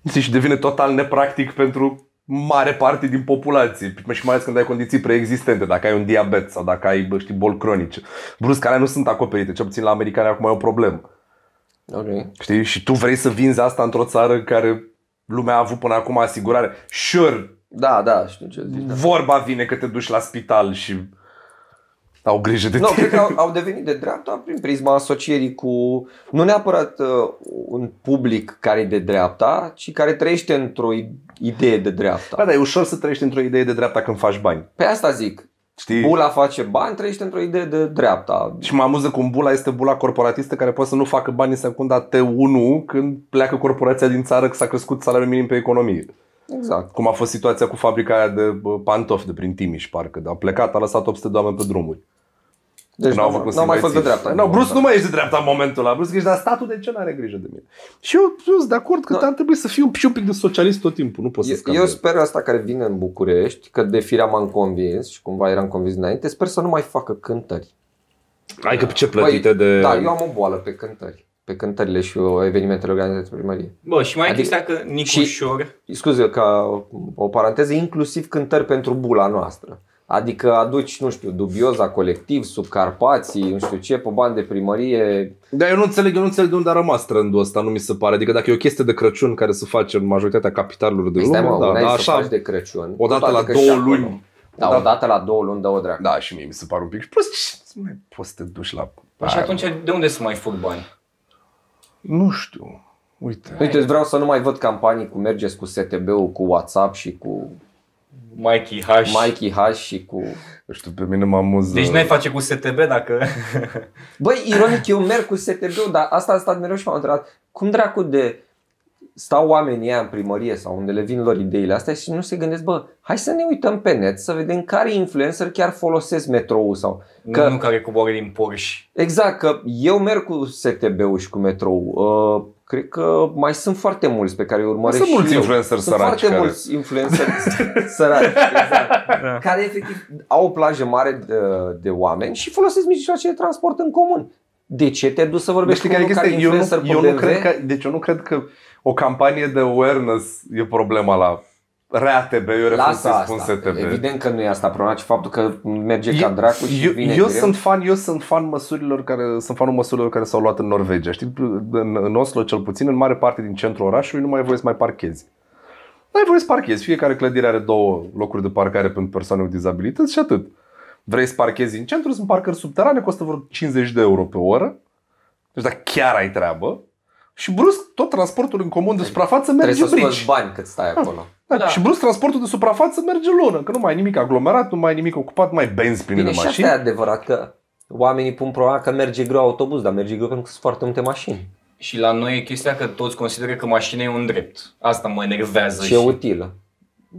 [SPEAKER 4] Știi, și devine total nepractic pentru mare parte din populație și mai ales când ai condiții preexistente, dacă ai un diabet sau dacă ai bă, știi, boli cronice. Brusc, alea nu sunt acoperite, cel puțin la americani acum e o problemă.
[SPEAKER 1] Ok.
[SPEAKER 4] Știi? Și tu vrei să vinzi asta într-o țară în care lumea a avut până acum asigurare. Sure,
[SPEAKER 1] Da, da, știu ce zici. Da.
[SPEAKER 4] vorba vine că te duci la spital și au grijă de
[SPEAKER 1] Nu,
[SPEAKER 4] tine.
[SPEAKER 1] cred că au, au devenit de dreapta prin prisma asocierii cu, nu neapărat uh, un public care e de dreapta, ci care trăiește într-o i- idee de
[SPEAKER 4] Bă,
[SPEAKER 1] dreapta.
[SPEAKER 4] dar e ușor să trăiești într-o idee de dreapta când faci bani.
[SPEAKER 1] Pe asta zic,
[SPEAKER 4] Știi?
[SPEAKER 1] Bula face bani, trăiește într-o idee de dreapta.
[SPEAKER 4] Și mă amuză cum bula este bula corporatistă care poate să nu facă bani în secunda T1 când pleacă corporația din țară că s-a crescut salariul minim pe economie.
[SPEAKER 1] Exact.
[SPEAKER 4] Cum a fost situația cu fabrica aia de bă, pantofi de prin Timiș, parcă. Dar a plecat, a lăsat 800 de oameni pe drumuri.
[SPEAKER 1] Deci
[SPEAKER 4] n-au
[SPEAKER 1] n-au,
[SPEAKER 4] avut cum
[SPEAKER 1] n-au,
[SPEAKER 4] să
[SPEAKER 1] mai fost de
[SPEAKER 4] ții.
[SPEAKER 1] dreapta.
[SPEAKER 4] Nu, Bruce nu mai ești de dreapta în momentul ăla. Bruce ești, dar statul de ce nu are grijă de mine? Și eu eu sunt de acord că
[SPEAKER 1] Da.
[SPEAKER 4] ar trebui să fiu și un pic de socialist tot timpul. Nu pot să
[SPEAKER 1] Eu,
[SPEAKER 4] scap.
[SPEAKER 1] eu
[SPEAKER 4] de-
[SPEAKER 1] sper asta care vine în București, că de firea m-am convins și cumva eram convins înainte, sper să nu mai facă cântări.
[SPEAKER 4] Hai că ce
[SPEAKER 1] Băi, Da, eu am o boală pe cântări. Pe cântările și uh, evenimentele organizate de primărie.
[SPEAKER 3] Bă, și mai e
[SPEAKER 1] Adică-
[SPEAKER 3] chestia că Nicușor...
[SPEAKER 1] scuze, ca o, o paranteză, inclusiv cântări pentru bula noastră. Adică aduci, nu știu, dubioza colectiv, subcarpații, nu știu ce, pe bani de primărie.
[SPEAKER 4] Dar eu nu înțeleg, eu nu înțeleg de unde a rămas trendul ăsta, nu mi se pare. Adică dacă e o chestie de Crăciun care se face în majoritatea capitalelor de
[SPEAKER 1] Păi stai
[SPEAKER 4] lume,
[SPEAKER 1] mă,
[SPEAKER 4] da,
[SPEAKER 1] da,
[SPEAKER 4] da,
[SPEAKER 1] să faci
[SPEAKER 4] așa,
[SPEAKER 1] de Crăciun.
[SPEAKER 4] odată
[SPEAKER 1] Cu
[SPEAKER 4] la
[SPEAKER 1] toate că
[SPEAKER 4] două
[SPEAKER 1] și acolo-
[SPEAKER 4] luni.
[SPEAKER 1] Da, odată la două luni, două dracu.
[SPEAKER 4] Da, și mie mi se pare un pic. Și plus, ce mai poți să te duci la...
[SPEAKER 3] Păi Și atunci de unde să mai fur bani?
[SPEAKER 4] Nu știu. Uite.
[SPEAKER 1] Uite, vreau să nu mai văd campanii cu mergeți cu STB-ul, cu WhatsApp și cu
[SPEAKER 3] Mikey H.
[SPEAKER 4] Deci-
[SPEAKER 1] Mikey H și cu...
[SPEAKER 4] Nu știu, pe mine mă amuză.
[SPEAKER 3] Deci n-ai face cu STB dacă...
[SPEAKER 1] Băi, ironic, eu merg cu STB-ul, dar asta a stat mereu și m-am întrebat, cum dracu de stau oamenii ăia în primărie sau unde le vin lor ideile astea și nu se gândesc, bă, hai să ne uităm pe net să vedem care influencer chiar folosesc metrou sau...
[SPEAKER 3] Că... Nu care coboară din Porsche.
[SPEAKER 1] Exact, că eu merg cu STB-ul și cu metrou. Uh, cred că mai sunt foarte mulți pe care îi urmăresc
[SPEAKER 2] Sunt
[SPEAKER 1] și
[SPEAKER 2] mulți
[SPEAKER 1] eu.
[SPEAKER 2] influenceri
[SPEAKER 1] Sunt
[SPEAKER 2] săraci
[SPEAKER 1] foarte
[SPEAKER 2] care-
[SPEAKER 1] mulți influenceri săraci, exact, care efectiv au o plajă mare de, de oameni și folosesc mijloace de transport în comun. De ce te duci să
[SPEAKER 4] Deci,
[SPEAKER 1] vorbești
[SPEAKER 4] știi
[SPEAKER 1] cu
[SPEAKER 4] care
[SPEAKER 1] unul care
[SPEAKER 4] chestia?
[SPEAKER 1] e
[SPEAKER 4] Eu
[SPEAKER 1] influencer
[SPEAKER 4] nu,
[SPEAKER 1] pe
[SPEAKER 4] eu nu
[SPEAKER 1] BMW?
[SPEAKER 4] cred că, deci eu nu cred că o campanie de awareness e problema la RATB, eu refuz
[SPEAKER 1] Lasă
[SPEAKER 4] să spun
[SPEAKER 1] asta.
[SPEAKER 4] STB.
[SPEAKER 1] Evident că nu e asta problema, ci faptul că merge ca
[SPEAKER 4] Eu-
[SPEAKER 1] dracu și
[SPEAKER 4] eu,
[SPEAKER 1] vine
[SPEAKER 4] eu
[SPEAKER 1] greu.
[SPEAKER 4] sunt fan, eu sunt fan măsurilor care sunt fanul măsurilor care s-au luat în Norvegia. Știi, în, în Oslo cel puțin, în mare parte din centrul orașului nu mai ai voie să mai parchezi. Nu ai voie să parchezi. Fiecare clădire are două locuri de parcare pentru persoane cu dizabilități și atât. Vrei să parchezi în centru, sunt parcări subterane, costă vreo 50 de euro pe oră. Deci dacă chiar ai treabă. Și brusc tot transportul în comun de suprafață merge
[SPEAKER 1] Deci, Trebuie să
[SPEAKER 4] brici.
[SPEAKER 1] scoți bani cât stai acolo.
[SPEAKER 4] Da,
[SPEAKER 3] Da.
[SPEAKER 4] da. Și brusc transportul de suprafață merge lună, că nu mai e nimic aglomerat, nu mai e nimic ocupat, nu mai e benzi pline
[SPEAKER 1] Bine,
[SPEAKER 4] de
[SPEAKER 1] și asta
[SPEAKER 4] mașini.
[SPEAKER 1] e adevărat că oamenii pun problema că merge greu autobuz, dar merge greu pentru că sunt foarte multe mașini.
[SPEAKER 3] Și la noi e chestia că toți consideră că mașina e un drept. Asta mă enervează.
[SPEAKER 1] Și e utilă.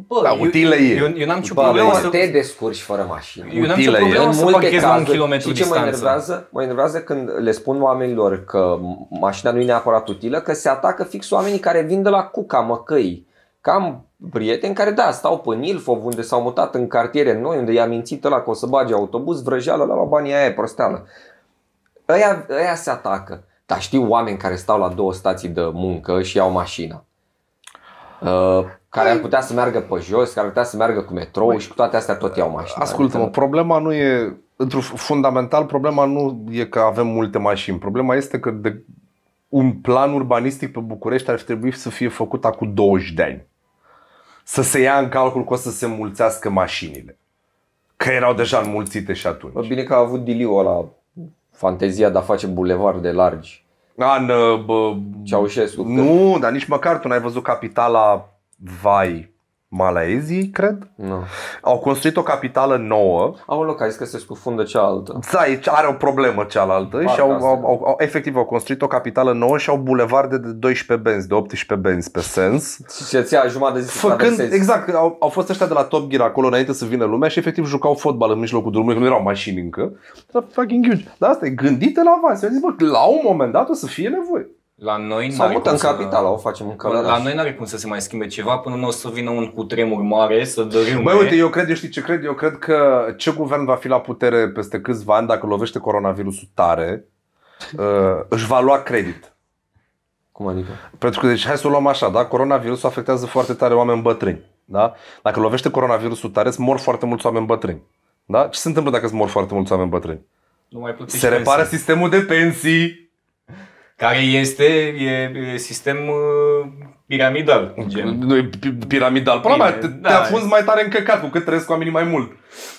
[SPEAKER 3] Bă,
[SPEAKER 4] Da, utilă e.
[SPEAKER 3] Eu, eu n-am nicio
[SPEAKER 1] Bă,
[SPEAKER 3] problemă
[SPEAKER 1] bă,
[SPEAKER 3] să...
[SPEAKER 1] te descurci fără mașină.
[SPEAKER 3] Eu n-am nicio
[SPEAKER 4] Utilă e.
[SPEAKER 3] problemă să parchez la un kilometru
[SPEAKER 1] știi ce mă
[SPEAKER 3] distanță.
[SPEAKER 1] enervează? Mă enervează când le spun oamenilor că mașina nu e neapărat utilă, că se atacă fix oamenii care vin de la Cuca, Măcăi. Cam prieteni care, da, stau pe Nilfov, unde s-au mutat în cartiere noi, unde i-a mințit ăla că o să bage autobuz, vrăjeală la banii aia, e prosteală. Ăia, ăia se atacă. Dar știu oameni care stau la două stații de muncă și iau mașina. Uh, care
[SPEAKER 3] Păi-
[SPEAKER 1] ar putea să meargă pe jos, care ar putea să meargă cu metrou și cu toate astea tot iau mașina.
[SPEAKER 4] Ascultă-mă,
[SPEAKER 1] Adică-
[SPEAKER 4] problema nu e, într-un fundamental, problema nu e că avem multe mașini. Problema este că de un plan urbanistic pe București ar fi trebuit să fie făcut acum 20 de ani. Să se ia în calcul că o să se mulțească mașinile. Că erau deja înmulțite și
[SPEAKER 1] Bă,
[SPEAKER 4] atunci.
[SPEAKER 1] bine că a avut diliu ăla fantezia de a face bulevarde largi.
[SPEAKER 4] An, uh, bă,
[SPEAKER 1] Ceaușescu. Că...
[SPEAKER 4] nu, dar nici măcar tu n-ai văzut capitala Vai Malaeziei, cred?
[SPEAKER 1] Nu.
[SPEAKER 4] Au construit o capitală nouă
[SPEAKER 1] Aoleu, că a zis că se scufundă cealaltă.
[SPEAKER 4] Da, e- are o problemă cealaltă
[SPEAKER 1] Parcă
[SPEAKER 4] și au,
[SPEAKER 1] asta
[SPEAKER 4] au,
[SPEAKER 1] e.
[SPEAKER 4] au, au, efectiv au construit o capitală nouă și au bulevarde de 12 benzi, de 18 benzi pe sens.
[SPEAKER 1] Și ce ți-a jumătate de zi să
[SPEAKER 4] Făcând,
[SPEAKER 1] traversezi.
[SPEAKER 4] exact, că au, au fost ăștia de la Top Gear acolo înainte să vină lumea și efectiv jucau fotbal în mijlocul drumului, că nu erau mașini încă. Dar fucking huge. Dar asta e gândit în avans. Eu zic, bă, la un moment dat o să fie nevoie.
[SPEAKER 3] La noi
[SPEAKER 1] S-a
[SPEAKER 3] n-are cum
[SPEAKER 1] mutat în
[SPEAKER 3] să-
[SPEAKER 1] capitală, o facem în
[SPEAKER 3] La, la
[SPEAKER 1] Călăraș.
[SPEAKER 3] noi n-are cum să se mai schimbe ceva până nu o să vină un cutremur mare să dărâme.
[SPEAKER 4] Băi, uite, eu cred, eu știi ce cred? Eu cred că ce guvern va fi la putere peste câțiva ani dacă lovește coronavirusul tare, uh, își va lua credit.
[SPEAKER 1] Cum adică?
[SPEAKER 4] Pentru că, deci, hai să o luăm așa, da? Coronavirusul afectează foarte tare oameni bătrâni, da? Dacă lovește coronavirusul tare, îți mor foarte mulți oameni bătrâni. Da? Ce se întâmplă dacă îți mor foarte mulți oameni bătrâni?
[SPEAKER 3] nu mai plătești
[SPEAKER 4] se repară
[SPEAKER 3] pensii.
[SPEAKER 4] sistemul de pensii.
[SPEAKER 3] Care este e, e sistem uh, piramidal. Gen.
[SPEAKER 4] Nu e pi- piramidal. Până la
[SPEAKER 3] Bine,
[SPEAKER 4] urmă, te,
[SPEAKER 3] da.
[SPEAKER 4] te afunzi mai tare în căcat cu cât trăiesc oamenii mai mult.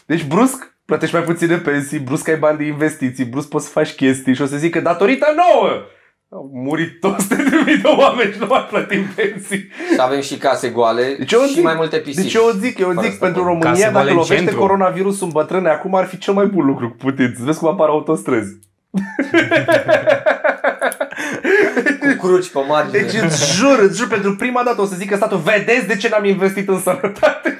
[SPEAKER 4] Deci brusc plătești mai puține pensii, brusc ai bani de investiții, brusc poți să faci chestii și o să zic că datorită nouă au murit toți de mii de oameni și nu mai plătim pensii.
[SPEAKER 1] Și avem și case goale
[SPEAKER 4] Deci eu
[SPEAKER 1] și
[SPEAKER 4] zic-
[SPEAKER 1] mai multe pisici.
[SPEAKER 4] Deci eu zic, eu
[SPEAKER 1] Fără
[SPEAKER 4] zic
[SPEAKER 1] să
[SPEAKER 4] pentru
[SPEAKER 1] pun
[SPEAKER 4] România,
[SPEAKER 3] case goale
[SPEAKER 4] dacă
[SPEAKER 3] în
[SPEAKER 4] lovește
[SPEAKER 3] centru.
[SPEAKER 4] coronavirusul în bătrâne, acum ar fi cel mai bun lucru cu putință. Vezi cum apar autostrăzi.
[SPEAKER 1] Cu cruci pe margine.
[SPEAKER 4] Deci îți jur, îți jur, pentru prima dată o să zic că statul, vedeți de ce n-am investit în sănătate.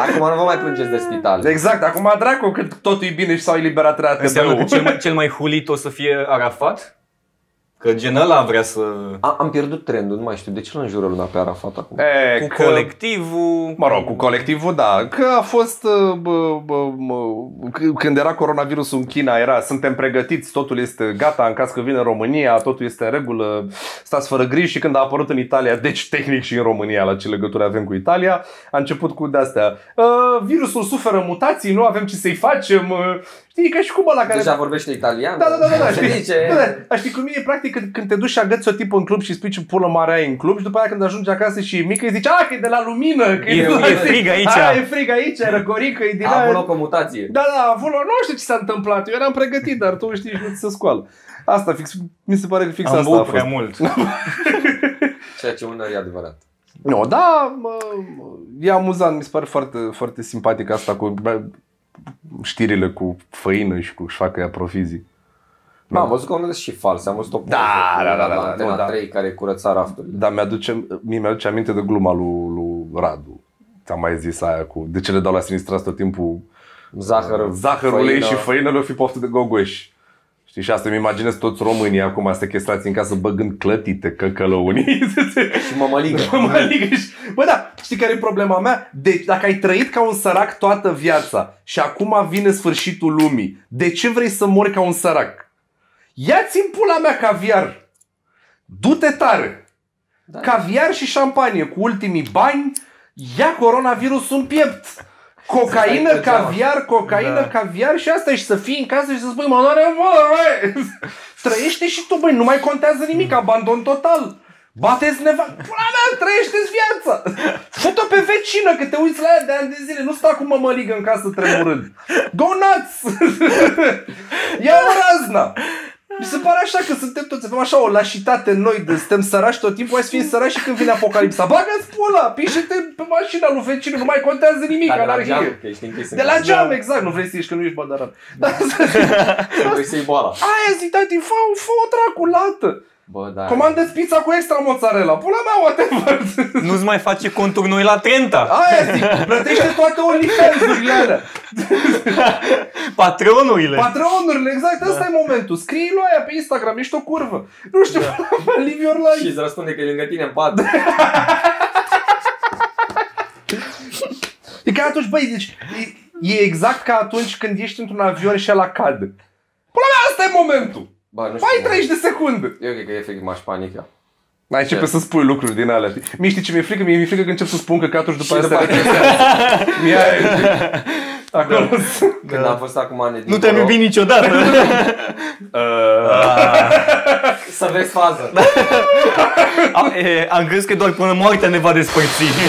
[SPEAKER 1] Acum nu vă mai plângeți de spitale.
[SPEAKER 4] Exact, acum dracu, că totul e bine și s-au eliberat
[SPEAKER 3] Înseamnă că
[SPEAKER 4] ratele.
[SPEAKER 3] cel mai, cel mai hulit o să fie Arafat? Că gen ăla vrea să...
[SPEAKER 1] A, am pierdut trendul, nu mai știu. De ce îl înjură lumea pe Arafat acum?
[SPEAKER 4] E,
[SPEAKER 3] Cu colectivul...
[SPEAKER 4] Mă rog, cu colectivul, da. Că a fost, uh, bă, bă, mă, c- când era coronavirusul în China, era suntem pregătiți, totul este gata, în caz că vine România, totul este în regulă, stați fără griji și când a apărut în Italia, deci tehnic și în România, la ce legătură avem cu Italia, a început cu de-astea. Uh, virusul suferă mutații, nu avem ce să-i facem, uh, știi, ca și cum ăla care...
[SPEAKER 1] Deja vorbește italian.
[SPEAKER 4] Da, da, da, da, da,
[SPEAKER 1] Se
[SPEAKER 4] știi,
[SPEAKER 1] zice.
[SPEAKER 4] da, da, știi cum e, practic, când, când te duci și agăți o tipă în club și spui ce pulă mare ai în club și după aia când ajungi acasă și e mică, îi zici, a, că e de la lumină, că
[SPEAKER 3] E-
[SPEAKER 4] de la...
[SPEAKER 3] e frig aici."
[SPEAKER 4] A, e frig aici, e răcorică, e din
[SPEAKER 1] A avut
[SPEAKER 4] aia.
[SPEAKER 1] loc o mutație.
[SPEAKER 4] Da, da, a avut loc. nu știu ce s-a întâmplat, eu eram pregătit, dar tu știi și nu ți se scoală. Asta, fix, mi se pare că fix
[SPEAKER 3] Am
[SPEAKER 4] asta a
[SPEAKER 3] băut
[SPEAKER 4] fost.
[SPEAKER 3] prea mult.
[SPEAKER 1] Ceea ce unul e adevărat.
[SPEAKER 4] Nu, no, da, mă, e amuzant, mi se pare foarte, foarte simpatic asta cu bă, știrile cu făină și cu își facă ea provizii.
[SPEAKER 1] Da. Am văzut că unele sunt și false, am văzut o poză
[SPEAKER 4] Da,
[SPEAKER 1] cu
[SPEAKER 4] da, da,
[SPEAKER 1] la
[SPEAKER 4] da,
[SPEAKER 1] Antena
[SPEAKER 4] nu, da.
[SPEAKER 1] 3 care curăța rafturile.
[SPEAKER 4] Dar mi-aduce, mie mi-aduce aminte de gluma lui, lui Radu. Ți-am mai zis aia cu de ce le dau la sinistra tot timpul
[SPEAKER 1] Zahăr,
[SPEAKER 4] Da, zahărul ei și făină le fi poftă de gogoși. Știi, și asta îmi imaginez toți românii acum sequestrați în casă băgând clătite căcălăunii.
[SPEAKER 1] și mămăligă.
[SPEAKER 4] Mă ridic și- Bă, da, știi care e problema mea? Deci, dacă ai trăit ca un sărac toată viața și acum vine sfârșitul lumii, de ce vrei să mori ca un sărac? Ia-ți în pula mea caviar. Du-te tare.
[SPEAKER 1] Da.
[SPEAKER 4] Caviar și șampanie cu ultimii bani, ia coronavirus în piept. Cocaină,
[SPEAKER 1] Să stai pe geam.
[SPEAKER 4] caviar, cocaină,
[SPEAKER 3] Da.
[SPEAKER 4] caviar și asta e și să fii în casă și să spui, mă, nu are voie, băi. Trăiește și tu, băi, nu mai contează nimic, abandon total. Bateți neva... Pula mea, trăiește-ți viața! Fă-te pe vecină, că te uiți la ea de ani de zile. Nu sta cu mămăligă în casă tremurând. Go nuts! Ia o razna! Mi se pare așa că suntem toți, avem așa o lașitate în noi, de suntem sărași tot timpul, hai să fim sărași și când vine apocalipsa. Bagă-ți pula, pișe-te pe mașina lui vecinul, nu mai contează nimic,
[SPEAKER 1] Dar de la
[SPEAKER 4] anarhie.
[SPEAKER 1] geam, că ești închis în
[SPEAKER 4] De la
[SPEAKER 1] casă.
[SPEAKER 4] geam, exact, nu vrei să ieși că nu ești badaran.
[SPEAKER 1] Da.
[SPEAKER 4] Dar
[SPEAKER 1] Trebuie să-i boala.
[SPEAKER 4] aia zi, tati, fă, fă o draculată.
[SPEAKER 1] Bă, da.
[SPEAKER 4] Comandă-ți pizza cu extra mozzarella. Pula mea, whatever.
[SPEAKER 3] Nu-ți mai face conturi noi la Trenta.
[SPEAKER 4] Aia zic, plătește toate OnlyFans-urile alea.
[SPEAKER 3] Patronurile.
[SPEAKER 4] Deci- Patreonurile, exact, ăsta e momentul. Scrii lui aia pe Instagram, ești o curvă. Nu știu, live your life.
[SPEAKER 1] Și îți răspunde că e lângă tine în
[SPEAKER 4] Da.
[SPEAKER 1] pat.
[SPEAKER 4] E ca atunci, băi, deci, e, e exact ca atunci când ești într-un avion și la cade. Pula mea, asta e momentul.
[SPEAKER 1] Bă, nu
[SPEAKER 4] Mai
[SPEAKER 1] știu.
[SPEAKER 4] 30 de secunde.
[SPEAKER 1] Eu cred că efectiv m-aș panica.
[SPEAKER 4] Păi Ai începe să spui lucruri din alea. Mie știi ce mi-e frică? Mie mi-e frică că încep să spun căcaturi și după
[SPEAKER 1] Și
[SPEAKER 4] aia
[SPEAKER 1] după
[SPEAKER 4] să
[SPEAKER 1] aceea,
[SPEAKER 4] Mie aia e- Acolo.
[SPEAKER 1] când am fost acum anii
[SPEAKER 3] Nu te-am iubit niciodată. Uh,
[SPEAKER 1] Să vezi fază.
[SPEAKER 3] A, e, am crezut că doar până moartea ne va despărți.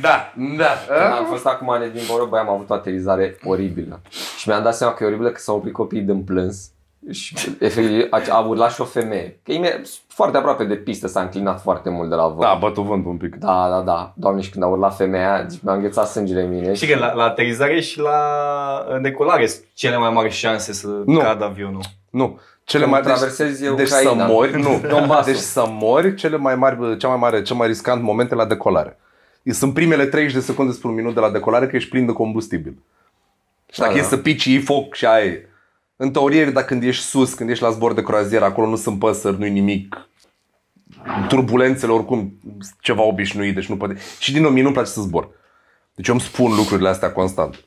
[SPEAKER 4] Da, da.
[SPEAKER 1] Când am fost acum ani din Boro, băi, am avut o aterizare oribilă. Și mi-am dat seama că e oribilă că s-au oprit copiii din plâns. Și efectiv, a, a urlat și o femeie. Că e foarte aproape de pistă, s-a înclinat foarte mult de la vârf.
[SPEAKER 4] Da, bătu vântul un pic.
[SPEAKER 1] Da, da, da. Doamne, și când a urlat femeia, deci mi-a înghețat sângele în mine.
[SPEAKER 3] Știi că la, la aterizare și la decolare sunt cele mai mari șanse să
[SPEAKER 4] Nu.
[SPEAKER 3] cadă avionul.
[SPEAKER 4] Nu. Cele
[SPEAKER 1] Când
[SPEAKER 4] mai
[SPEAKER 1] traversezi
[SPEAKER 4] deci,
[SPEAKER 1] eu
[SPEAKER 4] deci să
[SPEAKER 1] Ucraina.
[SPEAKER 4] mori, nu.
[SPEAKER 1] Donbassul.
[SPEAKER 4] deci să mori, cele mai mari, cea mai mare, cel mai riscant moment e la decolare. Sunt primele 30 de secunde spre un minut de la decolare că ești plin de combustibil. Și dacă
[SPEAKER 1] Da,
[SPEAKER 4] e
[SPEAKER 1] da.
[SPEAKER 4] să pici, e foc și aia e. În teorie, dacă când ești sus, când ești la zbor de croazieră, acolo nu sunt păsări, nu-i nimic. Turbulențele oricum sunt ceva obișnuit, deci nu poate. Și din nou, mie nu-mi place să zbor. Deci eu îmi spun lucrurile astea constant.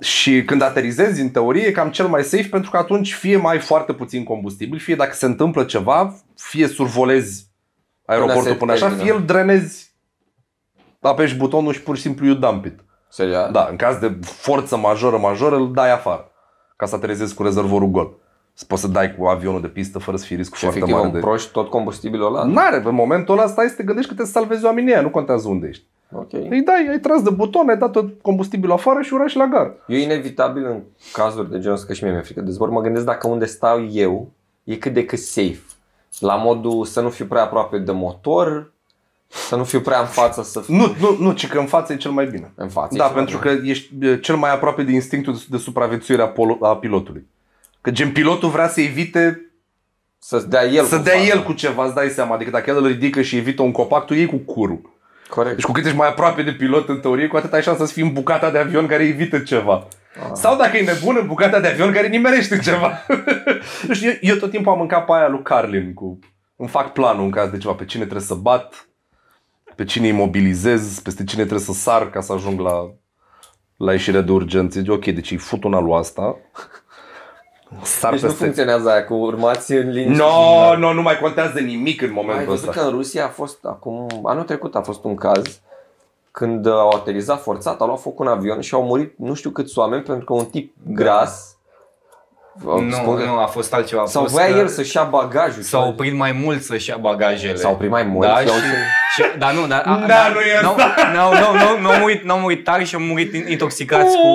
[SPEAKER 4] Și când aterizezi, în teorie, e cam cel mai safe pentru că atunci fie mai ai foarte puțin combustibil, fie dacă se întâmplă ceva, fie survolezi aeroportul
[SPEAKER 1] se
[SPEAKER 4] până așa,
[SPEAKER 1] termină.
[SPEAKER 4] fie îl drenezi, apeși butonul și pur și simplu you dump it.
[SPEAKER 1] Serios?
[SPEAKER 4] Da, în caz de forță majoră, majoră, îl dai afară. Ca să aterizezi cu rezervorul gol. Să poți să dai cu avionul de pistă fără să fii riscul
[SPEAKER 1] Și
[SPEAKER 4] foarte
[SPEAKER 1] efectiv am
[SPEAKER 4] mare. De...
[SPEAKER 1] proști tot combustibilul ăla?
[SPEAKER 4] N-are, în momentul ăla stai să te gândești că te salvezi oamenii aia, nu contează unde ești.
[SPEAKER 1] Ok.
[SPEAKER 4] Îi dai, ai tras de buton, ai dat tot combustibilul afară și urași la gar.
[SPEAKER 1] Eu inevitabil în cazuri de genul ăsta, că și mie mi-e frică de zbor, mă gândesc dacă unde stau eu e cât de cât safe. La modul să nu fiu prea aproape de motor, să nu fiu prea în față să fiu
[SPEAKER 4] Nu, nu, nu, ci că în față e cel mai bine.
[SPEAKER 1] în față.
[SPEAKER 4] Da, pentru că ești e, cel mai aproape de instinctul de- de supraviețuire a, polo- a pilotului. Că gen pilotul vrea să evite
[SPEAKER 1] Să-ți dea el.
[SPEAKER 4] să
[SPEAKER 1] cu
[SPEAKER 4] dea
[SPEAKER 1] fața.
[SPEAKER 4] el cu ceva, îți dai seama. Adică dacă el îl ridică și evită un copac, tu iei cu curul.
[SPEAKER 1] Corect.
[SPEAKER 4] Deci cu cât ești mai aproape de pilot în teorie, cu atât ai șansa să fii în bucata de avion care evită ceva.
[SPEAKER 1] Ah.
[SPEAKER 4] Sau dacă e nebun în bucata de avion care nimerește ceva. nu știu, eu, eu tot timpul am mâncat pe aia lui Carlin cu... Îmi fac planul în caz de ceva, pe cine trebuie să bat, pe cine imobilizez, peste cine trebuie să sar ca să ajung la, la ieșirea de urgență. Zic, ok, deci îi fut una lui asta, sar
[SPEAKER 1] Deci nu
[SPEAKER 4] peste...
[SPEAKER 1] funcționează aia cu urmați în liniște.
[SPEAKER 4] No, no, nu mai contează nimic în
[SPEAKER 1] Ai
[SPEAKER 4] momentul
[SPEAKER 1] văzut
[SPEAKER 4] ăsta.
[SPEAKER 1] că în Rusia a fost acum, anul trecut a fost un caz când uh, au aterizat forțat, au luat foc un avion și au murit nu știu câți oameni pentru că un tip
[SPEAKER 4] Da.
[SPEAKER 1] gras uh, spun
[SPEAKER 3] Nu,
[SPEAKER 1] că-
[SPEAKER 3] nu, a fost altceva. A
[SPEAKER 1] sau
[SPEAKER 3] fost
[SPEAKER 1] voia
[SPEAKER 3] că
[SPEAKER 1] el să-și ia bagajul.
[SPEAKER 3] S-au oprit mai mult să-și ia bagajele.
[SPEAKER 1] S-au oprit mai mult.
[SPEAKER 3] Da,
[SPEAKER 1] și
[SPEAKER 3] și,
[SPEAKER 1] au zis-
[SPEAKER 3] și, da, nu, dar... a-
[SPEAKER 4] Da,
[SPEAKER 3] dar-
[SPEAKER 4] nu e
[SPEAKER 3] n-au- N-au, n-au, n-au, n-au murit, n-au murit tari și au murit in- intoxicați cu,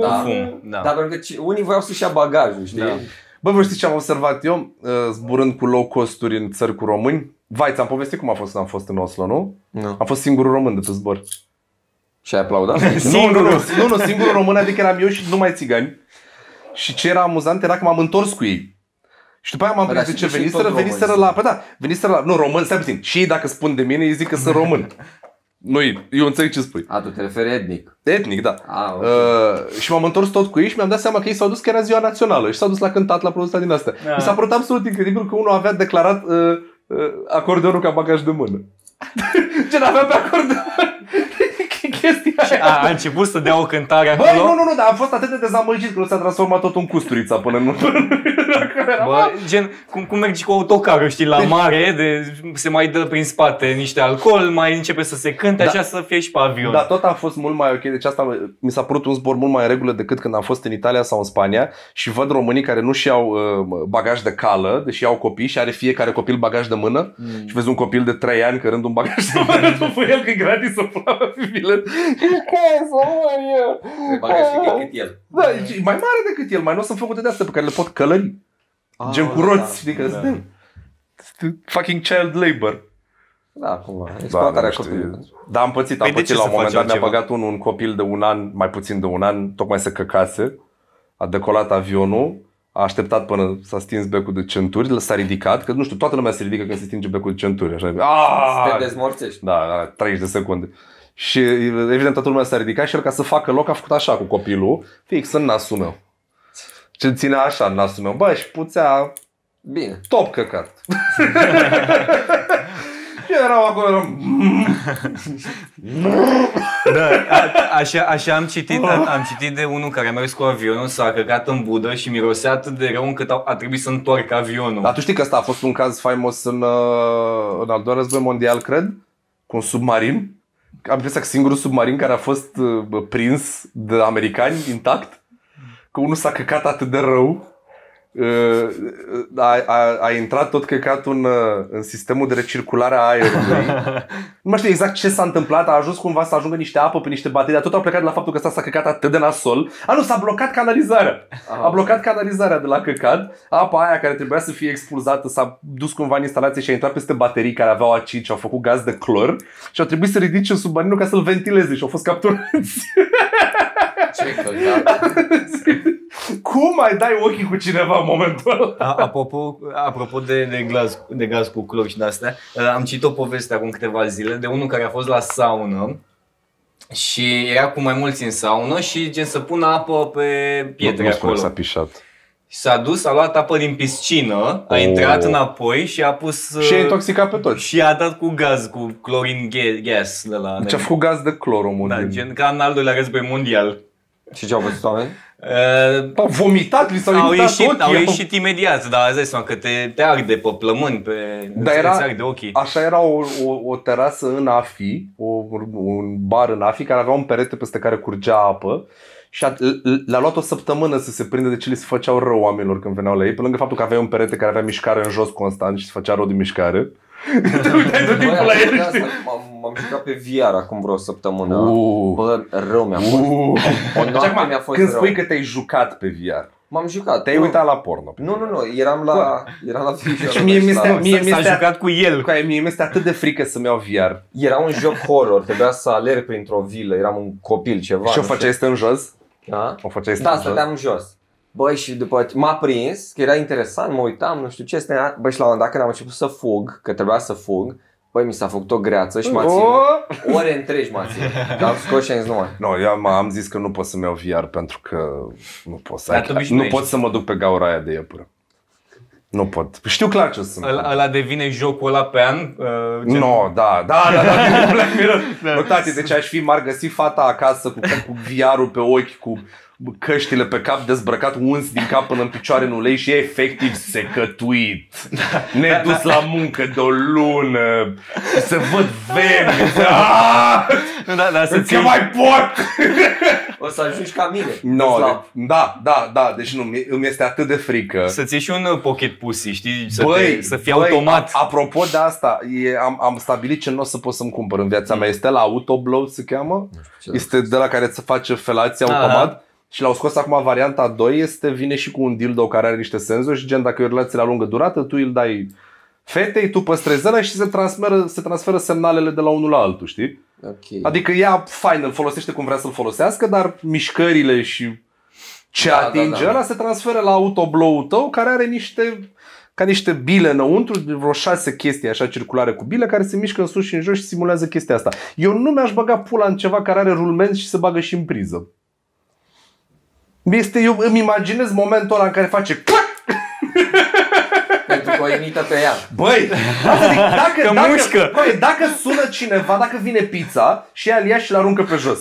[SPEAKER 1] Da.
[SPEAKER 3] cu fum. Da.
[SPEAKER 1] Dar pentru că ci- unii voiau să-și ia bagajul, știi?
[SPEAKER 3] Da.
[SPEAKER 4] Bă, vă știți ce am observat eu uh, zburând cu low costuri în țări cu români? Vai, ți-am povestit cum a fost când am fost în Oslo, nu?
[SPEAKER 1] Nu.
[SPEAKER 4] Am fost singurul român de pe zbor.
[SPEAKER 1] Și ai aplaudat?
[SPEAKER 4] Nu, nu,
[SPEAKER 3] Singurul.
[SPEAKER 4] nu, nu, nu, singurul român, adică eram eu și numai țigani. Și ce era amuzant era că m-am întors cu ei. Și după aia m-am
[SPEAKER 1] Bă,
[SPEAKER 4] prins
[SPEAKER 1] dar
[SPEAKER 4] de ce
[SPEAKER 1] și- și
[SPEAKER 4] veniseră,
[SPEAKER 1] tot români
[SPEAKER 4] veniseră
[SPEAKER 1] sunt.
[SPEAKER 4] la... Păi da, veniseră la... Nu, român, stai puțin. Și ei dacă spun de mine, ei zic că sunt român. Nu, eu înțeleg ce spui.
[SPEAKER 1] A, tu te referi etnic.
[SPEAKER 4] Etnic, da.
[SPEAKER 1] A, ok.
[SPEAKER 4] Uh, și m-am întors tot cu ei și mi-am dat seama că ei s-au dus că era ziua națională și s-au dus la cântat la produsa din asta.
[SPEAKER 3] Da.
[SPEAKER 4] Mi s-a părut absolut incredibil că unul avea declarat uh, uh, acordeonul ca bagaj de mână. Ce n-avea pe acordeon? Chestia aia.
[SPEAKER 3] A, a început să dea o cântare
[SPEAKER 4] Băi,
[SPEAKER 3] acolo.
[SPEAKER 4] nu, nu, nu, dar am fost atât de dezamăgit că nu s-a transformat tot în custurița până nu.
[SPEAKER 3] Bă, gen, cum, cum mergi cu autocarul, știi, la mare, de, se mai dă prin spate niște alcool, mai începe să se cânte,
[SPEAKER 4] Da.
[SPEAKER 3] așa să fie și pe avion.
[SPEAKER 4] Dar Da, tot a fost mult mai ok, deci asta mă- mi s-a părut un zbor mult mai în regulă decât când am fost în Italia sau în Spania și văd românii care nu-și iau uh, bagaj de cală, deși au copii și are fiecare copil bagaj de mână mm. și vezi un copil de 3 ani cărând un bagaj de mână după el că e gratis să plavă pe bilet. Ce să mă eu?
[SPEAKER 1] Bagajul e cât el.
[SPEAKER 4] Da, e mai mare decât el, mai nu sunt făcute de astea pe care le pot călări.
[SPEAKER 1] Ah,
[SPEAKER 4] Gen cu
[SPEAKER 1] da.
[SPEAKER 4] roți, adică știi că
[SPEAKER 3] Da.
[SPEAKER 4] suntem. Fucking child labor.
[SPEAKER 1] Da, cumva. Exploatarea
[SPEAKER 2] nu știu.
[SPEAKER 1] copilului.
[SPEAKER 4] Da, am pățit, am
[SPEAKER 3] Păi de
[SPEAKER 4] pățit
[SPEAKER 3] ce
[SPEAKER 4] la un
[SPEAKER 3] să
[SPEAKER 4] moment
[SPEAKER 3] faci
[SPEAKER 4] dat, mi-a
[SPEAKER 3] altceva?
[SPEAKER 4] băgat unul un copil de un an, mai puțin de un an, tocmai să căcase, a decolat avionul, a așteptat până s-a stins becul de centuri, s-a ridicat, că nu știu, toată lumea se ridică când se stinge becul de centuri, așa,
[SPEAKER 1] Să te
[SPEAKER 4] aaa,
[SPEAKER 1] dezmorțești.
[SPEAKER 4] da, da, 30 de secunde. Și evident toată lumea s-a ridicat și el ca să facă loc a făcut așa cu copilul, fix în nasul meu. Ce ținea așa în nasul meu, bă, și puțea
[SPEAKER 1] Bine.
[SPEAKER 4] top căcat. Și erau acolo, eram...
[SPEAKER 3] Da, a, așa, așa am, citit, a, am citit de unul care a mers cu avionul, s-a căcat în budă și mirosea atât de rău încât a, a trebuit să întoarcă avionul.
[SPEAKER 4] Dar tu știi că ăsta a fost un caz faimos în, uh, în al doilea război mondial, cred, cu un submarin. Am impresia că singurul submarin care a fost uh, prins de americani intact, că unul s-a căcat atât de rău, uh, a, a, a intrat tot căcatul în, uh, în sistemul de recirculare a aerului. nu mai știu exact ce s-a întâmplat, a ajuns cumva să ajungă niște apă pe niște baterii, dar tot au plecat de la faptul că ăsta s-a căcat atât de nasol. A, nu, s-a blocat canalizarea. A blocat canalizarea de la căcat, apa aia care trebuia să fie expulzată s-a dus cumva în instalație și a intrat peste baterii care aveau acid și au făcut gaz de clor și au trebuit să ridice submarinul ca să-l ventileze și au fost capturați.
[SPEAKER 1] Ce căcat.
[SPEAKER 4] Cum ai dai ochii cu cineva în momentul ăla?
[SPEAKER 3] A, apropo, apropo de, de, glas, de gaz cu clor și de astea, uh, am citit o poveste acum câteva zile de unul care a fost la saună și era cu mai mulți în saună și gen să pună apă pe pietre acolo.
[SPEAKER 4] exact. pișat.
[SPEAKER 3] Și s-a dus, a luat apă din piscină, a
[SPEAKER 4] Oh.
[SPEAKER 3] intrat înapoi și a pus... uh,
[SPEAKER 4] Și a intoxicat pe toți.
[SPEAKER 3] și a dat cu gaz, cu clorin ga- gas de la...
[SPEAKER 4] Deci a făcut gaz de clor omul.
[SPEAKER 3] Da,
[SPEAKER 4] din-
[SPEAKER 3] gen ca în al doilea război mondial.
[SPEAKER 1] Și ce au văzut oameni?
[SPEAKER 3] Uh,
[SPEAKER 4] Au vomitat, li s-au
[SPEAKER 3] au,
[SPEAKER 4] inundat
[SPEAKER 3] ieșit,
[SPEAKER 4] ochii,
[SPEAKER 3] au ieșit imediat, dar îți dai seama că te, te arde pe plămâni, pe
[SPEAKER 4] Dar
[SPEAKER 3] îți-
[SPEAKER 4] era-
[SPEAKER 3] îți arde ochii.
[SPEAKER 4] Așa era o, o, o terasă în Afi, o, un bar în Afi care avea un perete peste care curgea apă și a, l- l- le-a luat o săptămână să se prindă de ce li se făceau rău oamenilor când veneau la ei, pe lângă faptul că avea un perete care avea mișcare în jos constant și se făcea rău din mișcare. Te uitai tot timpul la el, știi?
[SPEAKER 1] M-am, m-am jucat pe VR acum vreo săptămână.
[SPEAKER 4] Uuu.
[SPEAKER 1] Da. Bă, rău mi-a fost.
[SPEAKER 4] Uuu.
[SPEAKER 1] O
[SPEAKER 4] Și
[SPEAKER 1] noapte
[SPEAKER 4] acum,
[SPEAKER 1] mi-a fost
[SPEAKER 4] Uh. Când
[SPEAKER 1] rău.
[SPEAKER 4] spui că te-ai jucat pe VR,
[SPEAKER 1] M-am jucat.
[SPEAKER 4] te-ai
[SPEAKER 1] Nu.
[SPEAKER 4] uitat la porno. pe
[SPEAKER 1] Nu,
[SPEAKER 4] VR.
[SPEAKER 1] nu, nu, eram la, eram la
[SPEAKER 4] Deci mie mi se- mie
[SPEAKER 3] S-a-
[SPEAKER 4] mi
[SPEAKER 3] S-a
[SPEAKER 4] se-
[SPEAKER 3] jucat cu el.
[SPEAKER 4] Cu aia, Mie mi-este atât de frică să-mi iau VR.
[SPEAKER 1] Era un joc horror, trebuia să alerg printr-o vilă, eram un copil ceva.
[SPEAKER 4] Și o
[SPEAKER 1] nu știu.
[SPEAKER 4] făceai stând jos?
[SPEAKER 1] Da?
[SPEAKER 4] O făceai stând
[SPEAKER 1] Da,
[SPEAKER 4] jos?
[SPEAKER 1] stăteam jos. Băi, și după ce- m-a prins, că era interesant, mă uitam, nu știu ce, stăteam, băi, și la un moment dat când am început să fug, că trebuia să fug, Băi, mi s-a făcut o greață și m-a
[SPEAKER 4] Oh!
[SPEAKER 1] ținut. Ore întregi m-a ținut. Dar am scos și am zis, nu mai.
[SPEAKER 4] No, eu am, am zis că nu pot să-mi iau VR pentru că nu pot să,
[SPEAKER 3] Dar te
[SPEAKER 4] ai, nu
[SPEAKER 3] obișnuiești.
[SPEAKER 4] pot să mă duc pe gaura aia de iepură. Nu pot. Știu clar ce o să
[SPEAKER 3] Ăla, ăla devine jocul ăla pe an? Uh,
[SPEAKER 4] Nu, no, da, da, da, da, din Black Mirror. Bă, tati, deci aș fi, m-ar găsi fata acasă cu, cu viarul pe ochi, cu căștile pe cap dezbrăcat, uns din cap până în picioare în ulei și e efectiv secătuit. Ne dus la muncă de o lună, se văd veni,
[SPEAKER 3] da, da, să
[SPEAKER 4] că
[SPEAKER 3] ții,
[SPEAKER 4] mai pot!
[SPEAKER 1] O să ajungi ca mine.
[SPEAKER 4] No,
[SPEAKER 1] Slab.
[SPEAKER 4] de- da, da, da, deci nu, mi- îmi este atât de frică.
[SPEAKER 3] să ții și un uh, pocket pussy, știi? Să, băi, te, să fie băi, automat.
[SPEAKER 4] A, apropo de asta, e, am, am stabilit ce nu o să pot să-mi cumpăr în viața mea. Este la Autoblow, se cheamă.
[SPEAKER 1] ce
[SPEAKER 4] Este de la care îți face felație automat. Și l-au scos acum varianta a 2, este, vine și cu un dildo care are niște senzori și gen dacă e o relație la lungă durată, tu îl dai fetei, tu păstrezi ăla și se transferă, se transferă semnalele de la unul la altul, știi?
[SPEAKER 1] Ok.
[SPEAKER 4] Adică ea, fain, îl folosește cum vrea să-l folosească, dar mișcările și ce da, atinge da, da, ăla se transferă la autoblow tău care are niște ca niște bile înăuntru, vreo șase chestii așa circulare cu bile care se mișcă în sus și în jos și simulează chestia asta. Eu nu mi-aș băga pula în ceva care are rulment și se bagă și în priză. Este, eu îmi imaginez momentul ăla în care face clac!
[SPEAKER 1] Pentru că o imită pe ea.
[SPEAKER 4] Băi, asta zic, dacă,
[SPEAKER 3] Că
[SPEAKER 4] dacă,
[SPEAKER 3] mușcă.
[SPEAKER 4] Băi, dacă sună cineva, dacă vine pizza și ea îl ia și îl aruncă pe jos.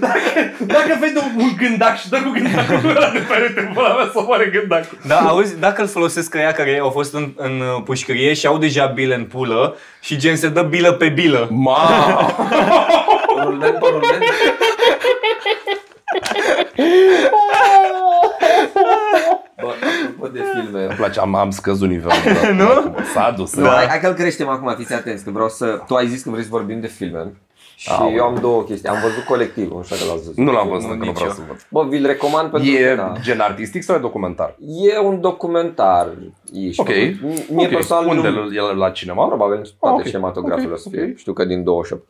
[SPEAKER 4] dacă, dacă vede un gândac și dă cu gândacul ăla de perete, pula mea să moare gândacul.
[SPEAKER 3] Da, auzi, dacă îl folosesc că ea care au fost în, în uh, pușcărie și au deja bile în pulă și gen se dă bilă pe bilă.
[SPEAKER 4] Ma!
[SPEAKER 1] Rulment pe rulment. Bă, apropo de filme.
[SPEAKER 4] place, am, am scăzut nivelul. nu? S-a dus.
[SPEAKER 1] Da. Hai, hai că îl creștem acum, fiți atenți, că vreau să... Tu ai zis că vrei să vorbim de filme. Și Aole. eu am două chestii. Am văzut colectivul, nu știu dacă l-ați văzut.
[SPEAKER 4] Ah, Nu l-am văzut,
[SPEAKER 3] Nu,
[SPEAKER 4] că nu
[SPEAKER 3] nici
[SPEAKER 4] vreau
[SPEAKER 3] eu.
[SPEAKER 4] să văd.
[SPEAKER 1] Bă, vi-l recomand pentru
[SPEAKER 4] E
[SPEAKER 1] că... Da.
[SPEAKER 4] gen artistic sau e documentar?
[SPEAKER 1] E un documentar. Ești,
[SPEAKER 4] Ok.
[SPEAKER 1] Mie
[SPEAKER 4] Ok.
[SPEAKER 1] personal
[SPEAKER 4] Unde?
[SPEAKER 1] nu...
[SPEAKER 4] e La cinema?
[SPEAKER 1] Probabil în spate
[SPEAKER 4] Ah,
[SPEAKER 1] ah,
[SPEAKER 4] ok.
[SPEAKER 1] okay. cinematografele okay. o să fie.
[SPEAKER 4] Ok, ok.
[SPEAKER 1] Știu că din 28.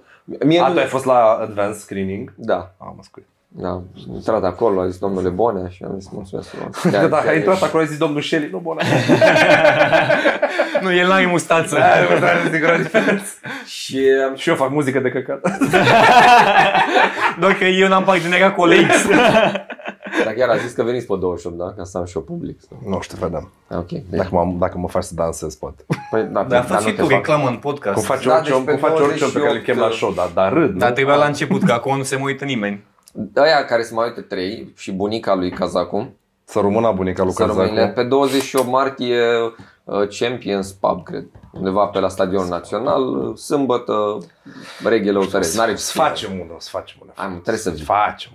[SPEAKER 1] Mie
[SPEAKER 4] A,
[SPEAKER 1] nu-
[SPEAKER 4] tu ai fost la advanced screening?
[SPEAKER 1] Da,
[SPEAKER 4] Am scuit.
[SPEAKER 1] da. Am intrat acolo, a zis domnule Bonea și am zis mulțumesc frumos.
[SPEAKER 4] Da,
[SPEAKER 1] De-aia-
[SPEAKER 4] dacă ai
[SPEAKER 1] de-aia
[SPEAKER 4] intrat
[SPEAKER 1] ești.
[SPEAKER 4] acolo, ai zis domnul Shelley, nu bună.
[SPEAKER 3] Nu, el n-are mustață.
[SPEAKER 4] Da.
[SPEAKER 1] Și um, am
[SPEAKER 4] Și eu fac muzică de căcat.
[SPEAKER 3] Doar că eu n-am partenerat colegi.
[SPEAKER 1] Dar chiar a zis că veniți pe 28, da? Ca să am și eu public. Sau...
[SPEAKER 4] Nu știu, vedem.
[SPEAKER 1] Ah, Ok. Deci,
[SPEAKER 4] Dacă mă, dacă mă faci să dansez, poate.
[SPEAKER 1] păi, da,
[SPEAKER 3] Dar faci
[SPEAKER 1] nu
[SPEAKER 3] și
[SPEAKER 1] te
[SPEAKER 3] tu
[SPEAKER 1] fac.
[SPEAKER 3] reclamă în podcast.
[SPEAKER 4] Cum faci
[SPEAKER 1] Da,
[SPEAKER 4] orice
[SPEAKER 1] deci
[SPEAKER 4] om,
[SPEAKER 1] pe
[SPEAKER 4] cum faci orice om pe care îl chem la
[SPEAKER 1] 28,
[SPEAKER 4] show, dar, uh, dar râd,
[SPEAKER 3] Dar
[SPEAKER 4] nu?
[SPEAKER 3] trebuia la început, că acum nu se mai uită nimeni.
[SPEAKER 1] Aia care se mai uită trei și bunica lui Cazacu.
[SPEAKER 4] Să rămână bunica lui
[SPEAKER 1] să rămâne.
[SPEAKER 4] Cazacu.
[SPEAKER 1] Pe 28 martie uh, Champions Pub, cred. Undeva pe la Stadionul Național, uh, sâmbătă, reghe lăutăresc. N-are ce
[SPEAKER 4] Să
[SPEAKER 1] să
[SPEAKER 4] facem unul, să facem unul.
[SPEAKER 1] Am, trebuie să zic
[SPEAKER 4] Facem.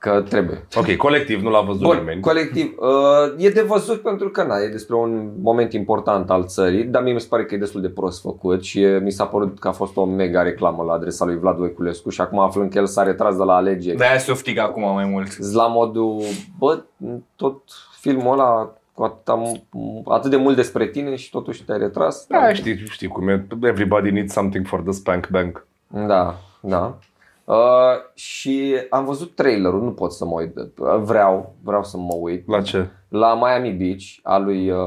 [SPEAKER 1] că trebuie.
[SPEAKER 4] Ok, colectiv, nu l-a văzut
[SPEAKER 1] Bun,
[SPEAKER 4] nimeni.
[SPEAKER 1] colectiv. Uh, e de văzut pentru că na, e despre un moment important al țării, dar mie mi se pare că e destul de prost făcut și e, mi s-a părut că a fost o mega reclamă la adresa lui Vlad Voiculescu și acum aflând că el s-a retras de la alegeri. Da.
[SPEAKER 3] De-aia se oftică acum mai mult.
[SPEAKER 1] La modul, bă, tot filmul ăla cu atâta, atât de mult despre tine și totuși te-ai retras.
[SPEAKER 4] Da, știi, știi cum e. Everybody needs something for the spank bank.
[SPEAKER 1] Da, da. Uh, și am văzut trailerul, nu pot să mă uit. Vreau, vreau să mă uit.
[SPEAKER 4] La ce?
[SPEAKER 1] La Miami Beach, a lui, uh,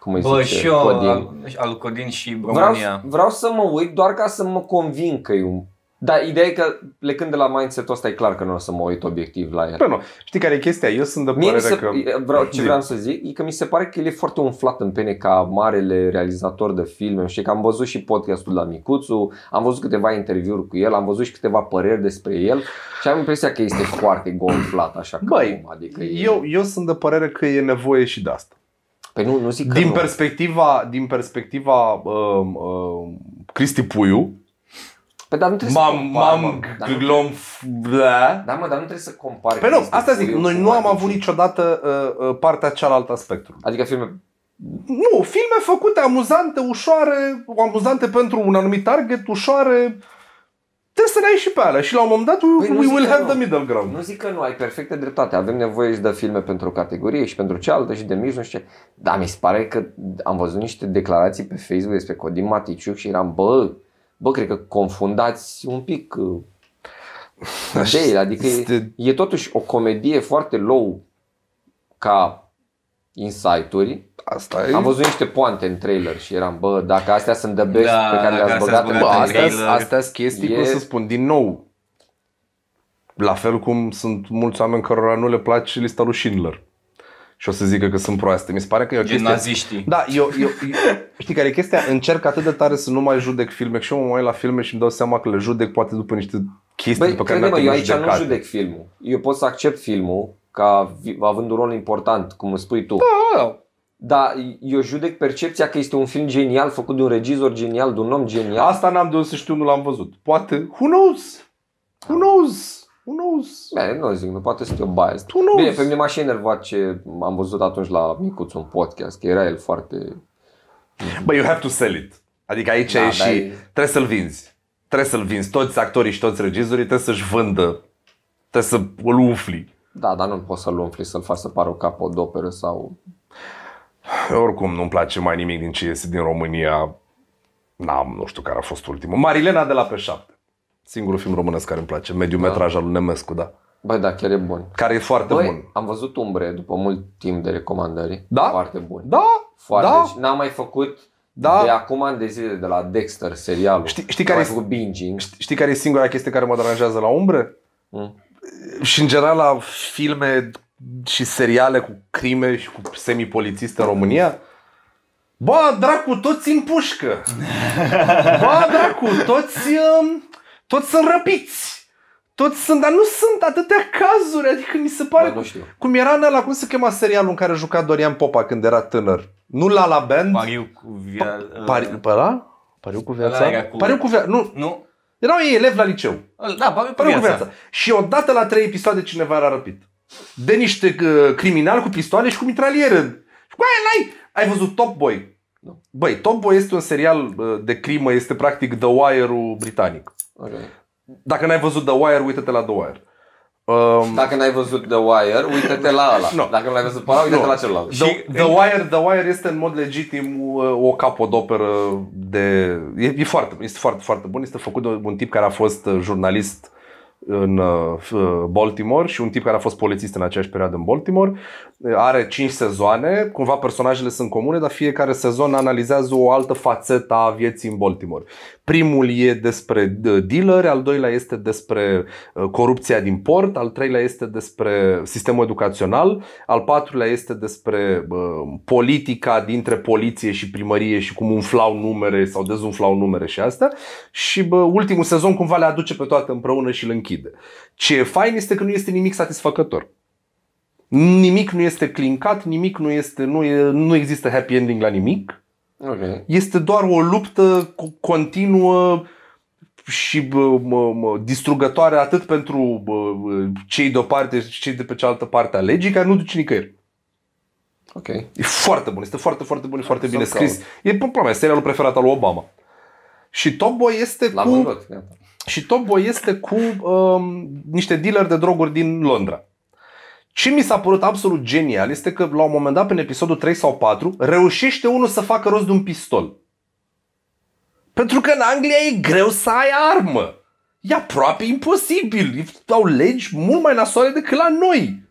[SPEAKER 1] cum îi
[SPEAKER 3] Bă,
[SPEAKER 1] zice,
[SPEAKER 3] și eu,
[SPEAKER 1] Codin.
[SPEAKER 3] al, al Codin și
[SPEAKER 1] vreau,
[SPEAKER 3] România.
[SPEAKER 1] vreau să mă uit doar ca să mă conving că e un... Dar ideea e că plecând de la mindset-ul ăsta e clar că nu o să mă uit obiectiv la el.
[SPEAKER 4] Păi nu, știi care e chestia? Eu sunt de
[SPEAKER 1] Mie mi
[SPEAKER 4] părere
[SPEAKER 1] se,
[SPEAKER 4] că...
[SPEAKER 1] vreau, ce
[SPEAKER 4] Zi.
[SPEAKER 1] vreau să zic e că mi se pare că el e foarte umflat în pene ca marele realizator de filme și că am văzut și podcastul la Micuțu, am văzut câteva interviuri cu el, am văzut și câteva păreri despre el și am impresia că este foarte gonflat așa
[SPEAKER 4] Băi,
[SPEAKER 1] ca om, adică e-
[SPEAKER 4] Eu, eu sunt de părere că e nevoie și de asta.
[SPEAKER 1] Păi nu, nu zic că
[SPEAKER 4] Din
[SPEAKER 1] nu.
[SPEAKER 4] perspectiva, din perspectiva um, um, Cristi Puiu,
[SPEAKER 1] Păi, dar nu trebuie să
[SPEAKER 4] m-am,
[SPEAKER 1] compar,
[SPEAKER 4] m-am
[SPEAKER 1] mă. Dar nu-
[SPEAKER 4] glom, da.
[SPEAKER 1] Da, mă, dar nu trebuie să compari.
[SPEAKER 4] Pe Păi nu,
[SPEAKER 1] chestii
[SPEAKER 4] asta
[SPEAKER 1] cu
[SPEAKER 4] zic,
[SPEAKER 1] eu,
[SPEAKER 4] noi
[SPEAKER 1] cu
[SPEAKER 4] nu am
[SPEAKER 1] Miami
[SPEAKER 4] avut
[SPEAKER 1] Beach.
[SPEAKER 4] niciodată uh, uh, partea cealaltă a spectrului.
[SPEAKER 1] Adică filme
[SPEAKER 4] Nu, filme făcute amuzante, ușoare, amuzante pentru un anumit target, ușoare. Trebuie să le ai și pe alea și la un moment dat
[SPEAKER 1] Păi nu
[SPEAKER 4] we
[SPEAKER 1] zic
[SPEAKER 4] will
[SPEAKER 1] că
[SPEAKER 4] have
[SPEAKER 1] nu.
[SPEAKER 4] the middle ground.
[SPEAKER 1] Nu zic că nu ai perfectă dreptate, avem nevoie și de filme pentru o categorie și pentru cealaltă și de mijloc și ce. Dar mi se pare că am văzut niște declarații pe Facebook despre Codin Maticiuc și eram, bă, bă, cred că confundați un pic uh, ideile, adică e,
[SPEAKER 4] este-
[SPEAKER 1] e totuși o comedie foarte low ca insight-uri,
[SPEAKER 4] Asta e.
[SPEAKER 1] Am văzut niște poante în trailer și eram, bă, dacă astea sunt the best
[SPEAKER 3] Da,
[SPEAKER 1] pe care
[SPEAKER 3] dacă
[SPEAKER 1] le-ați
[SPEAKER 3] astea
[SPEAKER 1] băgat,
[SPEAKER 3] sunt
[SPEAKER 1] în
[SPEAKER 4] Bă,
[SPEAKER 3] băgate în
[SPEAKER 1] trailer,
[SPEAKER 4] astea
[SPEAKER 3] trailer.
[SPEAKER 4] astea sunt chestii,
[SPEAKER 1] E-
[SPEAKER 4] cum să spun, din nou, la fel cum sunt mulți oameni cărora nu le place lista lui Schindler. Și o să zică că sunt proaste. Mi se pare că e o
[SPEAKER 3] Gen
[SPEAKER 4] chestie...
[SPEAKER 3] naziștii.
[SPEAKER 4] Da, eu, eu, eu, știi care e chestia? Încerc atât de tare să nu mai judec filme, că și eu mă mai uit la filme și îmi dau seama că le judec poate după niște chestii
[SPEAKER 1] Băi,
[SPEAKER 4] pe care mi-a
[SPEAKER 1] crede-mă, eu aici nu
[SPEAKER 4] judecat.
[SPEAKER 1] judec filmul. Eu pot să accept filmul ca vi- având un rol important, cum îmi spui tu.
[SPEAKER 4] da.
[SPEAKER 1] Dar eu judec percepția că este un film genial, făcut de un regizor genial, de un om genial.
[SPEAKER 4] Asta n-am de unde să știu, nu l-am văzut. Poate, who knows? Who
[SPEAKER 1] Da.
[SPEAKER 4] knows? Who knows?
[SPEAKER 1] Bine, nu zic, nu poate să fie o bias.
[SPEAKER 4] Who knows?
[SPEAKER 1] Bine, pe mine m-a și enervat ce am văzut atunci la Micuțu un podcast, că era el foarte...
[SPEAKER 4] Bă, you have to sell it. Adică aici
[SPEAKER 1] Da,
[SPEAKER 4] da, e
[SPEAKER 1] da,
[SPEAKER 4] și
[SPEAKER 1] e-
[SPEAKER 4] trebuie să-l vinzi. Trebuie să-l vinzi. Toți actorii și toți regizorii trebuie să-și vândă. Trebuie să îl umfli.
[SPEAKER 1] Da, dar nu poți să-l umfli, să-l faci să pară o capodoperă sau...
[SPEAKER 4] Oricum nu-mi place mai nimic din ce iese din România. N-am, nu știu care a fost ultimul. Marilena de la pe 7. Singurul film românesc care îmi place. Mediu metraj al lui Nemescu, da.
[SPEAKER 1] Băi, da, chiar e bun.
[SPEAKER 4] Care e foarte Băi.
[SPEAKER 1] Băi,
[SPEAKER 4] bun.
[SPEAKER 1] am văzut umbre după mult timp de recomandări.
[SPEAKER 4] Da?
[SPEAKER 1] Foarte bun.
[SPEAKER 4] Da,
[SPEAKER 1] Foarte.
[SPEAKER 4] da.
[SPEAKER 1] Deci n-am mai făcut
[SPEAKER 4] Da.
[SPEAKER 1] de acum ani de zile de la Dexter serialul.
[SPEAKER 4] Știi- știi
[SPEAKER 1] N-am
[SPEAKER 4] care
[SPEAKER 1] mai făcut binging.
[SPEAKER 4] Știi- Știi care e singura chestie care mă deranjează la umbre?
[SPEAKER 1] Mm.
[SPEAKER 4] Și în general la filme și seriale cu crime și cu semipolițiste în România? Bă, dracu, toți în pușcă! Bă, dracu, toți, um, toți sunt răpiți! Toți sunt, dar nu sunt atâtea cazuri, adică mi se pare...
[SPEAKER 1] Bă, nu știu.
[SPEAKER 4] Cum era în ăla, cum se chema serialul în care juca Dorian Popa când era tânăr? Nu La La Band?
[SPEAKER 3] Pariu cu via...
[SPEAKER 4] Pari, pe ăla? Pariu cu viața?
[SPEAKER 3] era cu-
[SPEAKER 4] Pariu cu viața, nu,
[SPEAKER 3] Nu?
[SPEAKER 4] erau ei elevi la liceu.
[SPEAKER 3] Da, pariu cu
[SPEAKER 4] Pariu cu
[SPEAKER 3] viața.
[SPEAKER 4] viața. Și odată la trei episoade cineva era răpit. De niște uh, criminali cu pistoale și cu mitraliere. Și cu aia n-ai... Ai văzut Top Boy?
[SPEAKER 1] Nu.
[SPEAKER 4] Băi, Top Boy este un serial uh, de crimă, este practic The Wire-ul britanic.
[SPEAKER 1] Okay.
[SPEAKER 4] Dacă n-ai văzut The Wire, uită-te la The Wire. Um,
[SPEAKER 1] Dacă n-ai văzut The Wire, uită-te la ăla.
[SPEAKER 4] Nu.
[SPEAKER 1] Dacă nu l-ai văzut pe ăla, uită-te
[SPEAKER 4] Nu.
[SPEAKER 1] la celălalt.
[SPEAKER 4] The, The, Wire, The Wire este în mod legitim uh, o capodoperă de... E, e foarte, este foarte, foarte bun. Este făcut de un tip care a fost uh, jurnalist în uh, f- uh, Baltimore și un tip care a fost polițist în aceeași perioadă în Baltimore. Uh, Are 5 sezoane, cumva personajele sunt comune, dar fiecare sezon analizează o altă fațetă a vieții în Baltimore. Primul e despre uh, dealeri, al doilea este despre uh, corupția din port, al treilea este despre sistemul educațional, al patrulea este despre uh, politica dintre poliție și primărie și cum umflau numere sau dezumflau numere și astea și bă, ultimul sezon cumva le aduce pe toate împreună și le închide. Ce e fain este că nu este nimic satisfăcător. Nimic nu este clincat, nimic nu este, nu, e, nu există happy ending la nimic.
[SPEAKER 1] Ok.
[SPEAKER 4] Este doar o luptă co- continuă și bă, mă, mă, distrugătoare atât pentru bă, bă, cei de o parte și cei de pe cealaltă parte a legii, care nu duce nicăieri.
[SPEAKER 1] Ok.
[SPEAKER 4] E foarte bun, este foarte, foarte bun, e foarte
[SPEAKER 1] Să-l
[SPEAKER 4] bine scris. E, până la urmă, serialul preferat al lui Obama. Și Top Boy este
[SPEAKER 1] L-am
[SPEAKER 4] cu...
[SPEAKER 1] vândut. gata.
[SPEAKER 4] Și Top Boy este cu um, niște dealeri de droguri din Londra. Ce mi s-a părut absolut genial este că la un moment dat, prin episodul 3 sau 4, reușește unul să facă rost de un pistol. Pentru că în Anglia e greu să ai armă. E aproape imposibil. Au legi mult mai nasoare decât la noi.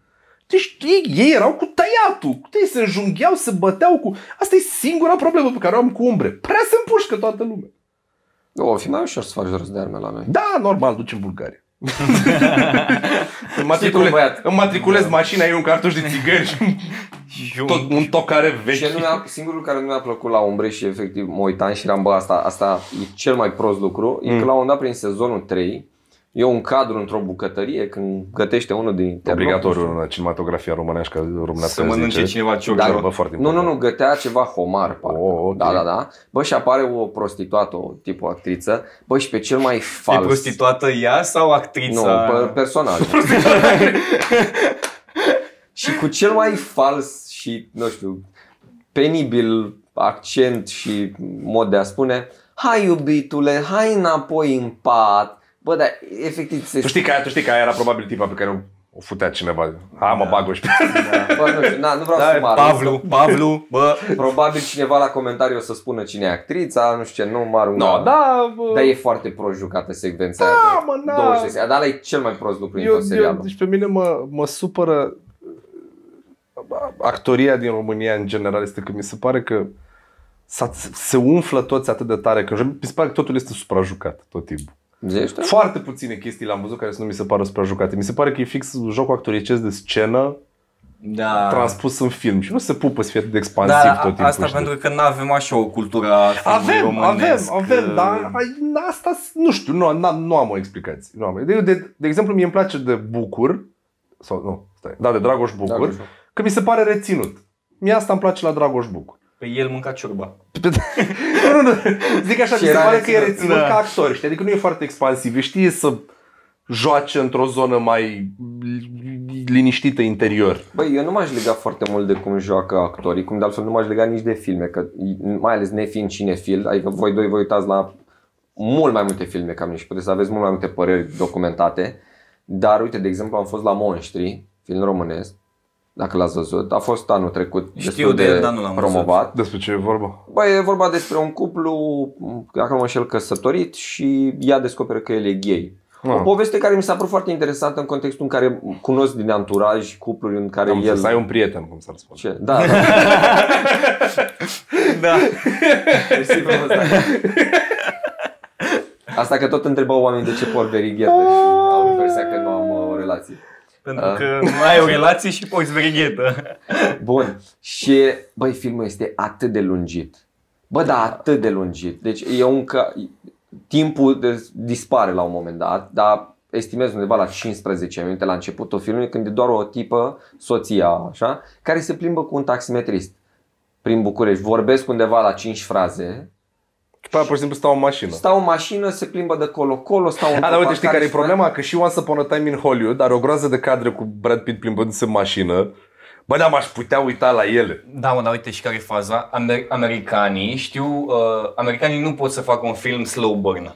[SPEAKER 4] Deci ei, ei erau cu tăiatul. Ei se înjungheau, se băteau cu... Asta e singura problemă pe care o am cu umbre. Prea se împușcă toată lumea.
[SPEAKER 1] O, fi mai ușor să faci rost de arme la noi.
[SPEAKER 4] Da, normal, duci în Bulgaria. îmi,
[SPEAKER 1] Știi cum,
[SPEAKER 4] matricule,
[SPEAKER 1] băiat?
[SPEAKER 4] îmi matriculez mașina, eu un cartuș de țigări și un,
[SPEAKER 3] Și un-
[SPEAKER 4] tot, un tocare vechi.
[SPEAKER 1] Și nu mi-a, singurul care nu mi-a plăcut la umbre și efectiv mă uitam și eram, bă, asta, asta e cel mai prost lucru, e că la un moment dat prin sezonul 3, e un cadru într-o bucătărie când gătește unul din interlocutori.
[SPEAKER 4] Obligatoriu în cinematografia românească, românească
[SPEAKER 3] Să mănânce
[SPEAKER 4] zice.
[SPEAKER 3] cineva
[SPEAKER 1] Da,
[SPEAKER 3] ciorcioră.
[SPEAKER 4] Bă, foarte
[SPEAKER 1] Nu, nu,
[SPEAKER 4] important.
[SPEAKER 1] nu, gătea ceva homar, parcă.
[SPEAKER 4] Oh, ok.
[SPEAKER 1] Da, da, da. Bă, și apare o prostituată, o tip o actriță. Bă, și pe cel mai
[SPEAKER 3] E
[SPEAKER 1] fals.
[SPEAKER 3] prostituată ea sau
[SPEAKER 1] Nu,
[SPEAKER 3] actrița?
[SPEAKER 1] pe- personal. și cu cel mai fals și, nu știu, penibil accent și mod de a spune Hai iubitule, hai înapoi în pat. Bă, dar efectiv se
[SPEAKER 4] Tu știi că aia, tu știi că aia era probabil tipa pe care o, o futea cineva. Hai mă, da. bag-o și pe...
[SPEAKER 1] Bă, nu știu, na, nu vreau să mă
[SPEAKER 3] Da,
[SPEAKER 1] arunc.
[SPEAKER 3] Pavlu, Pavlu, bă,
[SPEAKER 1] Probabil cineva la comentarii o să spună cine e actrița, nu știu ce, nu mă arunc.
[SPEAKER 4] No, da, bă,
[SPEAKER 1] Dar e foarte prost jucată secvența da,
[SPEAKER 4] da,
[SPEAKER 1] aia.
[SPEAKER 4] mă,
[SPEAKER 1] Da.
[SPEAKER 4] da.
[SPEAKER 1] 20
[SPEAKER 4] deci
[SPEAKER 1] de secunde. Dar ăla e cel mai prost lucru din tot
[SPEAKER 4] eu, eu,
[SPEAKER 1] serialul.
[SPEAKER 4] deci pe mine mă, mă supără actoria din România în general este că mi se pare că s-a- se umflă toți atât de tare că mi se pare că totul este suprajucat tot timpul.
[SPEAKER 1] Zici
[SPEAKER 3] Da.
[SPEAKER 1] tu?
[SPEAKER 4] Foarte puține chestii l-am văzut care să nu mi se pară suprajucate. Mi se pare că e fix jocul actoricesc de scenă
[SPEAKER 3] Da.
[SPEAKER 4] transpus în film și nu se pupă să fie atât de expansiv
[SPEAKER 3] da,
[SPEAKER 4] da, tot
[SPEAKER 3] a-
[SPEAKER 4] timpul.
[SPEAKER 3] asta
[SPEAKER 4] știi?
[SPEAKER 3] pentru că nu avem așa o cultură a filmului
[SPEAKER 4] Avem, avem,
[SPEAKER 3] românesc,
[SPEAKER 4] avem, da.
[SPEAKER 3] uh,
[SPEAKER 4] dar ai- asta s- nu știu, nu, n-am- nu am o explicație. Nu am. De, de, de exemplu, mie îmi place de Bucur, sau nu, stai, da, de Dragoș Bucur,
[SPEAKER 1] Dragoș
[SPEAKER 4] Dragoș.
[SPEAKER 1] Bucur.
[SPEAKER 4] că mi se pare reținut. Mie asta îmi place la Dragoș Bucur.
[SPEAKER 3] Pe el mânca ciorba.
[SPEAKER 4] nu, nu, nu, zic așa,
[SPEAKER 1] Și
[SPEAKER 4] mi se
[SPEAKER 1] era
[SPEAKER 4] pare că e
[SPEAKER 1] reținut.
[SPEAKER 4] reținut
[SPEAKER 3] Da.
[SPEAKER 4] da. ca actor, știi? Adică nu e foarte expansiv, știe să joace într-o zonă mai li- liniștită interior.
[SPEAKER 1] Băi, eu nu m-aș lega foarte mult de cum joacă actorii, cum de altfel nu m-aș lega nici de filme, că mai ales nefiind cinefil, adică voi doi vă uitați la mult mai multe filme ca mine și puteți să aveți mult mai multe păreri documentate, dar uite, de exemplu, am fost la Monștri, film românesc, dacă l-ați văzut, a fost anul trecut
[SPEAKER 3] Știu
[SPEAKER 1] destul
[SPEAKER 3] de el, dar nu l-am văzut.
[SPEAKER 1] promovat.
[SPEAKER 4] Despre ce e vorba?
[SPEAKER 1] Bă, e vorba despre un cuplu, dacă nu mă înșel, căsătorit și ea descoperă că el e gay. O
[SPEAKER 4] Ah.
[SPEAKER 1] poveste care mi s-a părut foarte interesantă în contextul în care cunosc din anturaj cupluri în care
[SPEAKER 4] Am
[SPEAKER 1] el...
[SPEAKER 4] el... să ai un prieten, cum s-ar spune.
[SPEAKER 1] Ce? Da, da.
[SPEAKER 3] Da.
[SPEAKER 1] Mersi frumos, da. Asta că tot întrebau oamenii de ce port verighetă și au impresia că nu am uh, o relație.
[SPEAKER 3] Pentru
[SPEAKER 4] Ah.
[SPEAKER 3] că ai o relație și poți verighetă.
[SPEAKER 1] Bun. Și, băi, filmul este atât de lungit. Bă, da, atât de lungit. Deci e un că... Timpul de- dispare la un moment dat, dar estimez undeva la 15 minute la începutul filmului, când e doar o tipă, soția, așa, care se plimbă cu un taximetrist prin București. Vorbesc undeva la 5 fraze,
[SPEAKER 4] După aia, Păi, pur și simplu, stau în mașină.
[SPEAKER 1] Stau în mașină, se plimbă de colo-colo, stau în
[SPEAKER 4] A, dar
[SPEAKER 1] copac,
[SPEAKER 4] uite, știi care e
[SPEAKER 1] își
[SPEAKER 4] problema? Că și Once Upon a Time in Hollywood are o groază de cadre cu Brad Pitt plimbându-se în mașină. Bă, dar m-aș putea uita la ele.
[SPEAKER 3] Da, mă, dar uite și care e faza. Amer- americanii știu, uh, americanii nu pot să facă un film slow burn.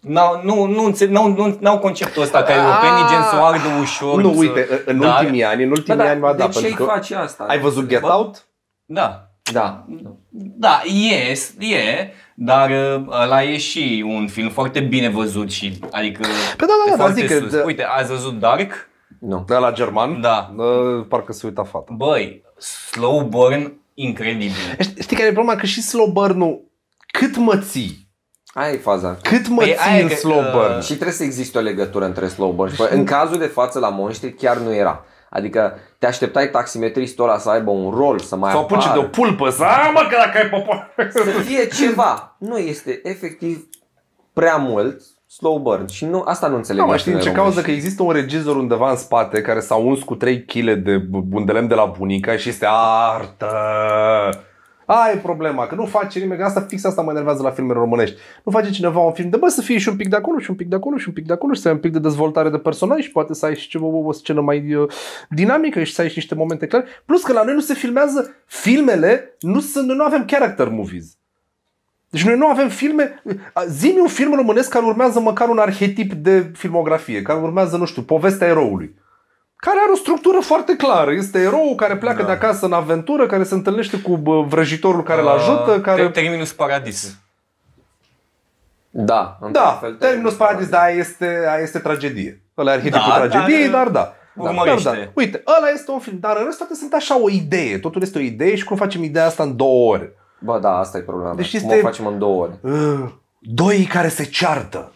[SPEAKER 3] N-au, nu, nu, înțe- n-au, nu, n-au conceptul ăsta ca europenii gen să o ardă ușor.
[SPEAKER 4] Nu,
[SPEAKER 3] să-
[SPEAKER 4] uite, în
[SPEAKER 3] Dar-
[SPEAKER 4] ultimii ani, în
[SPEAKER 1] Bă,
[SPEAKER 4] ultimii
[SPEAKER 1] dar
[SPEAKER 4] ani, ba, da,
[SPEAKER 1] de ce
[SPEAKER 4] pentru
[SPEAKER 1] îi
[SPEAKER 4] că...
[SPEAKER 1] face asta?
[SPEAKER 4] Ai văzut Get
[SPEAKER 1] Bă,
[SPEAKER 4] Out?
[SPEAKER 3] Da.
[SPEAKER 1] Da.
[SPEAKER 3] Da, yes, e, dar uh, ăla e și un film foarte bine văzut și, adică,
[SPEAKER 4] Păi da, da,
[SPEAKER 3] e
[SPEAKER 4] da,
[SPEAKER 3] foarte
[SPEAKER 4] zic că-
[SPEAKER 3] sus. Uite, ați văzut Dark?
[SPEAKER 1] Nu.
[SPEAKER 4] Da, la german?
[SPEAKER 3] Da.
[SPEAKER 4] Uh, Parcă se uita fata.
[SPEAKER 3] Băi, slow burn incredibil.
[SPEAKER 4] Știi- Știi care e problema? Că și slow burn cât mă ții?
[SPEAKER 1] Aia e faza.
[SPEAKER 4] Cât mă
[SPEAKER 3] Păi aia
[SPEAKER 4] ții în
[SPEAKER 3] că-
[SPEAKER 4] slow
[SPEAKER 3] că-
[SPEAKER 4] burn?
[SPEAKER 1] Și trebuie să existe o legătură între slow burn. și- Bă, în cazul de față la monștri chiar nu era. Adică te așteptai taximetristul ăla să aibă un rol, să mai
[SPEAKER 4] Sau puce de o
[SPEAKER 1] apară,
[SPEAKER 4] pulpă, să "A, mă, că dacă ai popor.
[SPEAKER 1] să fie ceva. Nu este efectiv prea mult slow burn și nu, asta nu înțeleg.
[SPEAKER 4] Da, mă,
[SPEAKER 1] noi
[SPEAKER 4] știi în ce
[SPEAKER 1] români.
[SPEAKER 4] cauză? Că există un regizor undeva în spate care s-a uns cu 3 kg de bundelem de la bunica și este artă. Aia e problema, că nu face nimeni, că asta fix asta mă enervează la filmele românești. Nu face cineva un film de bă să fie și un pic de acolo și un pic de acolo și un pic de acolo și să ai un pic de dezvoltare de personaj și poate să ai și ceva, o, o scenă mai uh, dinamică și să ai și niște momente clare. Plus că la noi nu se filmează, filmele nu sunt, noi nu avem character movies. Deci noi nu avem filme... Zimi un film românesc care urmează măcar un arhetip de filmografie, care urmează, nu știu, povestea eroului. Care are o structură foarte clară. Este eroul care pleacă
[SPEAKER 3] Da.
[SPEAKER 4] da. de acasă în aventură, care se întâlnește cu bă, vrăjitorul care îl
[SPEAKER 3] Uh,
[SPEAKER 4] ajută, care...
[SPEAKER 3] Ter- Terminus Paradis.
[SPEAKER 1] Da,
[SPEAKER 4] Da,
[SPEAKER 1] într-un fel,
[SPEAKER 4] terminus paradis, da, aia este, aia este tragedie. Ăla e arhetipul
[SPEAKER 3] Da,
[SPEAKER 4] da, tragediei,
[SPEAKER 3] dar,
[SPEAKER 4] dar, da.
[SPEAKER 3] urmărește.
[SPEAKER 4] Dar da. Uite, ăla este un film, dar în rest toate sunt așa o idee. Totul este o idee și cum facem ideea asta în două ore.
[SPEAKER 1] Bă, da, asta e problema. Deci
[SPEAKER 4] Deci
[SPEAKER 1] Cum
[SPEAKER 4] este-
[SPEAKER 1] o facem în două ore?
[SPEAKER 4] Uh, Doii care se ceartă.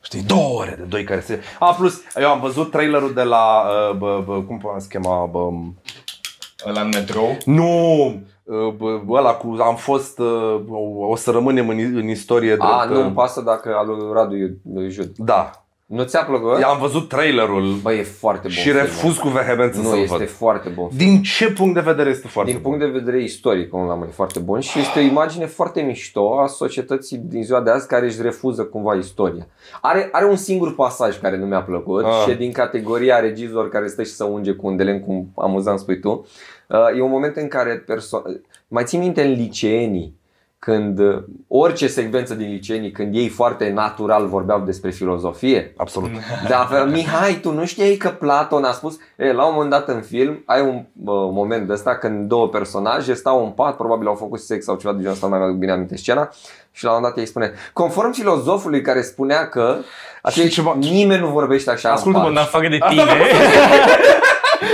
[SPEAKER 4] Știi, două ore de doi care se... A, plus, eu am văzut trailerul de la... Uh, bă, bă, cum până se chema? Bă, m-
[SPEAKER 3] La metrou.
[SPEAKER 4] nu! Uh, bă, ăla cu... Am fost... Uh, o, o să rămânem în, în istorie drept...
[SPEAKER 1] A, nu
[SPEAKER 4] uh,
[SPEAKER 1] îmi pasă dacă al lui Radu e- e jud.
[SPEAKER 4] Da.
[SPEAKER 1] Nu ți-a plăcut?
[SPEAKER 4] Eu am văzut trailerul
[SPEAKER 1] Bă, e foarte bun.
[SPEAKER 4] și
[SPEAKER 1] film, da.
[SPEAKER 4] refuz cu vehemență
[SPEAKER 1] Nu,
[SPEAKER 4] să-l
[SPEAKER 1] este
[SPEAKER 4] văd.
[SPEAKER 1] foarte bun. Din,
[SPEAKER 4] Din ce punct de vedere este foarte
[SPEAKER 1] din
[SPEAKER 4] bun?
[SPEAKER 1] punct de vedere istoric, unul la mână, e foarte bun și este o imagine foarte mișto a societății din ziua de azi care își refuză cumva istoria. Are, are un singur pasaj care nu mi-a plăcut
[SPEAKER 4] Ah.
[SPEAKER 1] și e din categoria regizor care stă și să unge cu un delen, cum amuzant spui tu. Uh, E un moment în care perso- mai ții minte în liceenii când uh, orice secvență din liceenii, când ei foarte natural vorbeau despre filozofie,
[SPEAKER 4] Absolut.
[SPEAKER 1] Dar Da, Mihai, tu nu știai că Platon a spus e, La un moment dat în film ai un bă, moment de ăsta când două personaje stau în pat Probabil au făcut sex sau ceva de genul ăsta, nu mai aduc bine aminte scena Și la un moment dat ei spune Conform filozofului care spunea că
[SPEAKER 4] Așa
[SPEAKER 1] și
[SPEAKER 4] ceva-
[SPEAKER 1] Nimeni nu vorbește așa
[SPEAKER 4] Ascultă-mă,
[SPEAKER 1] în
[SPEAKER 3] În
[SPEAKER 1] pat.
[SPEAKER 3] afară de tine.
[SPEAKER 4] Cred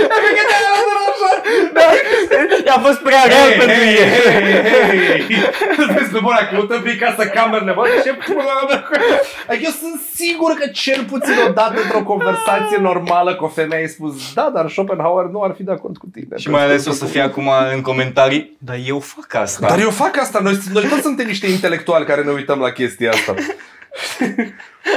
[SPEAKER 4] că de-aia l-am
[SPEAKER 3] a fost prea real
[SPEAKER 4] Hey,
[SPEAKER 3] pentru
[SPEAKER 4] hey,
[SPEAKER 3] el.
[SPEAKER 4] hey, hey, hey. Vezi pe bune, dacă uită prin casă camerele, bă, ce pula mea cu- Adică eu sunt sigur că cel puțin o dată într-o conversație normală cu o femeie ai spus da, dar Schopenhauer nu ar fi de acord cu tine.
[SPEAKER 3] Și mai ales o să fie acum în comentarii, dar eu fac asta.
[SPEAKER 4] Dar eu fac asta, noi, noi toți suntem niște intelectuali care ne uităm la chestia asta.
[SPEAKER 2] Da,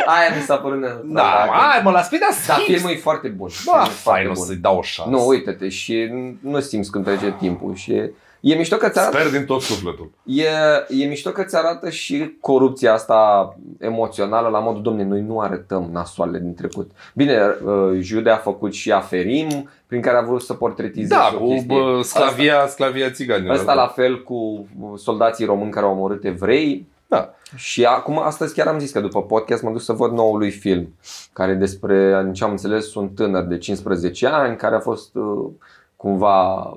[SPEAKER 1] Aia mi s-a părut neapărat.
[SPEAKER 4] Da, hai mă, las pe de
[SPEAKER 2] Da,
[SPEAKER 1] Dar Da, filmul e foarte bun.
[SPEAKER 4] Ba,
[SPEAKER 1] Filmul e foarte
[SPEAKER 4] fain, o
[SPEAKER 1] bun.
[SPEAKER 4] să-i dau o șansă.
[SPEAKER 1] Nu, uite-te și nu simți când trece timpul și e- e mișto că ți-arată,
[SPEAKER 2] Sper din tot sufletul.
[SPEAKER 1] e, e mișto că ți-arată și corupția asta emoțională la modul, domne, noi nu arătăm nasoalele din trecut. Bine, uh, Jude a făcut și Aferim, prin care a vrut să portretizeze
[SPEAKER 4] da,
[SPEAKER 1] o
[SPEAKER 4] cu
[SPEAKER 1] chestie.
[SPEAKER 4] bă, sclavia, sclavia țiganilor.
[SPEAKER 1] Ăsta la fel cu soldații români care au omorât evrei.
[SPEAKER 4] Da.
[SPEAKER 1] Și acum, astăzi chiar am zis că după podcast mă duc să văd noul lui film, care despre, din ce am înțeles, un tânăr de 15 ani care a fost uh, cumva,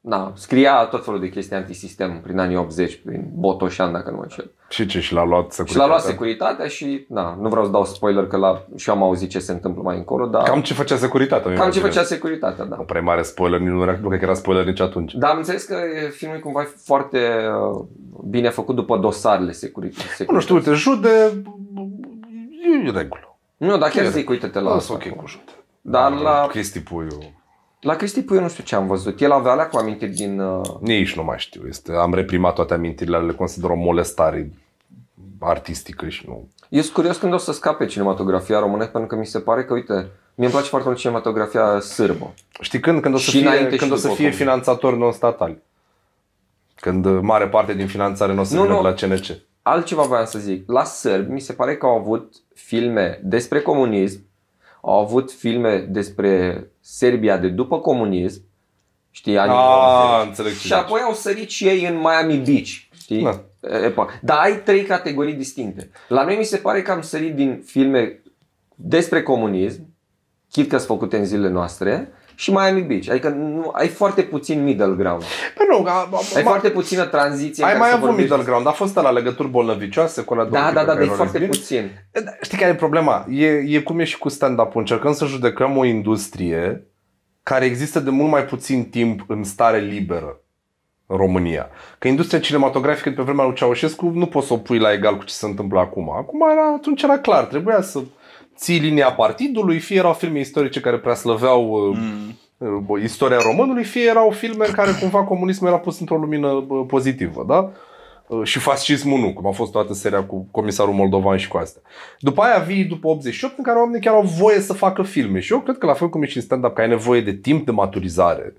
[SPEAKER 1] na, scria tot felul de chestii antisistem prin anii 80, prin Botoșan, dacă nu mă înșel.
[SPEAKER 2] Și ce? Și l-a luat
[SPEAKER 1] Și l-a luat
[SPEAKER 2] securitatea?
[SPEAKER 1] securitatea și, na, nu vreau să dau spoiler că la, și eu am auzit ce se întâmplă mai încolo, dar cam,
[SPEAKER 2] Cam ce făcea securitatea. mi
[SPEAKER 1] cam ce
[SPEAKER 2] imaginez.
[SPEAKER 1] făcea securitatea, da.
[SPEAKER 2] Nu prea mare spoiler, nici nu, era, nu cred că era spoiler nici atunci.
[SPEAKER 1] Dar am înțeles că filmul e cumva foarte uh, bine făcut după dosarele securit.
[SPEAKER 2] Nu știu, uite, jude... E în regulă.
[SPEAKER 1] Nu, dar chiar
[SPEAKER 2] chiar.
[SPEAKER 1] zic, uite-te la
[SPEAKER 2] Las
[SPEAKER 1] asta.
[SPEAKER 2] ok cu jude.
[SPEAKER 1] Dar la,
[SPEAKER 2] Chestii puiul.
[SPEAKER 1] la Cristi Puiu nu știu ce am văzut. El avea alea cu amintiri din... Uh,
[SPEAKER 2] Nici nu mai știu. Este, am reprimat toate amintirile, le consider o molestare artistică și nu.
[SPEAKER 1] eu sunt curios când o să scape cinematografia românească, pentru că mi se pare că, uite, mie îmi place foarte mult cinematografia sârbă.
[SPEAKER 2] Știi când? Când o să
[SPEAKER 1] Și înainte
[SPEAKER 2] fie,
[SPEAKER 1] și
[SPEAKER 2] când o să
[SPEAKER 1] după,
[SPEAKER 2] fie
[SPEAKER 1] cum.
[SPEAKER 2] finanțatori non-statali. Când uh, mare parte din finanțare nu o să
[SPEAKER 1] Nu,
[SPEAKER 2] vină de
[SPEAKER 1] nu.
[SPEAKER 2] la CNC.
[SPEAKER 1] Altceva voiam să zic. La sârbi mi se pare că au avut filme despre comunism, au avut filme despre Serbia de după comunism, știi, anii 90.
[SPEAKER 2] Ah, înțeleg ce
[SPEAKER 1] Și apoi au sărit și ei în Miami Beach, știi?
[SPEAKER 2] Da.
[SPEAKER 1] Epa. Dar ai trei categorii distincte. La noi mi se pare că am sărit din filme despre comunism, chit că sunt făcute în zilele noastre, și Miami Beach. Adică nu, ai foarte puțin middle ground.
[SPEAKER 4] Păi nu, a, a,
[SPEAKER 1] Ai
[SPEAKER 4] ma-
[SPEAKER 1] foarte puțină tranziție. în
[SPEAKER 4] ai
[SPEAKER 1] care
[SPEAKER 4] mai
[SPEAKER 1] să
[SPEAKER 4] avut
[SPEAKER 1] vorbești-
[SPEAKER 4] middle ground, a fost la legături bolnăvicioase cu alea două
[SPEAKER 1] Da,
[SPEAKER 4] tipe
[SPEAKER 1] da, da,
[SPEAKER 4] care
[SPEAKER 1] dar e
[SPEAKER 4] erau
[SPEAKER 1] foarte
[SPEAKER 4] lesbiene.
[SPEAKER 1] puțin.
[SPEAKER 4] E, da, Știi care e problema? E, e cum e și cu stand-up-ul. Încercăm să judecăm o industrie care există de mult mai puțin timp în stare liberă în România. Că industria cinematografică de pe vremea lui Ceaușescu nu poți să o pui la egal cu ce se întâmplă acum. Acum era, atunci era clar, trebuia să ții linia partidului, fie erau filme istorice care preaslăveau mm
[SPEAKER 3] Mm.
[SPEAKER 4] bă, istoria românului, fie erau filme în care cumva comunismul era pus într-o lumină bă, pozitivă, da? Uh, Și fascismul nu, cum a fost toată seria cu comisarul Moldovan și cu astea. După aia vii după 88 în care oamenii chiar au voie să facă filme și eu cred că la fel cum e și în stand-up, că ai nevoie de timp de maturizare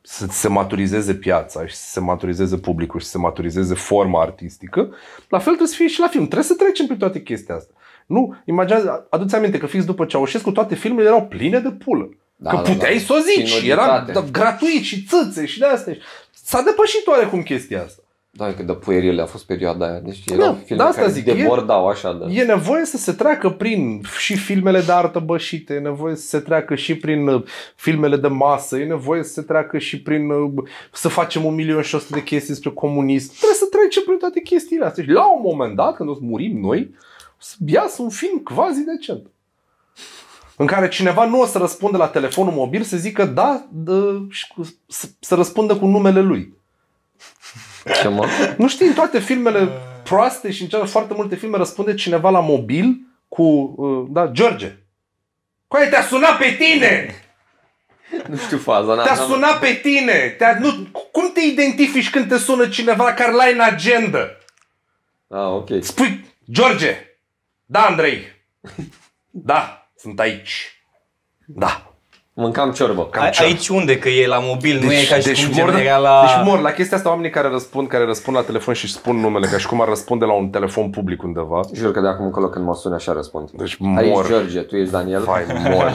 [SPEAKER 4] să ți se maturizeze piața și să se maturizeze publicul și să se maturizeze forma artistică, la fel trebuie să fie și la film. Trebuie să trecem prin toate chestia asta. Nu, imaginează, aduți aminte că fix după Ceaușescu toate filmele erau pline de pulă.
[SPEAKER 1] Da,
[SPEAKER 4] Da, că
[SPEAKER 1] da,
[SPEAKER 4] puteai
[SPEAKER 1] da.
[SPEAKER 4] să o zici și era
[SPEAKER 1] Minoritate.
[SPEAKER 4] da, gratuit și țâțe și de astea. S-a depășit oarecum chestia asta.
[SPEAKER 1] Da, că de puierile a fost perioada aia. Deci erau
[SPEAKER 4] Da,
[SPEAKER 1] filme
[SPEAKER 4] da, asta
[SPEAKER 1] care
[SPEAKER 4] zic, e-
[SPEAKER 1] debordau așa de...
[SPEAKER 4] E nevoie să se treacă prin și filmele de artă bășite, e nevoie să se treacă și prin uh, filmele de masă, e nevoie să se treacă și prin uh, să facem un milion și o sută de chestii despre comunism. Trebuie să trecem prin toate chestiile astea. Și la un moment dat, când o să murim noi, o să iasă un film quasi decent. În care cineva nu o să răspundă la telefonul mobil să zică da, dă, și cu, să, să răspundă cu numele lui.
[SPEAKER 1] Ce mă?
[SPEAKER 4] Nu știi, în toate filmele proaste și în cele foarte multe filme răspunde cineva la mobil cu, uh, da, George. Coaie, te-a sunat pe tine!
[SPEAKER 1] Nu știu faza. n-am-
[SPEAKER 3] Da,
[SPEAKER 4] Te-a
[SPEAKER 1] n-am-
[SPEAKER 4] sunat pe tine! Te-a, nu, cum te identifici când te sună cineva care l-ai în agenda?
[SPEAKER 1] Ah, ok.
[SPEAKER 4] Spui, George! Da, Andrei! Da, sunt aici. Da.
[SPEAKER 1] Mâncam ciorbă.
[SPEAKER 4] Cam
[SPEAKER 3] A-
[SPEAKER 4] ce- Deci-
[SPEAKER 3] Aici unde? Că e la mobil, nu e ca și cum
[SPEAKER 4] mor,
[SPEAKER 3] gen era la...
[SPEAKER 4] deci mor la chestia asta oamenii care răspund, care răspund la telefon și își spun numele, ca și cum ar răspunde la un telefon public undeva.
[SPEAKER 1] Jur că de acum încolo când mă sună așa răspund.
[SPEAKER 2] Deci
[SPEAKER 1] Aici
[SPEAKER 2] mor.
[SPEAKER 1] George, tu ești Daniel.
[SPEAKER 2] Vai, mor,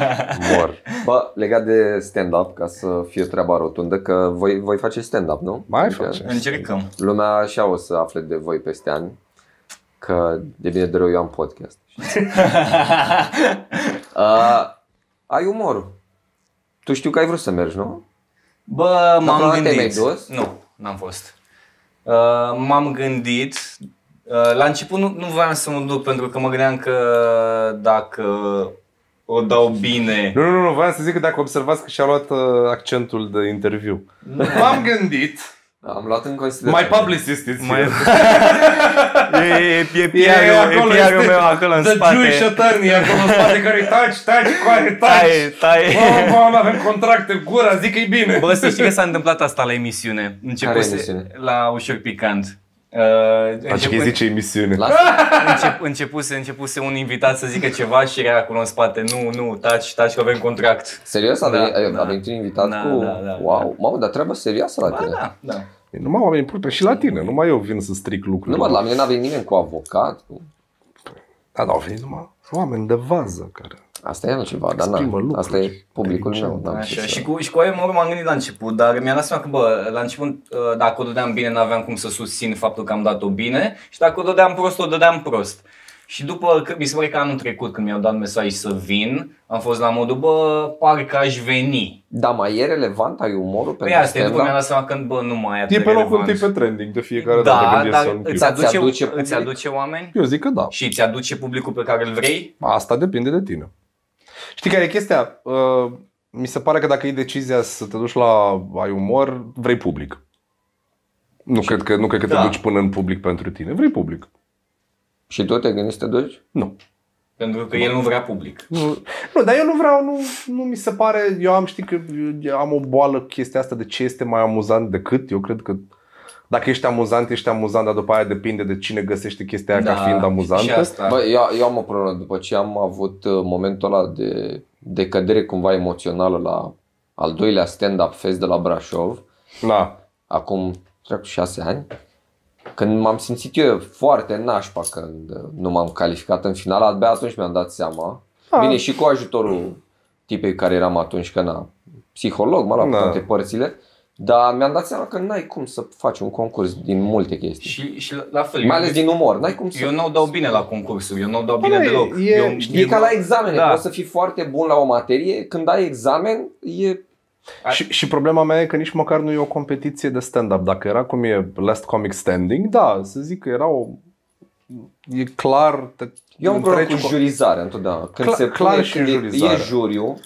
[SPEAKER 2] mor.
[SPEAKER 1] Bă, legat de stand-up, ca să fie treaba rotundă, că voi, voi face stand-up, nu?
[SPEAKER 2] Mai
[SPEAKER 1] Adică
[SPEAKER 2] face.
[SPEAKER 3] Încercăm.
[SPEAKER 1] Lumea așa o să afle de voi peste ani, că de bine de rău eu am podcast. uh, ai umorul. Tu știu că ai vrut să mergi, nu?
[SPEAKER 3] Bă,
[SPEAKER 1] la
[SPEAKER 3] m-am
[SPEAKER 1] te
[SPEAKER 3] gândit.
[SPEAKER 1] mai dus?
[SPEAKER 3] Nu, n-am fost. Uh, m-am gândit. Uh, la început nu, nu voiam să mă duc pentru că mă gândeam că dacă O dau bine.
[SPEAKER 4] Nu, nu, nu, vreau să zic că dacă observați că și-a luat uh, accentul de interviu.
[SPEAKER 5] M-am gândit,
[SPEAKER 1] Am luat în considerare.
[SPEAKER 5] mai publicist is
[SPEAKER 6] Mai...
[SPEAKER 5] here.
[SPEAKER 6] e, e, e PR-ul,
[SPEAKER 5] E
[SPEAKER 6] e
[SPEAKER 5] acolo,
[SPEAKER 6] PR-ul
[SPEAKER 5] este
[SPEAKER 6] meu acolo în
[SPEAKER 5] The Jewish
[SPEAKER 6] spate.
[SPEAKER 5] attorney e acolo în spate care taci, taci, coare, taci.
[SPEAKER 6] Tai, tai.
[SPEAKER 5] Mamă, mamă, avem contracte, gura, zic că e bine.
[SPEAKER 6] Bă, să știi că s-a întâmplat asta la emisiune. Începuse
[SPEAKER 1] emisiune?
[SPEAKER 6] La Ușor Picant. Uh,
[SPEAKER 4] Așa că îi zice emisiune.
[SPEAKER 1] La-
[SPEAKER 6] încep,
[SPEAKER 3] Începuse, începuse un invitat să zică ceva și era acolo în spate. Nu, nu, taci, taci că avem contract.
[SPEAKER 1] Serios? A
[SPEAKER 3] Da,
[SPEAKER 1] venit, da,
[SPEAKER 3] da.
[SPEAKER 1] a venit un invitat
[SPEAKER 3] Da,
[SPEAKER 1] cu...
[SPEAKER 3] da, da,
[SPEAKER 1] wow, mamă, dar treabă serioasă la
[SPEAKER 3] Ba
[SPEAKER 1] tine.
[SPEAKER 3] da, da.
[SPEAKER 4] Numai oamenii pur pe și la tine, numai eu vin să stric
[SPEAKER 1] Nu
[SPEAKER 4] lucruri.
[SPEAKER 1] mă, la mine n-a venit nimeni cu avocat. Cu...
[SPEAKER 4] Da, dar au venit numai oameni de vază care...
[SPEAKER 1] Asta e altceva, dar
[SPEAKER 4] Exprimă
[SPEAKER 1] na,
[SPEAKER 4] lucruri.
[SPEAKER 1] asta e publicul meu. n-am ce
[SPEAKER 3] Așa,
[SPEAKER 1] să-
[SPEAKER 3] și cu, și cu aia mă m-am gândit la început, dar mi-am dat seama că, bă, la început, uh, dacă o dădeam bine, n-aveam cum să susțin faptul că am dat-o bine și dacă o dădeam prost, o dădeam prost. Și după, că mi se pare că anul trecut, când mi-au dat mesaj să vin, am fost la modul, bă, parcă aș veni.
[SPEAKER 1] Da, mai e relevant, ai umorul
[SPEAKER 3] Păi
[SPEAKER 1] pentru
[SPEAKER 3] asta e, după mi-am
[SPEAKER 1] stand-up?
[SPEAKER 3] dat seama că, bă, nu mai e atât
[SPEAKER 4] E
[SPEAKER 6] Adică
[SPEAKER 3] de
[SPEAKER 4] pe locul
[SPEAKER 3] relevant.
[SPEAKER 4] întâi pe trending de fiecare dată
[SPEAKER 3] Da,
[SPEAKER 4] când iese
[SPEAKER 3] dar
[SPEAKER 4] un clip.
[SPEAKER 1] exact.
[SPEAKER 3] îți aduce,
[SPEAKER 1] aduce public?
[SPEAKER 3] îți aduce oameni?
[SPEAKER 4] Eu zic că da.
[SPEAKER 3] Și îți aduce publicul pe care îl vrei?
[SPEAKER 4] Asta depinde de tine. Știi care e chestia? Uh, Mi se pare că dacă iei decizia să te duci la ai umor, vrei public. Nu cred că, nu cred că
[SPEAKER 3] Da.
[SPEAKER 4] te duci până în public pentru tine. Vrei public.
[SPEAKER 1] Și tu te gândești să te duci?
[SPEAKER 4] Nu.
[SPEAKER 3] Pentru că el nu vrea public.
[SPEAKER 4] Nu, nu, dar eu nu vreau, nu, nu mi se pare, eu am, știi că eu am o boală chestia asta de ce este mai amuzant decât, eu cred că dacă ești amuzant, ești amuzant, dar după aia depinde de cine găsește chestia aia da, ca fiind
[SPEAKER 3] Și
[SPEAKER 4] amuzantă.
[SPEAKER 3] asta.
[SPEAKER 1] Bă, eu, eu am o problemă după ce am avut uh, momentul ăla de decădere cumva emoțională la al doilea stand-up fest de la Brașov,
[SPEAKER 4] Da.
[SPEAKER 1] acum trec șase ani, când m-am simțit eu foarte nașpa când uh, nu m-am calificat în final, abia atunci mi-am dat seama.
[SPEAKER 4] Ah.
[SPEAKER 1] Bine, și cu ajutorul tipei care eram atunci, că na, psiholog, m-a luat
[SPEAKER 4] Da.
[SPEAKER 1] da. toate părțile, dar mi-am dat seama că n-ai cum să faci un concurs din multe chestii.
[SPEAKER 3] Și, și la- la fel.
[SPEAKER 1] Mai ales din umor, n-ai cum să...
[SPEAKER 3] Eu nu o dau bine la concursuri, eu nu o dau bine
[SPEAKER 4] Bă,
[SPEAKER 3] deloc.
[SPEAKER 4] e-
[SPEAKER 3] eu,
[SPEAKER 1] E ca la examene,
[SPEAKER 3] Da.
[SPEAKER 1] da. poți să fii foarte bun la o materie, când ai examen e...
[SPEAKER 4] Și, și problema mea e că nici măcar nu e o competiție de stand-up. Dacă era cum e Last Comic Standing, da, să zic că era o... E clar... Te,
[SPEAKER 1] Eu am problemă cu
[SPEAKER 4] întregi co-
[SPEAKER 1] jurizarea întotdeauna. Când
[SPEAKER 4] Cla-
[SPEAKER 1] se pune,
[SPEAKER 4] clar și
[SPEAKER 1] când e,
[SPEAKER 4] jurizarea.
[SPEAKER 1] e juriu.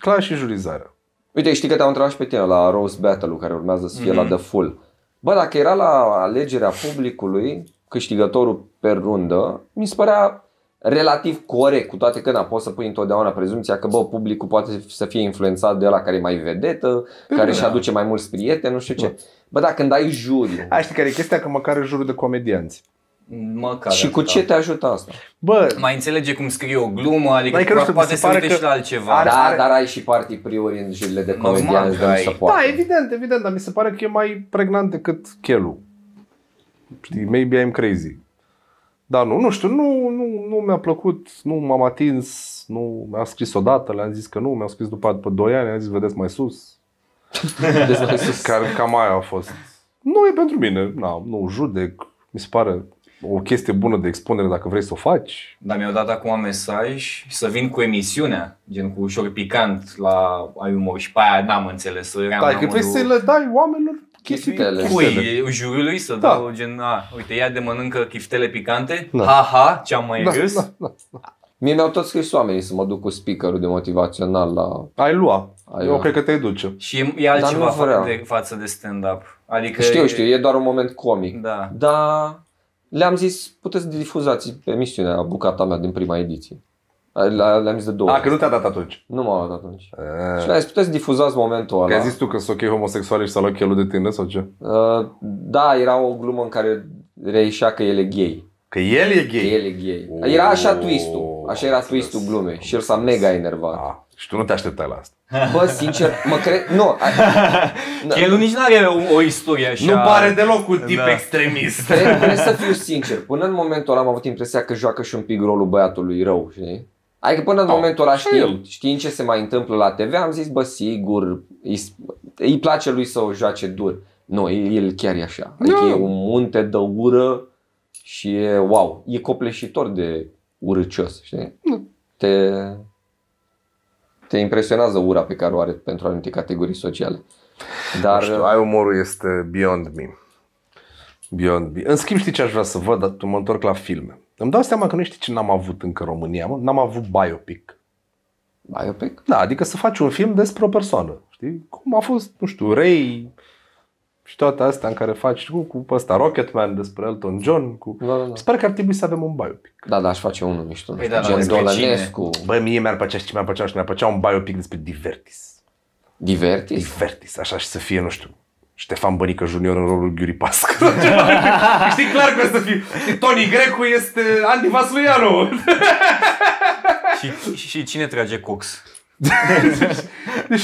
[SPEAKER 4] Clar și jurizarea.
[SPEAKER 1] Uite, știi că te-am întrebat și pe tine la Rose Battle-ul care urmează să fie mm-hmm. la The Full. Bă, dacă era la alegerea publicului, câștigătorul pe rundă, mi se părea relativ corect, cu toate că na, poți să pui întotdeauna prezumția că bă, publicul poate să fie influențat de la care e mai vedetă, care își aduce mai mulți prieteni, nu știu ce. Bă, dar când ai juriu,
[SPEAKER 4] A, știi care e chestia? Că măcar e jurul de comedianți.
[SPEAKER 3] Măcar.
[SPEAKER 1] da, și cu
[SPEAKER 3] atâta.
[SPEAKER 1] ce te ajută asta?
[SPEAKER 4] Bă,
[SPEAKER 3] Mai înțelege cum scrie o glumă, adică
[SPEAKER 4] Adică nu știu,
[SPEAKER 3] poate
[SPEAKER 4] mi se
[SPEAKER 3] să
[SPEAKER 4] pare
[SPEAKER 3] uite
[SPEAKER 4] că
[SPEAKER 3] și la altceva.
[SPEAKER 4] are-
[SPEAKER 1] Da, dar ai și party priori în jurile de
[SPEAKER 3] Normal
[SPEAKER 1] comedianți
[SPEAKER 3] că
[SPEAKER 1] de nu
[SPEAKER 3] ai.
[SPEAKER 1] se
[SPEAKER 4] da,
[SPEAKER 1] poate.
[SPEAKER 4] evident, evident, dar mi se pare că e mai pregnant decât chelul. Știi, maybe I'm crazy. Dar nu, nu știu, nu, nu, nu mi-a plăcut, nu m-am atins, nu mi-a scris odată, le-am zis că nu, mi-au scris după, după 2 ani, am zis, vedeți mai sus,
[SPEAKER 1] Deci mai sus.
[SPEAKER 4] Care cam aia a fost. Nu e pentru mine, Na, nu judec, mi se pare o chestie bună de expunere dacă vrei să o faci.
[SPEAKER 3] Dar mi-au dat acum mesaj să vin cu emisiunea, gen cu ușor picant la ai umor și pe aia n-am înțeles. Să eram
[SPEAKER 4] Da,
[SPEAKER 3] la
[SPEAKER 4] că vrei
[SPEAKER 3] modul-
[SPEAKER 4] să le dai oamenilor chestii
[SPEAKER 1] Chiftele.
[SPEAKER 3] Cui? Juriului să
[SPEAKER 4] Da.
[SPEAKER 3] dau gen, a, uite, ia de mănâncă chiftele picante,
[SPEAKER 4] Da.
[SPEAKER 3] ha, ha, ce-am mai
[SPEAKER 4] Da,
[SPEAKER 3] râs.
[SPEAKER 4] da, da.
[SPEAKER 1] Mie mi-au tot scris oamenii să mă duc cu speakerul de motivațional la...
[SPEAKER 4] Ai lua.
[SPEAKER 1] Ai
[SPEAKER 4] Eu
[SPEAKER 1] lua.
[SPEAKER 4] cred că te duce.
[SPEAKER 3] Și e- e
[SPEAKER 1] nu
[SPEAKER 3] altceva
[SPEAKER 1] vreau.
[SPEAKER 3] fa- de, față de stand-up. Adică
[SPEAKER 1] Știu,
[SPEAKER 3] e-
[SPEAKER 1] știu, e doar un moment comic.
[SPEAKER 3] Da.
[SPEAKER 1] Dar le-am zis, puteți difuzați emisiunea, bucata mea din prima ediție. Le- Le-am zis de două
[SPEAKER 4] A,
[SPEAKER 1] ori.
[SPEAKER 4] că nu te-a dat atunci.
[SPEAKER 1] Nu m-au dat atunci.
[SPEAKER 4] E,
[SPEAKER 1] Și le-am zis, puteți difuzați momentul
[SPEAKER 4] Că
[SPEAKER 1] ăla.
[SPEAKER 4] ai zis tu că sunt ok homosexuali și s-a luat chelul de tine sau ce?
[SPEAKER 1] Uh, Da, era o glumă în care reieșea că el e gay.
[SPEAKER 4] Că el e
[SPEAKER 1] Că
[SPEAKER 4] gay.
[SPEAKER 1] el e gay.
[SPEAKER 4] Oh,
[SPEAKER 1] Era așa twist-ul. Așa era
[SPEAKER 4] am înțeles.
[SPEAKER 1] twist-ul glumei.
[SPEAKER 4] Am
[SPEAKER 1] Și el s-a
[SPEAKER 4] înțeles.
[SPEAKER 1] mega enervat.
[SPEAKER 2] Ah,
[SPEAKER 4] A, și tu nu te așteptai la asta.
[SPEAKER 1] Bă, sincer, mă cred... Nu, a-
[SPEAKER 3] Da. El nici nu are o, o istorie așa.
[SPEAKER 5] deloc un
[SPEAKER 3] Da.
[SPEAKER 5] extremist.
[SPEAKER 1] Trebuie trebuie să fiu sincer, până în momentul ăla am avut impresia că joacă și un pic rolul băiatului rău, știi? Adică până în
[SPEAKER 4] Au,
[SPEAKER 1] momentul ăla
[SPEAKER 4] Oh, și
[SPEAKER 1] știind,
[SPEAKER 4] el.
[SPEAKER 1] știind ce se mai întâmplă la TV, am zis, bă, sigur, îi, îi place lui să o joace dur. Nu, el, el chiar e așa. Adică
[SPEAKER 4] Nu.
[SPEAKER 1] e un munte de ură și e, wow, e copleșitor de urâcios, știi? Te, te impresionează ura pe care o are pentru anumite categorii sociale. Dar, uh,
[SPEAKER 4] Nu știu, ai umorul este beyond me. Beyond me. În schimb, știi ce aș vrea să văd, dar mă întorc la filme. Îmi dau seama că nu știi ce n-am avut încă în România, mă? N-am avut biopic.
[SPEAKER 1] Biopic?
[SPEAKER 2] Da, adică să faci un film despre o persoană. Știi? Cum a fost, nu știu, Ray și toate astea în care faci știi, cu, cu ăsta Rocketman despre Elton John. Cu...
[SPEAKER 1] Da, da, da.
[SPEAKER 2] Sper că ar trebui să avem un biopic.
[SPEAKER 1] Da, da, aș face unul mișto. nu
[SPEAKER 3] Păi
[SPEAKER 1] știu,
[SPEAKER 3] da,
[SPEAKER 1] Gen
[SPEAKER 3] despre cine?
[SPEAKER 1] Dolanescu,
[SPEAKER 4] Bă, mie mi-ar plăcea, știi ce mi-ar plăcea? Nu știu, mi-ar plăcea un biopic despre Divertis.
[SPEAKER 1] Divertis.
[SPEAKER 4] Divertis, așa și să fie, nu știu, Ștefan Bănică Junior în rolul Ghiuri Pască. Știi clar că o să fie. Tony Grecu este Andy Vasluianu.
[SPEAKER 3] Și, și, și cine trage cox?
[SPEAKER 2] Deci,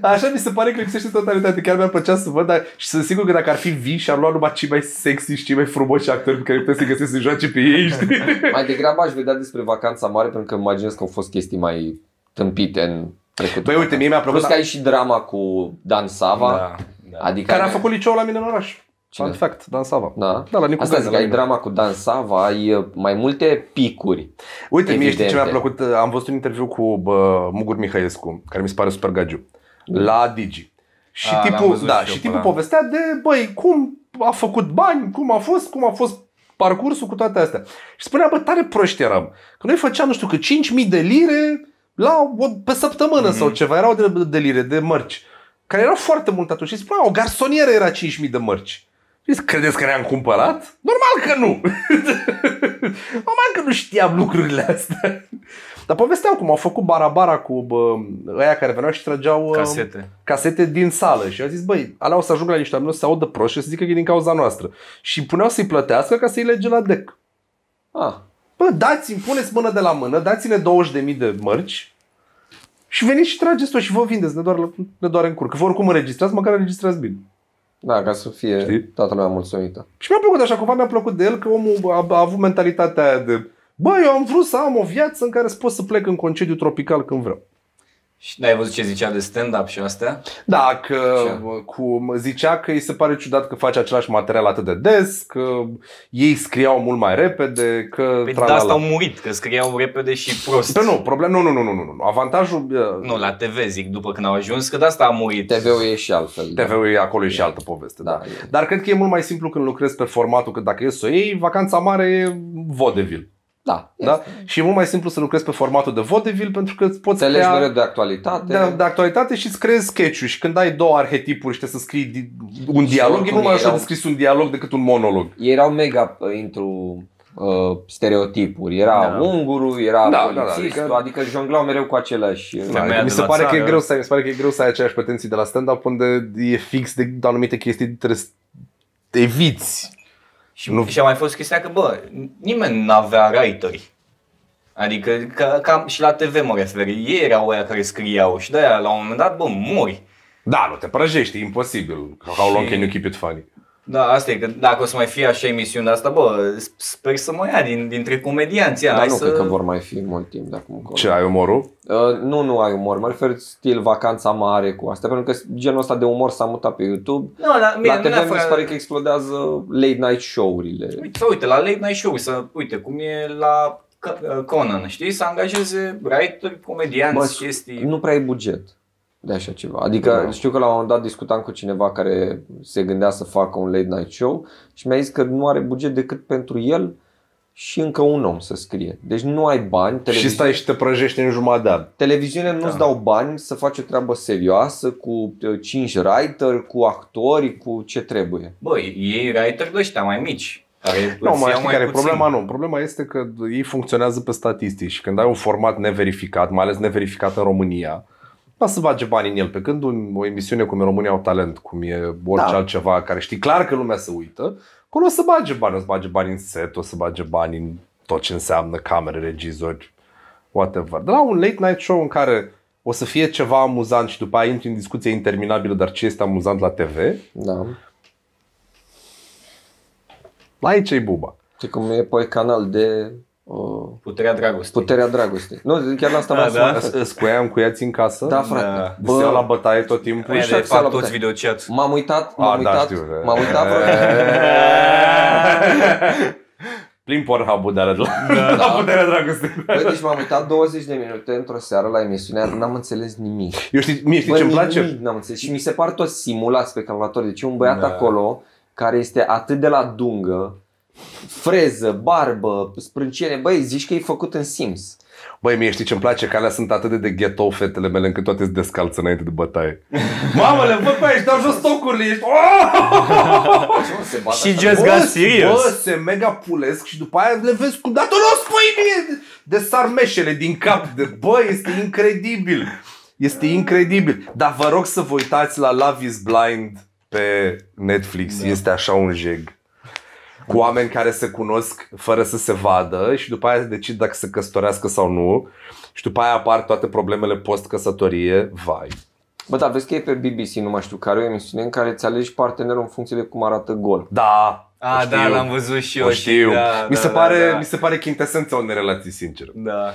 [SPEAKER 2] așa mi se pare că lipsește totalitate. Chiar mi-ar plăcea să văd, dar și sunt sigur că dacă ar fi vii și ar lua numai cei mai sexy și cei mai frumoși actori pe care puteți să găsesc să joace pe ei, știi?
[SPEAKER 1] Mai degrabă aș vedea despre vacanța mare pentru că imaginez că au fost chestii mai tâmpite în trecut.
[SPEAKER 4] Băi, uite, mie mi-a plăcut...
[SPEAKER 1] Plus că ai și drama cu Dan Sava. Da. Adică
[SPEAKER 2] Care a făcut liceul la mine în oraș.
[SPEAKER 1] Cine?
[SPEAKER 2] Fun fact, Dan Sava.
[SPEAKER 1] Da.
[SPEAKER 2] Da, la Nicu
[SPEAKER 1] Asta
[SPEAKER 2] Gaga,
[SPEAKER 1] zic,
[SPEAKER 2] la
[SPEAKER 1] ai
[SPEAKER 2] mine.
[SPEAKER 1] drama cu Dan Sava, ai uh, mai multe picuri.
[SPEAKER 4] Uite, mie știi ce mi-a
[SPEAKER 1] Evidente.
[SPEAKER 4] plăcut? Am văzut un interviu cu bă, Mugur Mihăiescu, care mi se pare super gagiu, la Digi. Și
[SPEAKER 3] Mm. A, l-am
[SPEAKER 4] tipul,
[SPEAKER 3] văzut
[SPEAKER 4] da,
[SPEAKER 3] și eu
[SPEAKER 4] și
[SPEAKER 3] pe
[SPEAKER 4] tipul
[SPEAKER 3] ăla.
[SPEAKER 4] povestea de, băi, cum a făcut bani, cum a fost, cum a fost parcursul cu toate astea. Și spunea, bă, tare proști eram. Că noi făceam, nu știu, că 5.000 de lire la o, pe săptămână
[SPEAKER 3] Mhm.
[SPEAKER 4] mm-hmm. sau ceva. Erau de, de lire, de mărci. Care erau foarte mult atunci. Și spunea, o garsonieră era 5.000 de mărci. Și zic, credeți că ne-am cumpărat? Normal că nu! Normal că nu știam lucrurile astea. Dar povesteau cum au făcut bara-bara cu bă, ăia care veneau și trăgeau... uh,
[SPEAKER 3] Casete.
[SPEAKER 4] casete din sală și au zis, băi, alea o să ajungă la niște oameni, o să se audă proști și o să zică că e din cauza noastră. Și îi puneau să-i plătească ca să-i lege la dec.
[SPEAKER 1] Ah,
[SPEAKER 4] Bă, dați-mi, puneți mână de la mână, dați-ne 20.000 de mărci și veniți și trageți tot și vă vindeți, ne doar, ne doar în cur. Că vă oricum înregistrați, măcar înregistrați bine.
[SPEAKER 1] da, ca să fie
[SPEAKER 4] Știi?
[SPEAKER 1] toată lumea mulțumită.
[SPEAKER 4] Și mi-a plăcut așa, cumva mi-a plăcut de el că omul a, a avut mentalitatea aia de Bă, eu am vrut să am o viață în care să pot să plec în concediu tropical când vreau.
[SPEAKER 3] Și da, ai văzut ce zicea de stand-up și astea?
[SPEAKER 4] Da, că
[SPEAKER 1] Așa.
[SPEAKER 4] bă, cum zicea că îi se pare ciudat că face același material atât de des, că ei scriau mult mai repede, că
[SPEAKER 3] Păi de
[SPEAKER 4] tralala.
[SPEAKER 3] asta au murit, că scriau repede și prost.
[SPEAKER 4] Pe nu, problem, nu, nu, nu, nu, nu, nu. Avantajul uh,
[SPEAKER 3] Nu, la TV zic, după când au ajuns, că de asta a murit.
[SPEAKER 1] TV-ul e și altfel. da.
[SPEAKER 4] TV-ul eh, e acolo e și altă poveste, da.
[SPEAKER 1] Da, e.
[SPEAKER 4] Dar cred că e mult mai simplu când lucrezi pe formatul, că dacă e să o iei, vacanța mare e vodevil.
[SPEAKER 1] Da.
[SPEAKER 4] Da? Și e mult mai simplu să lucrezi pe formatul de vodevil pentru că îți poți
[SPEAKER 1] Te legi
[SPEAKER 2] Da.
[SPEAKER 4] crea-
[SPEAKER 1] mereu de actualitate.
[SPEAKER 4] de, de actualitate și îți creezi sketch-ul și când ai două arhetipuri și trebuie să scrii di- un dialog, e
[SPEAKER 1] oricum
[SPEAKER 4] mult mai
[SPEAKER 1] ei
[SPEAKER 4] ușor de
[SPEAKER 1] erau-
[SPEAKER 4] scris un dialog decât un monolog.
[SPEAKER 1] Ei erau mega uh, intru uh, stereotipuri. Era da. ungurul, era
[SPEAKER 4] Da,
[SPEAKER 1] da,
[SPEAKER 4] da, da,
[SPEAKER 1] polițistul, da,
[SPEAKER 4] adică-
[SPEAKER 1] da, adică... adică jonglau mereu cu același. uh,
[SPEAKER 3] Da.
[SPEAKER 4] Adică
[SPEAKER 3] Femeia
[SPEAKER 4] mi
[SPEAKER 3] de
[SPEAKER 4] se
[SPEAKER 3] la
[SPEAKER 4] pare că e
[SPEAKER 3] țară.
[SPEAKER 4] greu să ai, mi se pare că e greu să ai aceeași pretenții de la stand-up unde e fix de anumite chestii trebuie să te eviți.
[SPEAKER 3] Și,
[SPEAKER 4] Nu.
[SPEAKER 3] nu. și a mai fost chestia că, bă, nimeni n-avea writeri. Adică, ca, ca, și la TV mă refer, ei erau aia care scriau și de-aia, la un moment dat, bă, mori.
[SPEAKER 4] Da, nu te prăjești, e imposibil. How long
[SPEAKER 3] Și-
[SPEAKER 4] can you keep it funny?
[SPEAKER 3] Da, asta e, că dacă o să mai fie așa emisiunea asta, bă, sper să mă ia din, dintre comedianți. ia,
[SPEAKER 1] Dar
[SPEAKER 3] hai
[SPEAKER 1] da, nu
[SPEAKER 3] să...
[SPEAKER 1] cred că vor mai fi mult timp de acum încolo.
[SPEAKER 4] Ce, ai umorul?
[SPEAKER 1] Uh, nu, nu ai umor. Mă refer stil vacanța mare cu asta, pentru că genul ăsta de umor s-a mutat pe YouTube.
[SPEAKER 3] Nu, la,
[SPEAKER 1] Bine, la TV mi
[SPEAKER 3] mie,
[SPEAKER 1] se pare
[SPEAKER 3] neapărat-
[SPEAKER 1] că explodează late night show-urile.
[SPEAKER 3] Uite, să uite, la late night show, să uite cum e la C- Conan, știi? Să angajeze writer, comedianți,
[SPEAKER 1] Bă,
[SPEAKER 3] chestii.
[SPEAKER 1] Nu prea e buget de așa ceva. Adică
[SPEAKER 4] Da.
[SPEAKER 1] știu că la un moment dat discutam cu cineva care se gândea să facă un late night show și mi-a zis că nu are buget decât pentru el și încă un om să scrie. Deci nu ai bani,
[SPEAKER 4] Și
[SPEAKER 1] televizi-
[SPEAKER 4] stai Da. și te prăjești în jumătate de an.
[SPEAKER 1] televiziunile nu-ți dau bani să faci o treabă serioasă cu 5 writer, cu actori, cu ce trebuie.
[SPEAKER 3] Băi, ei writer de ăștia mai mici. Care
[SPEAKER 4] Nu,
[SPEAKER 3] îți
[SPEAKER 4] mai
[SPEAKER 3] iau
[SPEAKER 4] știi care e
[SPEAKER 3] puțin.
[SPEAKER 4] problema? Nu. Problema este că ei funcționează pe statistici și când ai un format neverificat, mai ales neverificat în România, nu o să bage bani în el. Pe când un, o emisiune cum e România au talent, cum e orice da.
[SPEAKER 1] Da.
[SPEAKER 4] altceva care știi clar că lumea se uită, acolo o să bage bani. O să bage bani în set, o să bage bani în tot ce înseamnă camere, regizori, whatever. Dar la un late night show în care o să fie ceva amuzant și după aia intri în discuție interminabilă, dar ce este amuzant la TV,
[SPEAKER 1] Da.
[SPEAKER 4] la aici e buba.
[SPEAKER 1] Și cum e pe canal de uh,
[SPEAKER 3] Puterea dragostei.
[SPEAKER 1] Puterea Dragostei. Nu, chiar la
[SPEAKER 4] Ah,
[SPEAKER 1] asta vreau să mă
[SPEAKER 3] da?
[SPEAKER 1] refer.
[SPEAKER 4] Scuiam cu ea în casă?
[SPEAKER 1] Da, frate.
[SPEAKER 3] Da.
[SPEAKER 4] Bă, se iau la bătaie tot timpul
[SPEAKER 3] Aia
[SPEAKER 4] și
[SPEAKER 3] de
[SPEAKER 1] șapte la
[SPEAKER 3] Păi fac
[SPEAKER 1] bătaie.
[SPEAKER 3] toți videochat.
[SPEAKER 1] M-am uitat, m-am
[SPEAKER 4] A, da,
[SPEAKER 1] uitat,
[SPEAKER 4] știu, da.
[SPEAKER 1] m-am uitat vreo...
[SPEAKER 4] plin Pornhub-ul de alea de la, da. la puterea dragostei.
[SPEAKER 1] Băi, deci m-am uitat 20 de minute într-o seară la emisiunea, n-am înțeles nimic.
[SPEAKER 4] Eu știi, mie știi
[SPEAKER 1] Bă,
[SPEAKER 4] ce-mi
[SPEAKER 1] nimic
[SPEAKER 4] place?
[SPEAKER 1] N-am înțeles. Și mi se par toți simulați pe calculator. Deci e un băiat
[SPEAKER 3] Da.
[SPEAKER 1] acolo care este atât de la dungă freză, barbă, sprâncene, băi, zici că e făcut în Sims.
[SPEAKER 4] Băi, mie știi ce-mi place? Că alea sunt atât de, de ghetto fetele mele încât toate sunt descalță înainte de bătaie. Mamă, le văd pe aici, dau jos tocurile, ești... Oh!
[SPEAKER 1] Ce mă se bată
[SPEAKER 7] She
[SPEAKER 1] asta?
[SPEAKER 7] just
[SPEAKER 4] Bă,
[SPEAKER 7] got serious.
[SPEAKER 4] Bă, se mega pulesc și după aia le vezi cu... Dar tu nu o spui mie! De sarmeșele din cap. De, bă, este incredibil. Este incredibil. Dar vă rog să vă uitați la Love is Blind pe Netflix. Da. Este așa un jeg. Cu oameni care se cunosc fără să se vadă și după aia decid dacă se căsătorească sau nu. Și după aia apar toate problemele post-căsătorie. Vai.
[SPEAKER 1] Bă, dar vezi că e pe BBC, nu mai știu care, o emisiune în care ți alegi partenerul în funcție de cum arată gol.
[SPEAKER 4] Da.
[SPEAKER 3] Ah,
[SPEAKER 4] o
[SPEAKER 3] da,
[SPEAKER 4] știu.
[SPEAKER 3] l-am văzut și eu.
[SPEAKER 4] O știu.
[SPEAKER 3] Da,
[SPEAKER 4] mi,
[SPEAKER 3] da,
[SPEAKER 4] se
[SPEAKER 3] da,
[SPEAKER 4] pare,
[SPEAKER 3] Da,
[SPEAKER 4] mi se pare chintesența unei relații sincere.
[SPEAKER 3] da.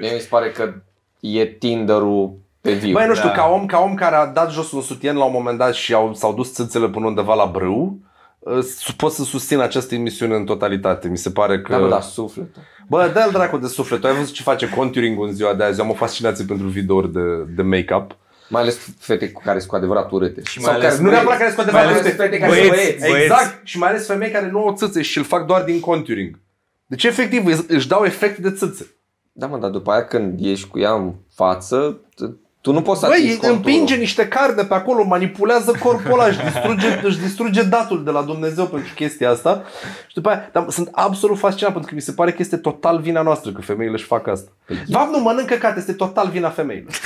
[SPEAKER 1] Mie mi se pare că e Tinder-ul pe viu.
[SPEAKER 4] Băi, nu știu,
[SPEAKER 3] Da.
[SPEAKER 4] ca om, ca om care a dat jos un sutien la un moment dat și au, s-au dus țâțele până undeva la brâu, uh, s- pot să susțin această emisiune în totalitate. Mi se pare că...
[SPEAKER 1] Da, bă, dar sufletul.
[SPEAKER 4] Bă, dă-l dracu de suflet. Tu ai văzut ce face contouring în ziua de azi. Eu am o fascinație pentru videouri de, de make-up.
[SPEAKER 1] Mai ales fete cu care sunt cu adevărat urâte. Și
[SPEAKER 3] mai ales
[SPEAKER 1] care,
[SPEAKER 4] Nu neapărat care sunt cu adevărat
[SPEAKER 1] Mai ales
[SPEAKER 4] urâte.
[SPEAKER 1] fete care sunt
[SPEAKER 7] Băieți.
[SPEAKER 1] băieți.
[SPEAKER 4] Exact. Și mai ales femei care nu au țâțe și îl fac doar din contouring. Deci, efectiv, îți- își dau efect de țâțe.
[SPEAKER 1] Da, mă, dar după aia când ești cu ea în față, t- tu nu poți să
[SPEAKER 4] Băi,
[SPEAKER 1] atingi conturul.
[SPEAKER 4] împinge niște carne pe acolo, manipulează corpul ăla, își distruge, își distruge datul de la Dumnezeu pentru chestia asta. Și după aia, dar sunt absolut fascinat pentru că mi se pare că este total vina noastră că femeile își fac asta.
[SPEAKER 3] Păi-
[SPEAKER 4] Vam nu mănâncă cat, este total vina femeilor.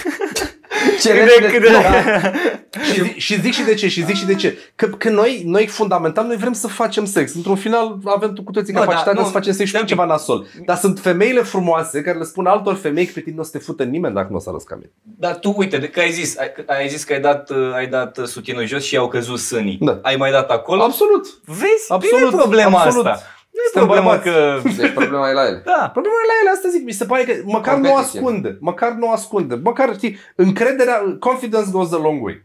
[SPEAKER 1] Ce
[SPEAKER 7] de-
[SPEAKER 1] repede-
[SPEAKER 7] cât de-
[SPEAKER 1] Da.
[SPEAKER 4] și, zic, și zic și de ce, și zic și de ce. Că, că noi, noi fundamental, noi vrem să facem sex. Într-un final avem cu toții
[SPEAKER 3] Nu,
[SPEAKER 4] capacitatea
[SPEAKER 3] da, nu,
[SPEAKER 4] să facem sex și
[SPEAKER 3] stai
[SPEAKER 4] cu ceva nasol. Dar sunt femeile frumoase care le spun altor femei că pe tine nu o să te fută nimeni dacă nu o să arăți ca mine.
[SPEAKER 3] Dar tu uite, de că ai zis, ai, ai zis că ai dat, uh, ai dat uh, sutienul jos și au căzut sânii.
[SPEAKER 4] Da.
[SPEAKER 3] Ai mai dat acolo?
[SPEAKER 4] Absolut.
[SPEAKER 3] Vezi?
[SPEAKER 4] Absolut,
[SPEAKER 3] nu e problema
[SPEAKER 4] absolut.
[SPEAKER 3] asta. Nu e
[SPEAKER 4] Suntem
[SPEAKER 3] problema
[SPEAKER 4] bărbați.
[SPEAKER 3] că...
[SPEAKER 1] Deci problema e la el.
[SPEAKER 3] Da.
[SPEAKER 4] Problema e la ele, asta zic, mi se pare că măcar nu o
[SPEAKER 1] Competiție.
[SPEAKER 4] ascunde, măcar nu o ascunde, măcar, știi, încrederea, confidence goes a long way.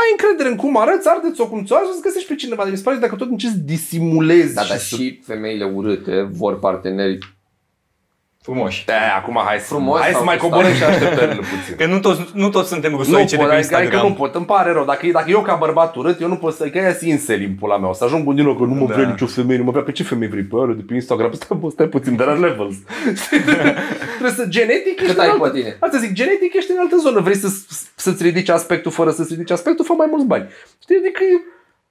[SPEAKER 4] Ai încredere în cum arăți, ardeți-o cum ți-o arăți, o să găsești pe cineva, dar mi se pare că dacă tot încerci să disimulezi
[SPEAKER 1] Da, dar
[SPEAKER 4] să-
[SPEAKER 1] și femeile urâte vor parteneri.
[SPEAKER 3] Frumoși.
[SPEAKER 4] Da, acum hai să,
[SPEAKER 1] Frumos
[SPEAKER 4] hai să
[SPEAKER 1] sau
[SPEAKER 4] mai
[SPEAKER 1] gustat?
[SPEAKER 4] coborăm și așteptările puțin.
[SPEAKER 7] Că nu toți, nu toți suntem
[SPEAKER 4] Nu
[SPEAKER 7] rusoice de
[SPEAKER 4] pot,
[SPEAKER 7] pe
[SPEAKER 4] adică, adică nu
[SPEAKER 7] Instagram.
[SPEAKER 4] pot, îmi pare rău. Dacă, dacă eu ca bărbat urât, eu nu pot să... Că aia sunt inseli în pula mea. O să ajung bun din nou, că nu mă
[SPEAKER 7] Da.
[SPEAKER 4] vrea nicio femeie, nu mă vrea pe ce femeie vrei pe alea de pe Instagram. Păi Stai, bă, stai puțin, de la levels. Trebuie să genetic ești
[SPEAKER 1] Cât
[SPEAKER 4] în
[SPEAKER 1] ai
[SPEAKER 4] altă-
[SPEAKER 1] pe tine?
[SPEAKER 4] Asta zic, genetic ești în altă zonă. Vrei să, să-ți ridici aspectul fără să-ți ridici aspectul, fă mai mulți bani. Știi, adică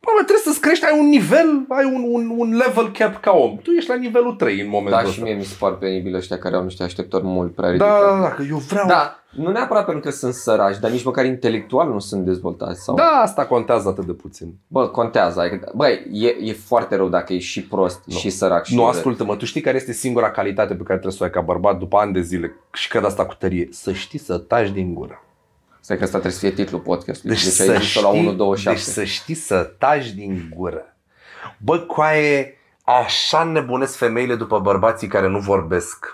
[SPEAKER 4] Mamă, trebuie să-ți crești, ai un nivel, ai un, un, un level cap ca om. Tu ești la nivelul 3 în momentul
[SPEAKER 1] Da,
[SPEAKER 4] ăsta.
[SPEAKER 1] și mie mi se par penibili ăștia care au niște așteptări mult prea
[SPEAKER 4] da,
[SPEAKER 1] ridicate.
[SPEAKER 4] da, da, că eu vreau
[SPEAKER 1] Da, nu neapărat pentru că sunt săraci, dar nici măcar intelectual nu sunt dezvoltați. Sau...
[SPEAKER 4] Da, asta contează atât de puțin.
[SPEAKER 1] Bă, contează. Adică, băi, e, e foarte rău dacă e și prost,
[SPEAKER 4] Nu.
[SPEAKER 1] și sărac, și
[SPEAKER 4] Nu,
[SPEAKER 1] urât.
[SPEAKER 4] ascultă-mă, tu știi care este singura calitate pe care trebuie să o ai ca bărbat după ani de zile și cred asta cu tărie? Să știi să taci din gură.
[SPEAKER 1] Stai că asta trebuie să fie titlul podcastului.
[SPEAKER 4] Deci,
[SPEAKER 1] Deci,
[SPEAKER 4] să,
[SPEAKER 1] ai zis-o
[SPEAKER 4] știi,
[SPEAKER 1] la
[SPEAKER 4] deci
[SPEAKER 1] 1.27.
[SPEAKER 4] să știi să taci din gură. Bă, coaie, așa nebunesc femeile după bărbații care nu vorbesc.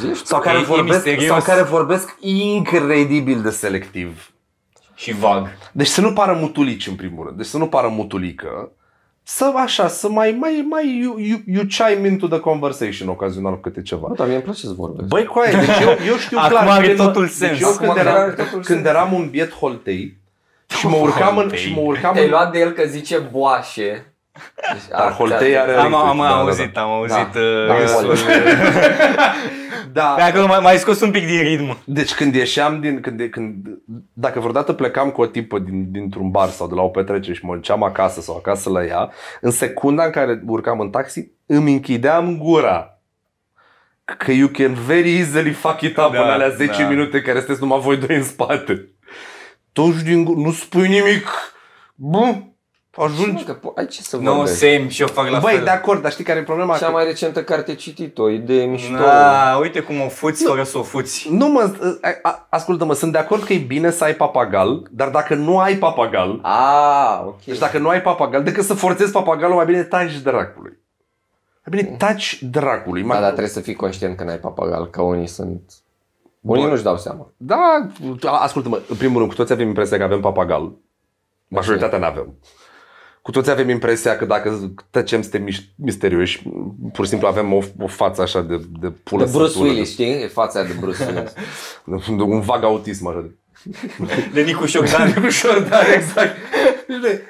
[SPEAKER 1] Zici?
[SPEAKER 4] Sau care,
[SPEAKER 3] E- e
[SPEAKER 4] vorbesc,
[SPEAKER 3] misterios.
[SPEAKER 4] sau care vorbesc incredibil de selectiv.
[SPEAKER 3] Și vag.
[SPEAKER 4] Deci să nu pară mutulici în primul rând, deci să nu pară mutulică, să așa, să mai, mai, mai you, you, you chime into the conversation ocazional câte ceva.
[SPEAKER 1] Bă, dar mie îmi place să vorbesc.
[SPEAKER 4] Băi, coaie, deci eu, eu știu
[SPEAKER 7] Acum
[SPEAKER 4] clar.
[SPEAKER 7] are
[SPEAKER 4] când mă-
[SPEAKER 7] totul
[SPEAKER 4] Deci
[SPEAKER 7] sens.
[SPEAKER 4] eu
[SPEAKER 1] Acum
[SPEAKER 4] când
[SPEAKER 1] chiar
[SPEAKER 4] eram,
[SPEAKER 1] are totul
[SPEAKER 4] când
[SPEAKER 1] sens.
[SPEAKER 4] eram un biet holtei și mă urcam în, și mă urcam
[SPEAKER 1] Te-ai
[SPEAKER 4] în,
[SPEAKER 1] luat de el că zice boașe. Deci,
[SPEAKER 4] Dar Holtei are-
[SPEAKER 7] Am, am, am
[SPEAKER 4] Da, da, da.
[SPEAKER 7] auzit, am auzit.
[SPEAKER 1] Da.
[SPEAKER 7] uh,
[SPEAKER 1] Da,
[SPEAKER 7] râsul.
[SPEAKER 4] da,
[SPEAKER 7] Pe acolo mai, mai scos un pic din ritm.
[SPEAKER 4] Deci când ieșeam din, când, când, dacă vreodată plecam cu o tipă din, dintr-un bar sau de la o petrecere și mă duceam acasă sau acasă la ea, în secunda în care urcam în taxi, îmi închideam gura. Că you can very easily fuck it up
[SPEAKER 7] Da,
[SPEAKER 4] da, în alea 10
[SPEAKER 7] da.
[SPEAKER 4] da. minute care sunteți numai voi doi în spate. Toși din gu- nu spui nimic. Bă,
[SPEAKER 1] Ajungi
[SPEAKER 4] ajungi.
[SPEAKER 1] că po- ai ce să
[SPEAKER 3] Nu,
[SPEAKER 1] vorbești.
[SPEAKER 3] same și eu fac la
[SPEAKER 4] deci- Băi,
[SPEAKER 3] fel.
[SPEAKER 4] de acord, dar știi care e problema?
[SPEAKER 1] Cea
[SPEAKER 4] Că-
[SPEAKER 1] mai recentă carte citită, idee mișto.
[SPEAKER 7] Da, uite cum o fuți fără să o fuți.
[SPEAKER 4] Nu mă, a- a- ascultă-mă, sunt de acord că e bine să ai papagal, dar dacă nu ai papagal,
[SPEAKER 1] A, Ah, ok.
[SPEAKER 4] Deci dacă nu ai papagal, decât să forțezi papagalul, mai bine taci dracului. Mai bine taci dracului.
[SPEAKER 1] Mm. Da,
[SPEAKER 4] Mai...
[SPEAKER 1] dar trebuie să fii conștient că n-ai papagal, că unii sunt... Unii
[SPEAKER 4] Bă.
[SPEAKER 1] nu-și dau seama.
[SPEAKER 4] da, a- ascultă-mă, în primul rând, cu toți avem impresia că avem papagal. Majoritatea nu avem. Cu toți avem impresia că dacă tăcem suntem miș- misterioși, pur și simplu avem o, o față așa de, de pulă.
[SPEAKER 1] De Bruce
[SPEAKER 4] sătură,
[SPEAKER 1] Willis, știi? E fața aia de Bruce Willis.
[SPEAKER 4] de, de, un vag autism așa de.
[SPEAKER 7] De Nicu Șordan.
[SPEAKER 4] Ușor, da, exact.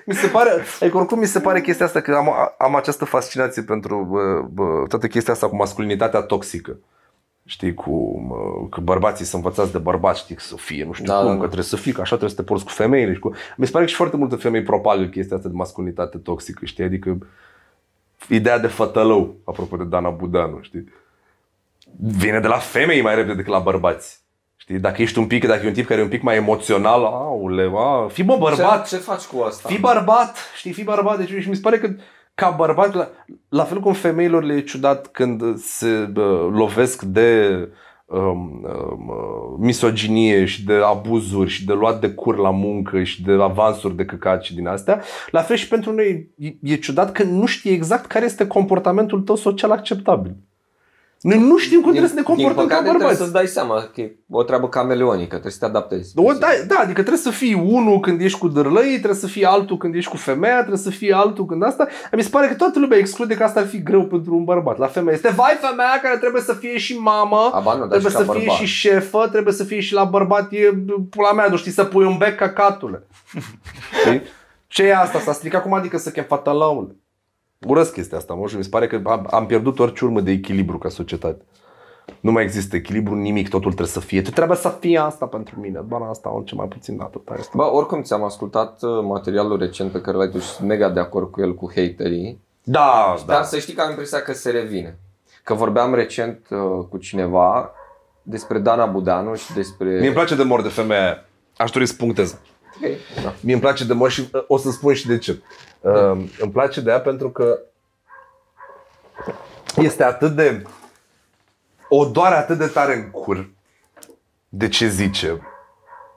[SPEAKER 4] Mi se pare, adică oricum mi se pare chestia asta că am, am această fascinație pentru bă, bă, toată chestia asta cu masculinitatea toxică. Știi, cu mă, că bărbații sunt învățați de bărbați, știi, să fie, nu știu
[SPEAKER 1] Da,
[SPEAKER 4] da, cum,
[SPEAKER 1] da,
[SPEAKER 4] da.
[SPEAKER 1] da.
[SPEAKER 4] că trebuie să fii, că așa trebuie să te porți cu femeile. Și cu... Mi se pare că și foarte multe femei propagă chestia asta de masculinitate toxică, știi, adică ideea de fătălău, apropo de Dana Budanu, știi? Vine de la femei mai repede decât la bărbați. Știi, dacă ești un pic, dacă e un tip care e un pic mai emoțional, aule, a, fii bă bărbat,
[SPEAKER 1] Ce, ce faci cu asta?
[SPEAKER 4] Fii bărbat, știi, fii bărbat. Deci și mi se pare că ca bărbat, la, la fel cum femeilor le e ciudat când se uh, lovesc de um, um, uh, misoginie și de abuzuri și de luat de cur la muncă și de avansuri de căcat și din astea, la fel și pentru noi e- e ciudat că nu știi exact care este comportamentul tău social acceptabil. Noi nu știm cum trebuie să ne comportăm
[SPEAKER 1] din
[SPEAKER 4] ca
[SPEAKER 1] păcate, trebuie
[SPEAKER 4] bărbați.
[SPEAKER 1] să-ți dai seama că e o treabă cameleonică, trebuie să te adaptezi.
[SPEAKER 4] O, da, da, adică trebuie să fii unul când ești cu dârlăi, trebuie să fii altul când ești cu femeia, trebuie să fii altul când asta. Mi se pare că toată lumea exclude că asta ar fi greu pentru un bărbat. La femeie este, vai femeia care trebuie să fie și mamă,
[SPEAKER 1] Aba, nu, dar și
[SPEAKER 4] trebuie
[SPEAKER 1] ca
[SPEAKER 4] să fie
[SPEAKER 1] bărbat.
[SPEAKER 4] și șefă, trebuie să fie și la bărbat, e pula mea, nu știi să pui un bec ca catule. Știi? Ce e asta? S-a stricat cum adică să chem fatalaul? Urăsc chestia asta, mă jur. Mi se pare că am, am pierdut orice urmă de echilibru ca societate. Nu mai există echilibru, nimic, totul trebuie să fie. Tu trebuie să fie asta pentru mine, doar asta, orice mai puțin, atâta este.
[SPEAKER 1] Bă, oricum ți-am ascultat uh, materialul recent pe care l-ai dus, sunt mega de acord cu el, cu haterii.
[SPEAKER 4] Da,
[SPEAKER 1] Da. Dar să știi că am impresia că se revine. Că vorbeam recent uh, cu cineva despre Dana Budanu și despre...
[SPEAKER 4] Mie îmi place de mor de femeia aia. Aș dori să punctez.
[SPEAKER 1] Ok. Da.
[SPEAKER 4] Mie îmi place de mor și uh, o să spun și de ce. Uh, îmi place de ea pentru că este atât de... O doare atât de tare în cur de ce zice.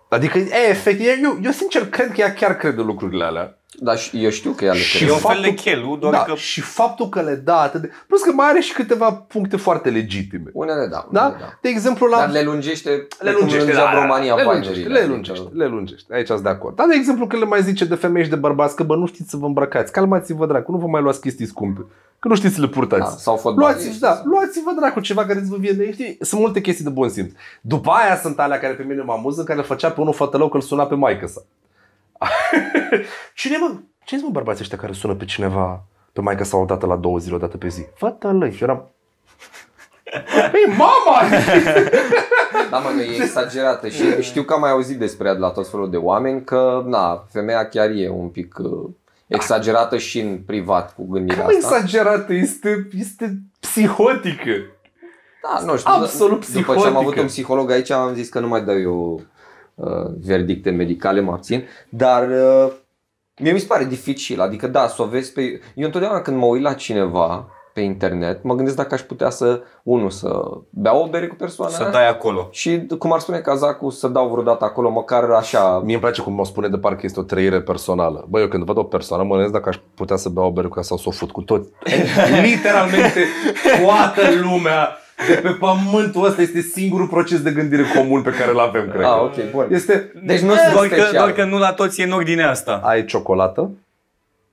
[SPEAKER 4] Adică, e, efectiv, eu, eu sincer cred că ea chiar crede lucrurile alea.
[SPEAKER 1] Dar și- eu știu că ea le
[SPEAKER 4] Și
[SPEAKER 7] E
[SPEAKER 1] crede.
[SPEAKER 7] un fel de
[SPEAKER 4] faptul-
[SPEAKER 7] chelu, doar
[SPEAKER 4] Da,
[SPEAKER 7] că...
[SPEAKER 4] și faptul că le da atât de... Plus că mai are și câteva puncte foarte legitime.
[SPEAKER 1] Unele da, unele
[SPEAKER 4] Da?
[SPEAKER 1] da.
[SPEAKER 4] De exemplu, la...
[SPEAKER 1] Dar le lungește,
[SPEAKER 4] le lungește, da, da,
[SPEAKER 1] România adică-
[SPEAKER 4] le lungește, le lungește, le lungește. Aici sunt de acord. Dar, de exemplu, când le mai zice de femei și de bărbați că, bă, nu știți să vă îmbrăcați, calmați-vă, dracu, nu vă mai luați chestii scumpe, că nu știți să le
[SPEAKER 1] Da,
[SPEAKER 4] purtați.
[SPEAKER 1] sau fotbal.
[SPEAKER 4] Luați, da, luați-vă dracu ceva care îți vă vine de ieftin. Sunt multe chestii de bun simț. După aia sunt alea care pe mine mă amuză, care îl făcea pe unul fătălău că îl suna pe maică sa. Cine mă, ce mă bărbații ăștia care sună pe cineva pe maică sa o dată la două zile, o dată pe zi? Fătălăi. Și eu eram... Păi, mama!
[SPEAKER 1] Da, mă, nu, e exagerată și știu că am mai auzit despre ea de la tot felul de oameni că, na, femeia chiar e un pic uh, exagerată și în privat cu gândirea
[SPEAKER 4] Da. Cum
[SPEAKER 1] asta.
[SPEAKER 4] exagerată? Este, este psihotică.
[SPEAKER 1] Da, nu știu.
[SPEAKER 4] Absolut
[SPEAKER 1] d- După ce am avut
[SPEAKER 4] psihotică.
[SPEAKER 1] un psiholog aici, am zis că nu mai dau eu uh, verdicte medicale, mă abțin, dar uh, mie mi se pare dificil, adică da, să o vezi pe... Eu întotdeauna când mă uit la cineva pe internet, mă gândesc dacă aș putea să, unul, să beau o bere cu persoana
[SPEAKER 3] Să
[SPEAKER 1] aia
[SPEAKER 3] dai acolo.
[SPEAKER 1] și, cum ar spune cazacul, să dau vreodată acolo, măcar așa,
[SPEAKER 4] Mie îmi place cum o spune de parcă este o trăire personală. Bă, eu când văd o persoană, mă gândesc dacă aș putea să beau o bere cu ea sau să o fut cu toți. Literalmente toată lumea de pe pământul ăsta este singurul proces de gândire comun pe care îl avem, cred.
[SPEAKER 1] Ah,
[SPEAKER 4] că.
[SPEAKER 1] ok, bun.
[SPEAKER 4] Este,
[SPEAKER 1] Deci nu sunt
[SPEAKER 7] doar, că,
[SPEAKER 1] special.
[SPEAKER 7] doar că nu la toți e în ordinea asta.
[SPEAKER 4] ai ciocolată?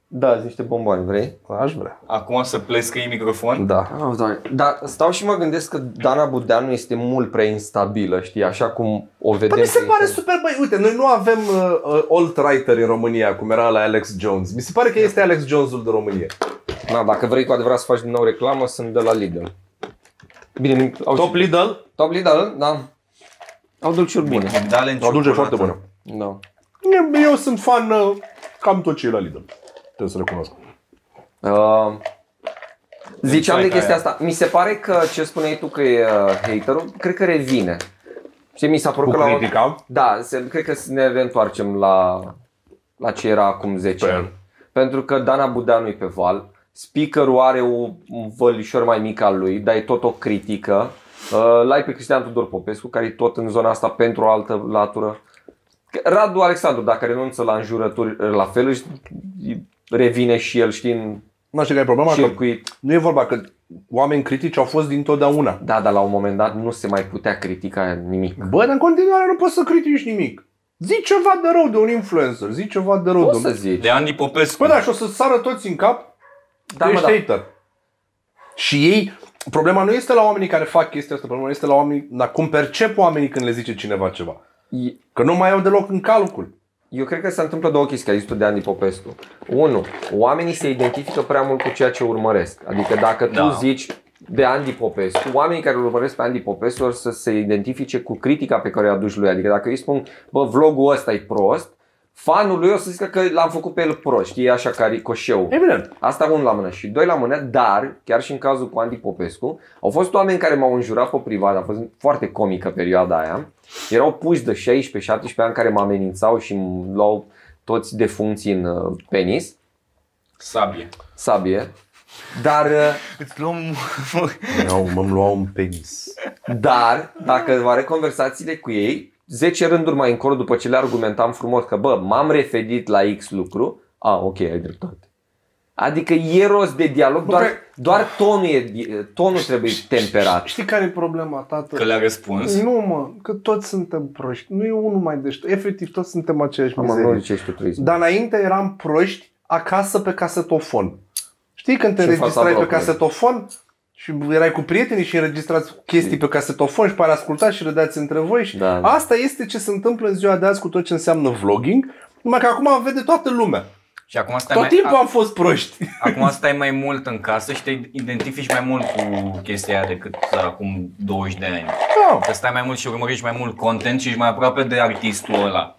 [SPEAKER 1] Da, sunt niște bomboane, vrei?
[SPEAKER 4] Aș vrea.
[SPEAKER 3] Acum să plescăi microfon.
[SPEAKER 4] Da.
[SPEAKER 1] Oh, doamne. Dar stau și mă gândesc că Dana Budeanu este mult prea instabilă, știi, așa cum o vedem.
[SPEAKER 4] Păi mi se
[SPEAKER 1] pe
[SPEAKER 4] pare
[SPEAKER 1] internet.
[SPEAKER 4] super, băi, uite, noi nu avem uh, uh, alt-writer în România, cum era la Alex Jones. Mi se pare că este Alex Jonesul de România.
[SPEAKER 1] Na, dacă vrei cu adevărat să faci din nou reclamă, sunt de la Lidl. Bine, au
[SPEAKER 4] Top Lidl?
[SPEAKER 1] Top Lidl, da. Au dulciuri bune.
[SPEAKER 3] Dale în
[SPEAKER 4] Aduce
[SPEAKER 3] ciocolată.
[SPEAKER 4] foarte bună.
[SPEAKER 1] Da.
[SPEAKER 4] Eu sunt fan uh, cam tot ce e la Lidl. Trebuie să recunosc.
[SPEAKER 1] Uh, ziceam de
[SPEAKER 3] Deci,
[SPEAKER 1] chestia
[SPEAKER 3] aia.
[SPEAKER 1] asta. Mi se pare că ce spuneai tu că e uh, haterul, cred că revine. Și mi s-a părut că la o- Da, se, cred că să ne reîntoarcem la, la ce era acum 10
[SPEAKER 4] Pe
[SPEAKER 1] ani. Pentru că Dana Budeanu e pe val, speakerul are o, un vălișor mai mic al lui, dar e tot o critică. Uh, L-ai pe Cristian Tudor Popescu, care e tot în zona asta pentru o altă latură. Radu Alexandru, dacă renunță la înjurături, la fel își îi revine și el, știi, în
[SPEAKER 4] Nu știu care e problema, că
[SPEAKER 1] circuit.
[SPEAKER 4] nu e vorba că oameni critici au fost dintotdeauna.
[SPEAKER 1] Da, dar la un moment dat nu se mai putea critica nimic.
[SPEAKER 4] Bă, dar în continuare nu poți să critici nimic. Zi ceva de rău de un influencer, zi ceva de rău
[SPEAKER 1] Poți
[SPEAKER 4] de
[SPEAKER 1] să
[SPEAKER 4] un...
[SPEAKER 1] zici.
[SPEAKER 3] De Andy Popescu.
[SPEAKER 4] Păi da, și o să sară toți în cap
[SPEAKER 1] Da,
[SPEAKER 4] da,
[SPEAKER 1] mă,
[SPEAKER 4] ești
[SPEAKER 1] da.
[SPEAKER 4] da. hater. Și ei, problema nu este la oamenii care fac chestia asta, problema este la oamenii, la cum percep oamenii când le zice cineva ceva.
[SPEAKER 1] E-
[SPEAKER 4] Că nu mai au deloc în calcul.
[SPEAKER 1] Eu cred că se întâmplă două chestii aici de Andy Popescu. Unu, oamenii se identifică prea mult cu ceea ce urmăresc. Adică dacă tu
[SPEAKER 3] Da.
[SPEAKER 1] zici de Andy Popescu, oamenii care îl urmăresc pe Andy Popescu or să se identifice cu critica pe care o aduci lui. Adică dacă eu îi spun, bă, vlogul ăsta e prost, fanul lui o să zică că l-am făcut pe el prost, știi, așa caricoșeu.
[SPEAKER 8] Evident.
[SPEAKER 1] Asta unul la mână și doi la mână, dar chiar și în cazul cu Andy Popescu, au fost oameni care m-au înjurat pe privat, a fost foarte comică perioada aia. Erau puși de 16-17 ani care mă amenințau și îmi luau toți de funcții în uh, penis,
[SPEAKER 3] Sabie.
[SPEAKER 1] sabie. Dar, uh,
[SPEAKER 3] Îți luăm...
[SPEAKER 8] Eu m-am luat un penis.
[SPEAKER 1] dar, dacă vă are conversațiile cu ei, 10 rânduri mai încolo după ce le argumentam frumos că bă, m-am referit la X lucru, a, ok, ai dreptate. Adică e rost de dialog, doar, doar tonul, e, tonul trebuie temperat.
[SPEAKER 4] Știi care e problema, tată?
[SPEAKER 3] Că le-a răspuns.
[SPEAKER 4] Nu, mă, că toți suntem proști. Nu e unul mai deștept. Efectiv, toți suntem aceeași
[SPEAKER 1] Am nu
[SPEAKER 4] mizerie.
[SPEAKER 1] zicești tu turism.
[SPEAKER 4] Dar înainte eram proști acasă pe casetofon. Știi când te
[SPEAKER 1] Și în fața
[SPEAKER 4] înregistrai pe
[SPEAKER 1] blocului.
[SPEAKER 4] casetofon și erai cu prietenii și înregistrați chestii pe casetofon și pe aia le ascultați și le dați între voi și
[SPEAKER 1] Da.
[SPEAKER 4] asta este ce se întâmplă în ziua de azi cu tot ce înseamnă vlogging, numai că acum vede toată lumea.
[SPEAKER 3] Și acum stai,
[SPEAKER 4] Tot
[SPEAKER 3] mai,
[SPEAKER 4] timpul am fost proști.
[SPEAKER 3] ac- acum stai mai mult în casă și te identifici mai mult cu chestia aia decât acum 20 de ani.
[SPEAKER 4] Da.
[SPEAKER 3] Că stai mai mult și urmărești mai mult content și ești mai aproape de artistul ăla.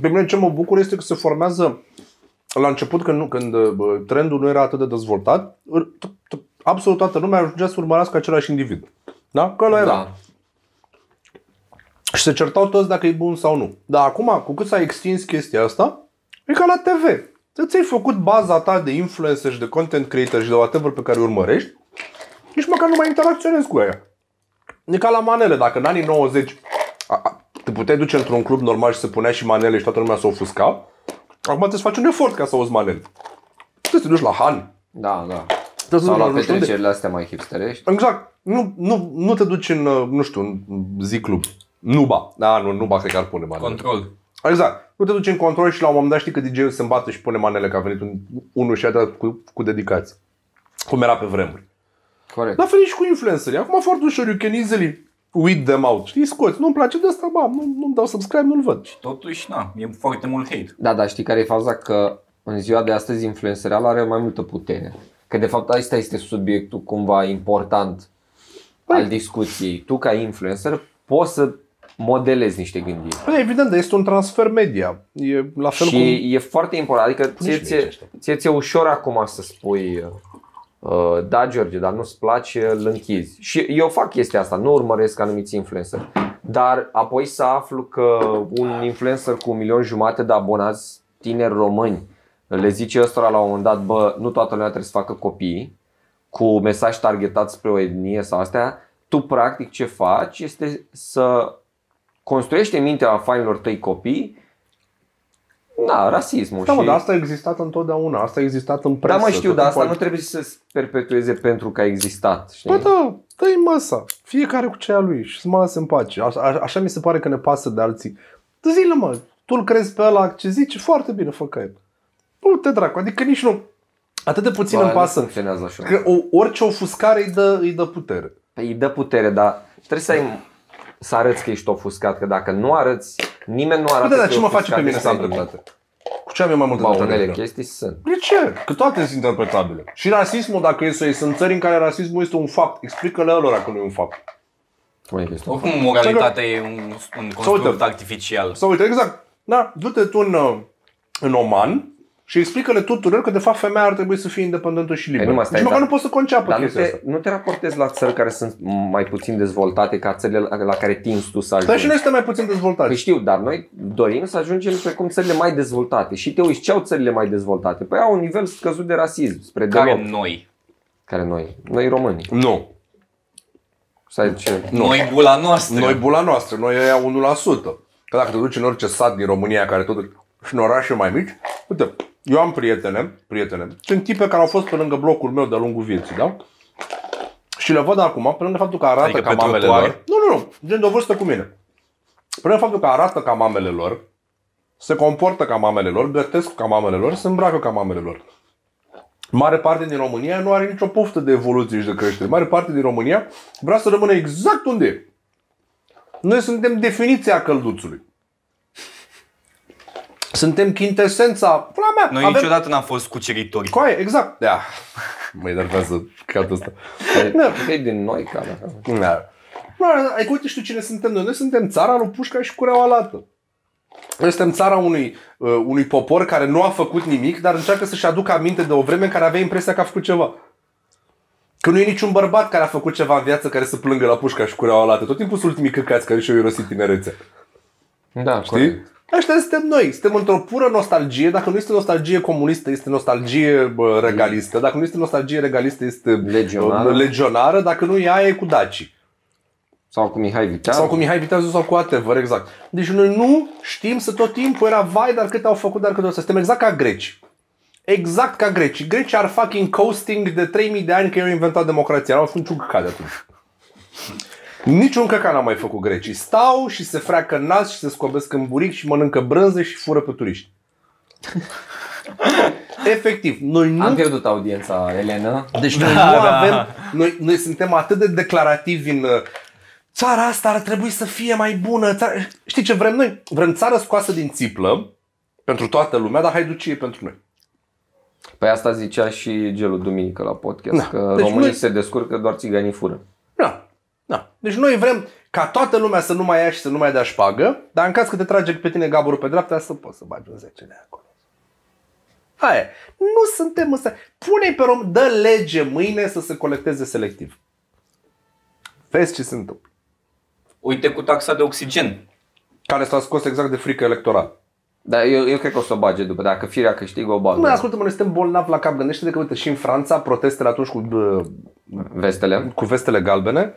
[SPEAKER 4] Pe mine ce mă bucur este că se formează la început când, nu, când bă, trendul nu era atât de dezvoltat, r- t- t- absolut toată lumea ajungea să urmărească același individ. Da? Că ăla era.
[SPEAKER 1] Da.
[SPEAKER 4] Și se certau toți dacă e bun sau nu. Dar acum, cu cât s-a extins chestia asta, e ca la TV. Tu Ți-ai făcut baza ta de influencer și de content creator și de whatever pe care îi urmărești, nici măcar nu mai interacționezi cu ea. E ca la manele, dacă în anii 90 a, a, te puteai duce într-un club normal și se punea și manele și toată lumea se ofusca, acum trebuie să faci un efort ca să auzi manele. Trebuie să te duci la Han,
[SPEAKER 1] Da, da.
[SPEAKER 4] trebuie să te
[SPEAKER 1] Sau
[SPEAKER 4] duci la
[SPEAKER 1] la
[SPEAKER 4] nu știu unde.
[SPEAKER 1] petrecerile astea mai hipsterești.
[SPEAKER 4] Exact. Nu, nu, nu te duci în, uh, nu știu, în zi club. Nuba. Da, nu, Nuba cred că ar pune manele.
[SPEAKER 3] Control.
[SPEAKER 4] Exact. Nu te duci în control și la un moment dat știi că DJ-ul se îmbată și pune manele că a venit un, unul și a dat cu, cu dedicație. Cum era pe vremuri.
[SPEAKER 1] Corect.
[SPEAKER 4] La fel e și cu influencerii. Acum foarte ușor, you can easily weed them out. Știi, scoți. Nu-mi place de asta, bam, nu, nu-mi dau subscribe, nu-l văd.
[SPEAKER 3] Totuși, na, e foarte mult hate.
[SPEAKER 1] Da, dar știi care e faza? Că în ziua de astăzi influencereala are mai multă putere. Că de fapt asta este subiectul cumva important al discuției. Tu ca influencer poți să modelezi niște gândiri.
[SPEAKER 4] Păi, evident, dar este un transfer media. E la fel
[SPEAKER 1] și
[SPEAKER 4] cum...
[SPEAKER 1] e foarte important. Adică ție,
[SPEAKER 4] și mie
[SPEAKER 1] ție,
[SPEAKER 4] aceasta.
[SPEAKER 1] ție ți-e ușor acum să spui uh, da, George, dar nu-ți place, îl închizi. Și eu fac chestia asta, nu urmăresc anumiți influencer. Dar apoi să aflu că un influencer cu un milion jumate de abonați tineri români le zice ăstora la un moment dat, bă, nu toată lumea trebuie să facă copii, cu mesaj targetat spre o etnie sau astea, tu practic ce faci este să construiești în mintea fanilor tăi copii da, rasismul
[SPEAKER 4] Da, mă,
[SPEAKER 1] și...
[SPEAKER 4] dar asta a existat întotdeauna. Asta a existat în
[SPEAKER 1] da,
[SPEAKER 4] presă.
[SPEAKER 1] mă știu,
[SPEAKER 4] tot
[SPEAKER 1] dar asta
[SPEAKER 4] timpul a-
[SPEAKER 1] nu trebuie să se perpetueze pentru că a existat, știi?
[SPEAKER 4] Bă, da, dă-i măsa. Fiecare cu cea lui și să mă lase în pace. A, a, așa mi se pare că ne pasă de alții. Dă zile, mă, tu îl crezi pe ăla ce zice, foarte bine, fă ca el. Nu te dracu, adică nici nu. Atât de puțin
[SPEAKER 1] Bă,
[SPEAKER 4] îmi
[SPEAKER 1] nu
[SPEAKER 4] pasă.
[SPEAKER 1] funcționează așa.
[SPEAKER 4] Că o, orice ofuscare îi dă, îi dă putere.
[SPEAKER 1] Păi îi dă putere, dar trebuie să ai să arăți că ești ofuscat, că dacă nu arăți, nimeni nu
[SPEAKER 4] Bă,
[SPEAKER 1] arată
[SPEAKER 4] da, dar
[SPEAKER 1] că
[SPEAKER 4] ce
[SPEAKER 1] e
[SPEAKER 4] mă face
[SPEAKER 1] ofuscat,
[SPEAKER 4] pe mine
[SPEAKER 1] este
[SPEAKER 4] să am
[SPEAKER 1] nimeni.
[SPEAKER 4] dreptate? Cu ce am eu mai multă
[SPEAKER 1] Ba,
[SPEAKER 4] dreptate?
[SPEAKER 1] unele
[SPEAKER 4] decât el?
[SPEAKER 1] chestii sunt.
[SPEAKER 4] De ce? Că toate sunt interpretabile. Și rasismul, dacă e să iei, sunt țări în care rasismul este un fapt. Explică-le lor că nu e un fapt.
[SPEAKER 1] Unele chestii.
[SPEAKER 3] Oricum, moralitatea e un, un construct
[SPEAKER 4] uite.
[SPEAKER 3] artificial.
[SPEAKER 4] Sau uite, exact. Da, du-te tu în, uh, în Oman și explică-le tuturor că de fapt femeia ar trebui să fie independentă și
[SPEAKER 1] E, nu
[SPEAKER 4] liberă.
[SPEAKER 1] mă
[SPEAKER 4] Nici
[SPEAKER 1] stai,
[SPEAKER 4] măcar
[SPEAKER 1] da.
[SPEAKER 4] nu poți să conceapă
[SPEAKER 1] Dar nu
[SPEAKER 4] chestia
[SPEAKER 1] te,
[SPEAKER 4] asta.
[SPEAKER 1] nu te raportezi la țări care sunt mai puțin dezvoltate ca țările la la care tinzi tu să
[SPEAKER 4] Dar Păi și
[SPEAKER 1] ajungi.
[SPEAKER 4] noi suntem mai puțin dezvoltați.
[SPEAKER 1] Păi știu, dar noi dorim să ajungem precum țările mai dezvoltate. Și te uiți, ce au țările mai dezvoltate? Păi au un nivel scăzut de rasism, spre
[SPEAKER 3] Care
[SPEAKER 1] deloc.
[SPEAKER 3] noi?
[SPEAKER 1] Care noi? Noi români.
[SPEAKER 4] nu.
[SPEAKER 1] Să ce?
[SPEAKER 3] Noi bula noastră.
[SPEAKER 4] Noi bula noastră, noi ăia 1%. Că dacă te duci în orice sat din România care tot și în orașe mai mici, uite, eu am prietene, prietene, sunt tipe care au fost pe lângă blocul meu de-a lungul vieții, da? Și le văd acum, pe lângă faptul că arată
[SPEAKER 3] Adică
[SPEAKER 4] ca
[SPEAKER 3] pe
[SPEAKER 4] mamele
[SPEAKER 3] trotuare?
[SPEAKER 4] lor. Nu, nu, nu, gen de o vârstă cu mine. Pe lângă faptul că arată ca mamele lor, se comportă ca mamele lor, gătesc ca mamele lor, se îmbracă ca mamele lor. Mare parte din România nu are nicio poftă de evoluție și de creștere. Mare parte din România vrea să rămână exact unde e. Noi suntem definiția călduțului. Suntem chintesența, pula mea.
[SPEAKER 3] Noi Avem... niciodată n-am fost cuceritori.
[SPEAKER 4] Coaie, exact.
[SPEAKER 9] Da. Mă enervează cadul ăsta.
[SPEAKER 1] E din noi, cara.
[SPEAKER 9] Da.
[SPEAKER 4] Bă, Adică uite și tu cine suntem noi. Noi suntem țara lui Pușca și Cureaua Lată. Noi suntem țara unui, uh, unui popor care nu a făcut nimic, dar încearcă să-și aducă aminte de o vreme în care avea impresia că a făcut ceva. Că nu e niciun bărbat care a făcut ceva în viață care să plângă la Pușca și Cureaua Lată. Tot timpul sunt ultimii căcați care și-au irosit tinerețea.
[SPEAKER 1] Da, corect.
[SPEAKER 4] Știi? Ăștia suntem noi. Suntem într-o pură nostalgie. Dacă nu este nostalgie comunistă, este nostalgie bă, regalistă. Dacă nu este nostalgie regalistă, este
[SPEAKER 1] Legionară.
[SPEAKER 4] legionară. legionară. Dacă nu, ea e cu dacii.
[SPEAKER 1] Sau cu Mihai Viteaz.
[SPEAKER 4] Sau cu Mihai Viteazu sau cu Atever, exact. Deci noi nu știm să tot timpul era vai, dar cât au făcut, dar cât au să Suntem exact ca greci. Exact ca greci. Greci ar fucking coasting de 3000 de ani că eu inventat democrația. N-au făcut niciun căcat de atunci. Niciun căcat n-au mai făcut grecii. Stau și se freacă în nas și se scobesc în buric și mănâncă brânze și fură pe turiști. Efectiv, noi nu
[SPEAKER 1] Am pierdut audiența, Elena.
[SPEAKER 4] deci noi
[SPEAKER 3] Da,
[SPEAKER 4] nu
[SPEAKER 3] da.
[SPEAKER 4] avem, noi, noi suntem atât de declarativi în uh, țara asta ar trebui să fie mai bună. Țara... Știi ce vrem noi? Vrem țară scoasă din țiplă pentru toată lumea, dar haiducie e pentru noi.
[SPEAKER 1] Păi asta zicea și gelul duminică la podcast,
[SPEAKER 4] Da.
[SPEAKER 1] că
[SPEAKER 4] Deci
[SPEAKER 1] românii
[SPEAKER 4] noi-
[SPEAKER 1] se descurcă, doar țiganii fură.
[SPEAKER 4] Da. da. Deci noi vrem ca toată lumea să nu mai ia și să nu mai dea șpagă, dar în caz că te trage pe tine gaburul pe dreapta, să poți să bagi un 10 de acolo. Aia. e. Nu suntem în stare. Pune pe rom, dă lege mâine să se colecteze selectiv. Vezi ce se întâmplă.
[SPEAKER 3] Uite cu taxa de oxigen.
[SPEAKER 4] Care s-a scos exact de frică electorală.
[SPEAKER 1] Dar eu, eu cred că o să o bage după. Dacă firea câștigă, o bagă.
[SPEAKER 4] Nu, ascultă-mă, noi suntem bolnavi la cap. Gândește-te că, uite, și în Franța, protestele atunci cu, bă,
[SPEAKER 1] Vestele.
[SPEAKER 4] cu vestele galbene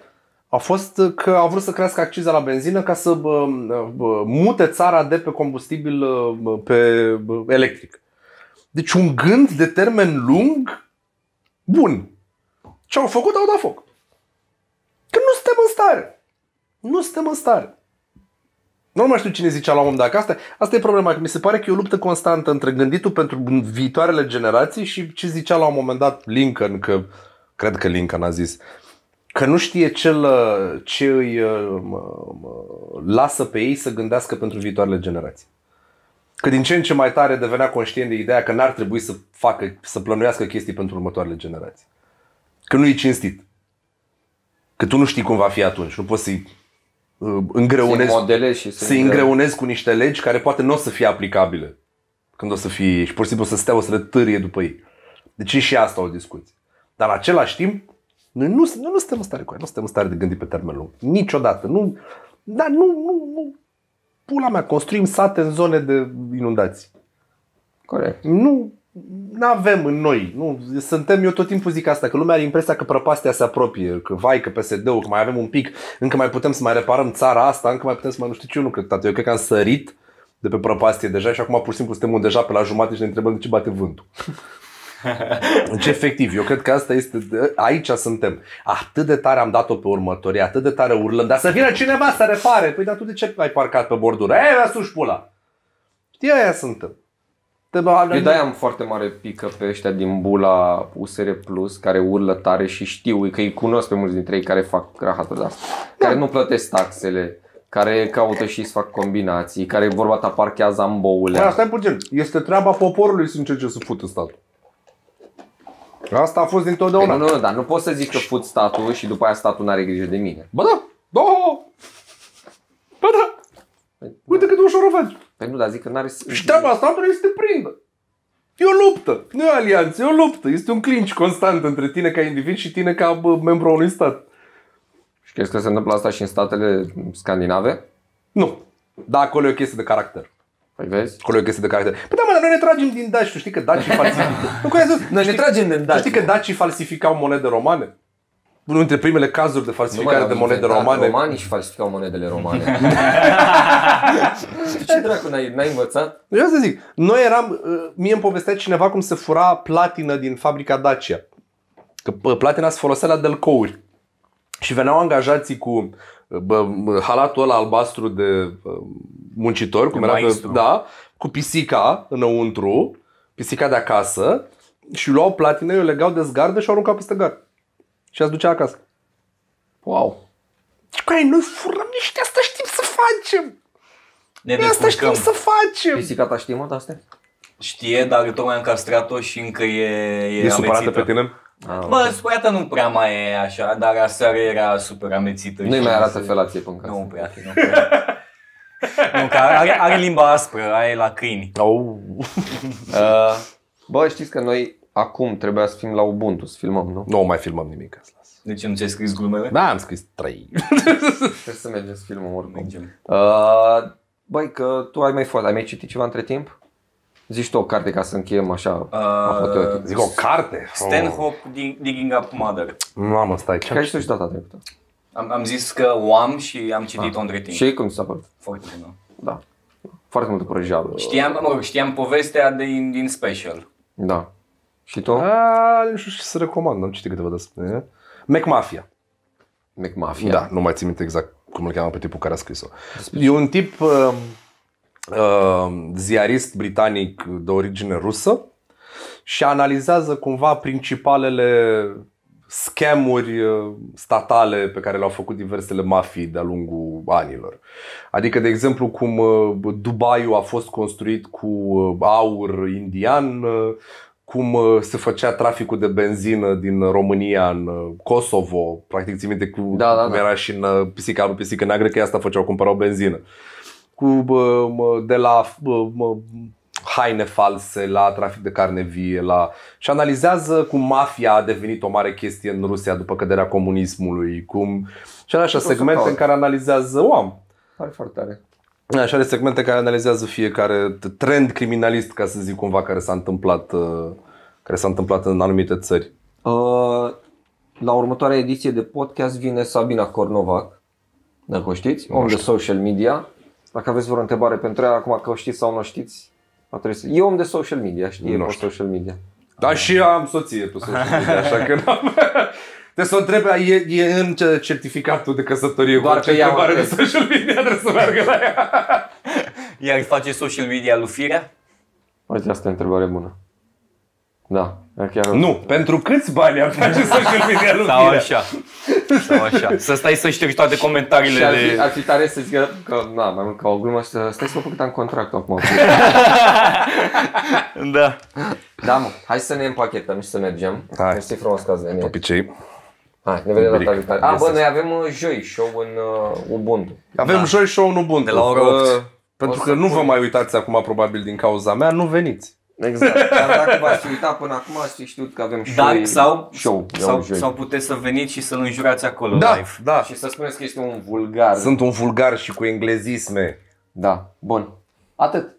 [SPEAKER 4] a fost că au vrut să crească acciza la benzină ca să bă, bă, mute țara de pe combustibil bă, pe bă, electric. Deci un gând de termen lung bun. Ce au făcut? Au dat foc. Că nu suntem în stare. Nu suntem în stare. Nu mai știu cine zicea la om dacă asta. Asta e problema, că mi se pare că e o luptă constantă între gânditul pentru viitoarele generații și ce zicea la un moment dat Lincoln, că cred că Lincoln a zis, că nu știe ce, lă, ce îi uh, mă, mă, lasă pe ei să gândească pentru viitoarele generații. Că din ce în ce mai tare devenea conștient de ideea că n-ar trebui să facă, să plănuiască chestii pentru următoarele generații. Că nu e cinstit. Că tu nu știi cum va fi atunci, nu poți să-i uh, îngreunezi
[SPEAKER 1] modele și
[SPEAKER 4] se îngreunez cu niște legi care poate nu o să fie aplicabile când o să fie ei și pur și simplu o să stea, o să le târie după ei. Deci e și asta o discuție. Dar în același timp, noi nu, noi nu suntem în stare cu ea, nu suntem în stare de gândi pe termen lung. Niciodată. Nu, dar nu, nu, nu, pula mea, construim sate în zone de inundații
[SPEAKER 1] Corect.
[SPEAKER 4] nu avem în noi. Nu, suntem, eu tot timpul zic asta, că lumea are impresia că prăpastia se apropie, că vai, că PSD-ul, că mai avem un pic, încă mai putem să mai reparăm țara asta, încă mai putem să mai nu știu ce, eu nu cred, tată. Eu cred că am sărit de pe prăpastie deja și acum pur și simplu suntem deja pe la jumate și ne întrebăm de ce bate vântul. Deci efectiv, eu cred că asta este, aici suntem. Atât de tare am dat-o pe următorii, atât de tare urlăm, dar să vină cineva să repare. Păi dar tu de ce ai parcat pe bordură? Ei, mi-a sus pula! Știi, aia suntem. Te-
[SPEAKER 1] Eu de am foarte mare pică pe ăștia din bula USR Plus care urlă tare și știu că îi cunosc pe mulți dintre ei care fac rahaturi de asta. Care nu plătesc taxele, care caută și să fac combinații, care vorba ta parchează amboule.
[SPEAKER 4] Bă, Păi asta e puțin. Este treaba poporului să încerce să fută statul. Asta a fost
[SPEAKER 1] Păi nu,
[SPEAKER 4] dintotdeauna.
[SPEAKER 1] nu, nu, dar nu pot să zic că fut statul și după aia statul n-are grijă de mine.
[SPEAKER 4] Bă, da! Da! Bă, da! Uite cât de ușor o faci.
[SPEAKER 1] Păi nu, dar zic că n-are...
[SPEAKER 4] Și treaba statului este să te prindă. E o luptă. Nu e o alianță, e o luptă. Este un clinci constant între tine ca individ și tine ca bă, membru al unui stat.
[SPEAKER 1] Și crezi că se întâmplă asta și în statele scandinave?
[SPEAKER 4] Nu. Da, acolo e o chestie de caracter.
[SPEAKER 1] Păi vezi?
[SPEAKER 4] Acolo e o chestie de caracter. Păi da, mă, dar noi ne tragem din Daci. Tu știi că Dacii falsifică. nu, că ai zis,
[SPEAKER 1] Noi ne
[SPEAKER 4] știi-
[SPEAKER 1] tragem de
[SPEAKER 3] Da,
[SPEAKER 4] Daci, știi că dacii falsificau monede romane? Unul dintre primele cazuri de falsificare de monede romane.
[SPEAKER 1] Romanii și falsificau monedele romane. Ce dracu n-ai, n-ai învățat?
[SPEAKER 4] Eu să zic, noi eram, uh, mie îmi povestea cineva cum se fura platină din fabrica Dacia. Că bă, platina se folosea la delcouri. Și veneau angajații cu bă, m- halatul ăla albastru de bă, muncitor, cum
[SPEAKER 3] De
[SPEAKER 4] era pe,
[SPEAKER 3] maestru.
[SPEAKER 4] da, cu pisica înăuntru, pisica de acasă, și luau platină, o legau de zgardă și o aruncau peste gard. Și ați ducea acasă.
[SPEAKER 1] Wow.
[SPEAKER 4] Și cu aia noi furăm niște Păi asta știm să facem.
[SPEAKER 3] Ne
[SPEAKER 2] De asta știm
[SPEAKER 3] descurcăm.
[SPEAKER 2] să facem.
[SPEAKER 1] Pisica ta știe, mă, de astea?
[SPEAKER 3] Știe, dar tocmai am castrat-o și încă e, e,
[SPEAKER 4] E supărată
[SPEAKER 3] amețită.
[SPEAKER 4] pe tine?
[SPEAKER 1] Ah,
[SPEAKER 3] Bă, spăiată nu prea mai e așa, dar aseară era super amețită.
[SPEAKER 1] Nu-i
[SPEAKER 3] și
[SPEAKER 1] mai arată
[SPEAKER 3] se-
[SPEAKER 1] felație pe în casă.
[SPEAKER 3] Nu, prieten, nu. nu, că are, are limba aspră, aia e la câini.
[SPEAKER 4] Au.
[SPEAKER 3] Uh,
[SPEAKER 1] Bă, știți că noi acum trebuia să fim la Ubuntu, să filmăm, nu?
[SPEAKER 4] Nu mai filmăm nimic asta.
[SPEAKER 3] de ce nu ți-ai scris glumele?
[SPEAKER 4] Da, am scris trei.
[SPEAKER 1] Trebuie să mergem să filmăm oricum.
[SPEAKER 3] Mergem.
[SPEAKER 1] Uh, băi, că tu ai mai fost, ai mai citit ceva între timp? Zici tu o carte ca să încheiem așa, uh, apoteotic.
[SPEAKER 4] Zic o carte?
[SPEAKER 3] Stanhope dig- Digging Up Mother.
[SPEAKER 4] Oh. Mamă, stai.
[SPEAKER 1] Că ai citit și data trecută.
[SPEAKER 3] Am, am zis că o am și am citit-o între timp.
[SPEAKER 1] Și cum ți s-a părut?
[SPEAKER 3] Foarte bună.
[SPEAKER 1] Da. Foarte multă prăjeală.
[SPEAKER 3] Știam, mă rog, știam povestea din, din special.
[SPEAKER 1] Da. Și tu?
[SPEAKER 4] A, Ah, nu știu ce să recomand, am citit câteva despre McMafia.
[SPEAKER 1] McMafia.
[SPEAKER 4] Da, nu mai țin minte exact cum îl cheamă pe tipul care a scris-o. E un tip uh, uh, ziarist britanic de origine rusă și analizează cumva principalele schemuri uh, statale pe care le-au făcut diversele mafii de-a lungul anilor. Adică, de exemplu, cum uh, Dubaiul a fost construit cu uh, aur indian, uh, cum uh, se făcea traficul de benzină din România în uh, Kosovo, practic țin minte cu,
[SPEAKER 1] Da, da,
[SPEAKER 4] cum
[SPEAKER 1] da.
[SPEAKER 4] era și în uh, pisica lui pisică neagră, că ei asta făceau, cumpărau benzină. Cu, bă, mă, de la bă, mă, haine false, la trafic de carne vie, la... și analizează cum mafia a devenit o mare chestie în Rusia după căderea comunismului, cum... și are așa
[SPEAKER 1] O să
[SPEAKER 4] segmente
[SPEAKER 1] caut.
[SPEAKER 4] în care analizează oameni.
[SPEAKER 1] Pare foarte tare.
[SPEAKER 4] Așa are segmente care analizează fiecare t- trend criminalist, ca să zic cumva, care s-a întâmplat, uh, care s-a întâmplat în anumite țări.
[SPEAKER 1] Uh, la următoarea ediție de podcast vine Sabina Cornovac, dacă o știți, om de social media. Dacă aveți vreo întrebare pentru ea, acum că o știți sau nu o știți, va trebui să... E om de social media, știe
[SPEAKER 4] Nu
[SPEAKER 1] pe
[SPEAKER 4] știu.
[SPEAKER 1] social media.
[SPEAKER 4] Dar și am soție pe social media, așa că n-am... Trebuie să o întreb, e, e în ce- certificatul de căsătorie
[SPEAKER 1] Doar
[SPEAKER 4] orice
[SPEAKER 1] că ea
[SPEAKER 4] întrebare
[SPEAKER 1] o
[SPEAKER 4] de
[SPEAKER 1] trebuie.
[SPEAKER 4] social media, trebuie să meargă la ea.
[SPEAKER 3] Iar îi face social media lui Firea?
[SPEAKER 1] Uite, asta e o întrebare bună. Da, chiar chiar
[SPEAKER 4] Nu, pentru câți bani ar face social media lui
[SPEAKER 3] Sau
[SPEAKER 4] Firea?
[SPEAKER 3] așa. Sau așa. Să stai să ștergi toate
[SPEAKER 1] Și
[SPEAKER 3] comentariile
[SPEAKER 1] ar fi,
[SPEAKER 3] de...
[SPEAKER 1] ar fi tare să zică că, na, mai mult ca o glumă și să stai să mă cât am contract acum.
[SPEAKER 3] Da.
[SPEAKER 1] da, mă, hai să ne împachetăm și să mergem.
[SPEAKER 4] Hai.
[SPEAKER 1] Mersi frumos că ați venit.
[SPEAKER 4] Obicei.
[SPEAKER 1] Hai, ne vedem data
[SPEAKER 4] Bric.
[SPEAKER 1] viitoare. A, bă,
[SPEAKER 4] Iese-ți.
[SPEAKER 1] noi avem uh, joi show în uh, Ubuntu.
[SPEAKER 4] Avem da. joi show nu bun. Uh,
[SPEAKER 3] De la ora opt.
[SPEAKER 4] Pentru
[SPEAKER 1] O
[SPEAKER 4] că
[SPEAKER 1] să
[SPEAKER 4] nu vă
[SPEAKER 1] pun-
[SPEAKER 4] mai uitați acum, probabil din cauza mea, nu veniți.
[SPEAKER 1] Exact. Dar dacă v-ați uitat până acum, ați fi știut că avem show.
[SPEAKER 3] Dar sau,
[SPEAKER 1] show,
[SPEAKER 3] sau,
[SPEAKER 1] joi.
[SPEAKER 3] sau puteți să veniți și să-l înjurați acolo
[SPEAKER 4] Da,
[SPEAKER 3] live.
[SPEAKER 4] da.
[SPEAKER 1] Și să spuneți că este un vulgar.
[SPEAKER 4] Sunt un vulgar și cu englezisme.
[SPEAKER 1] Da, bun. Atât.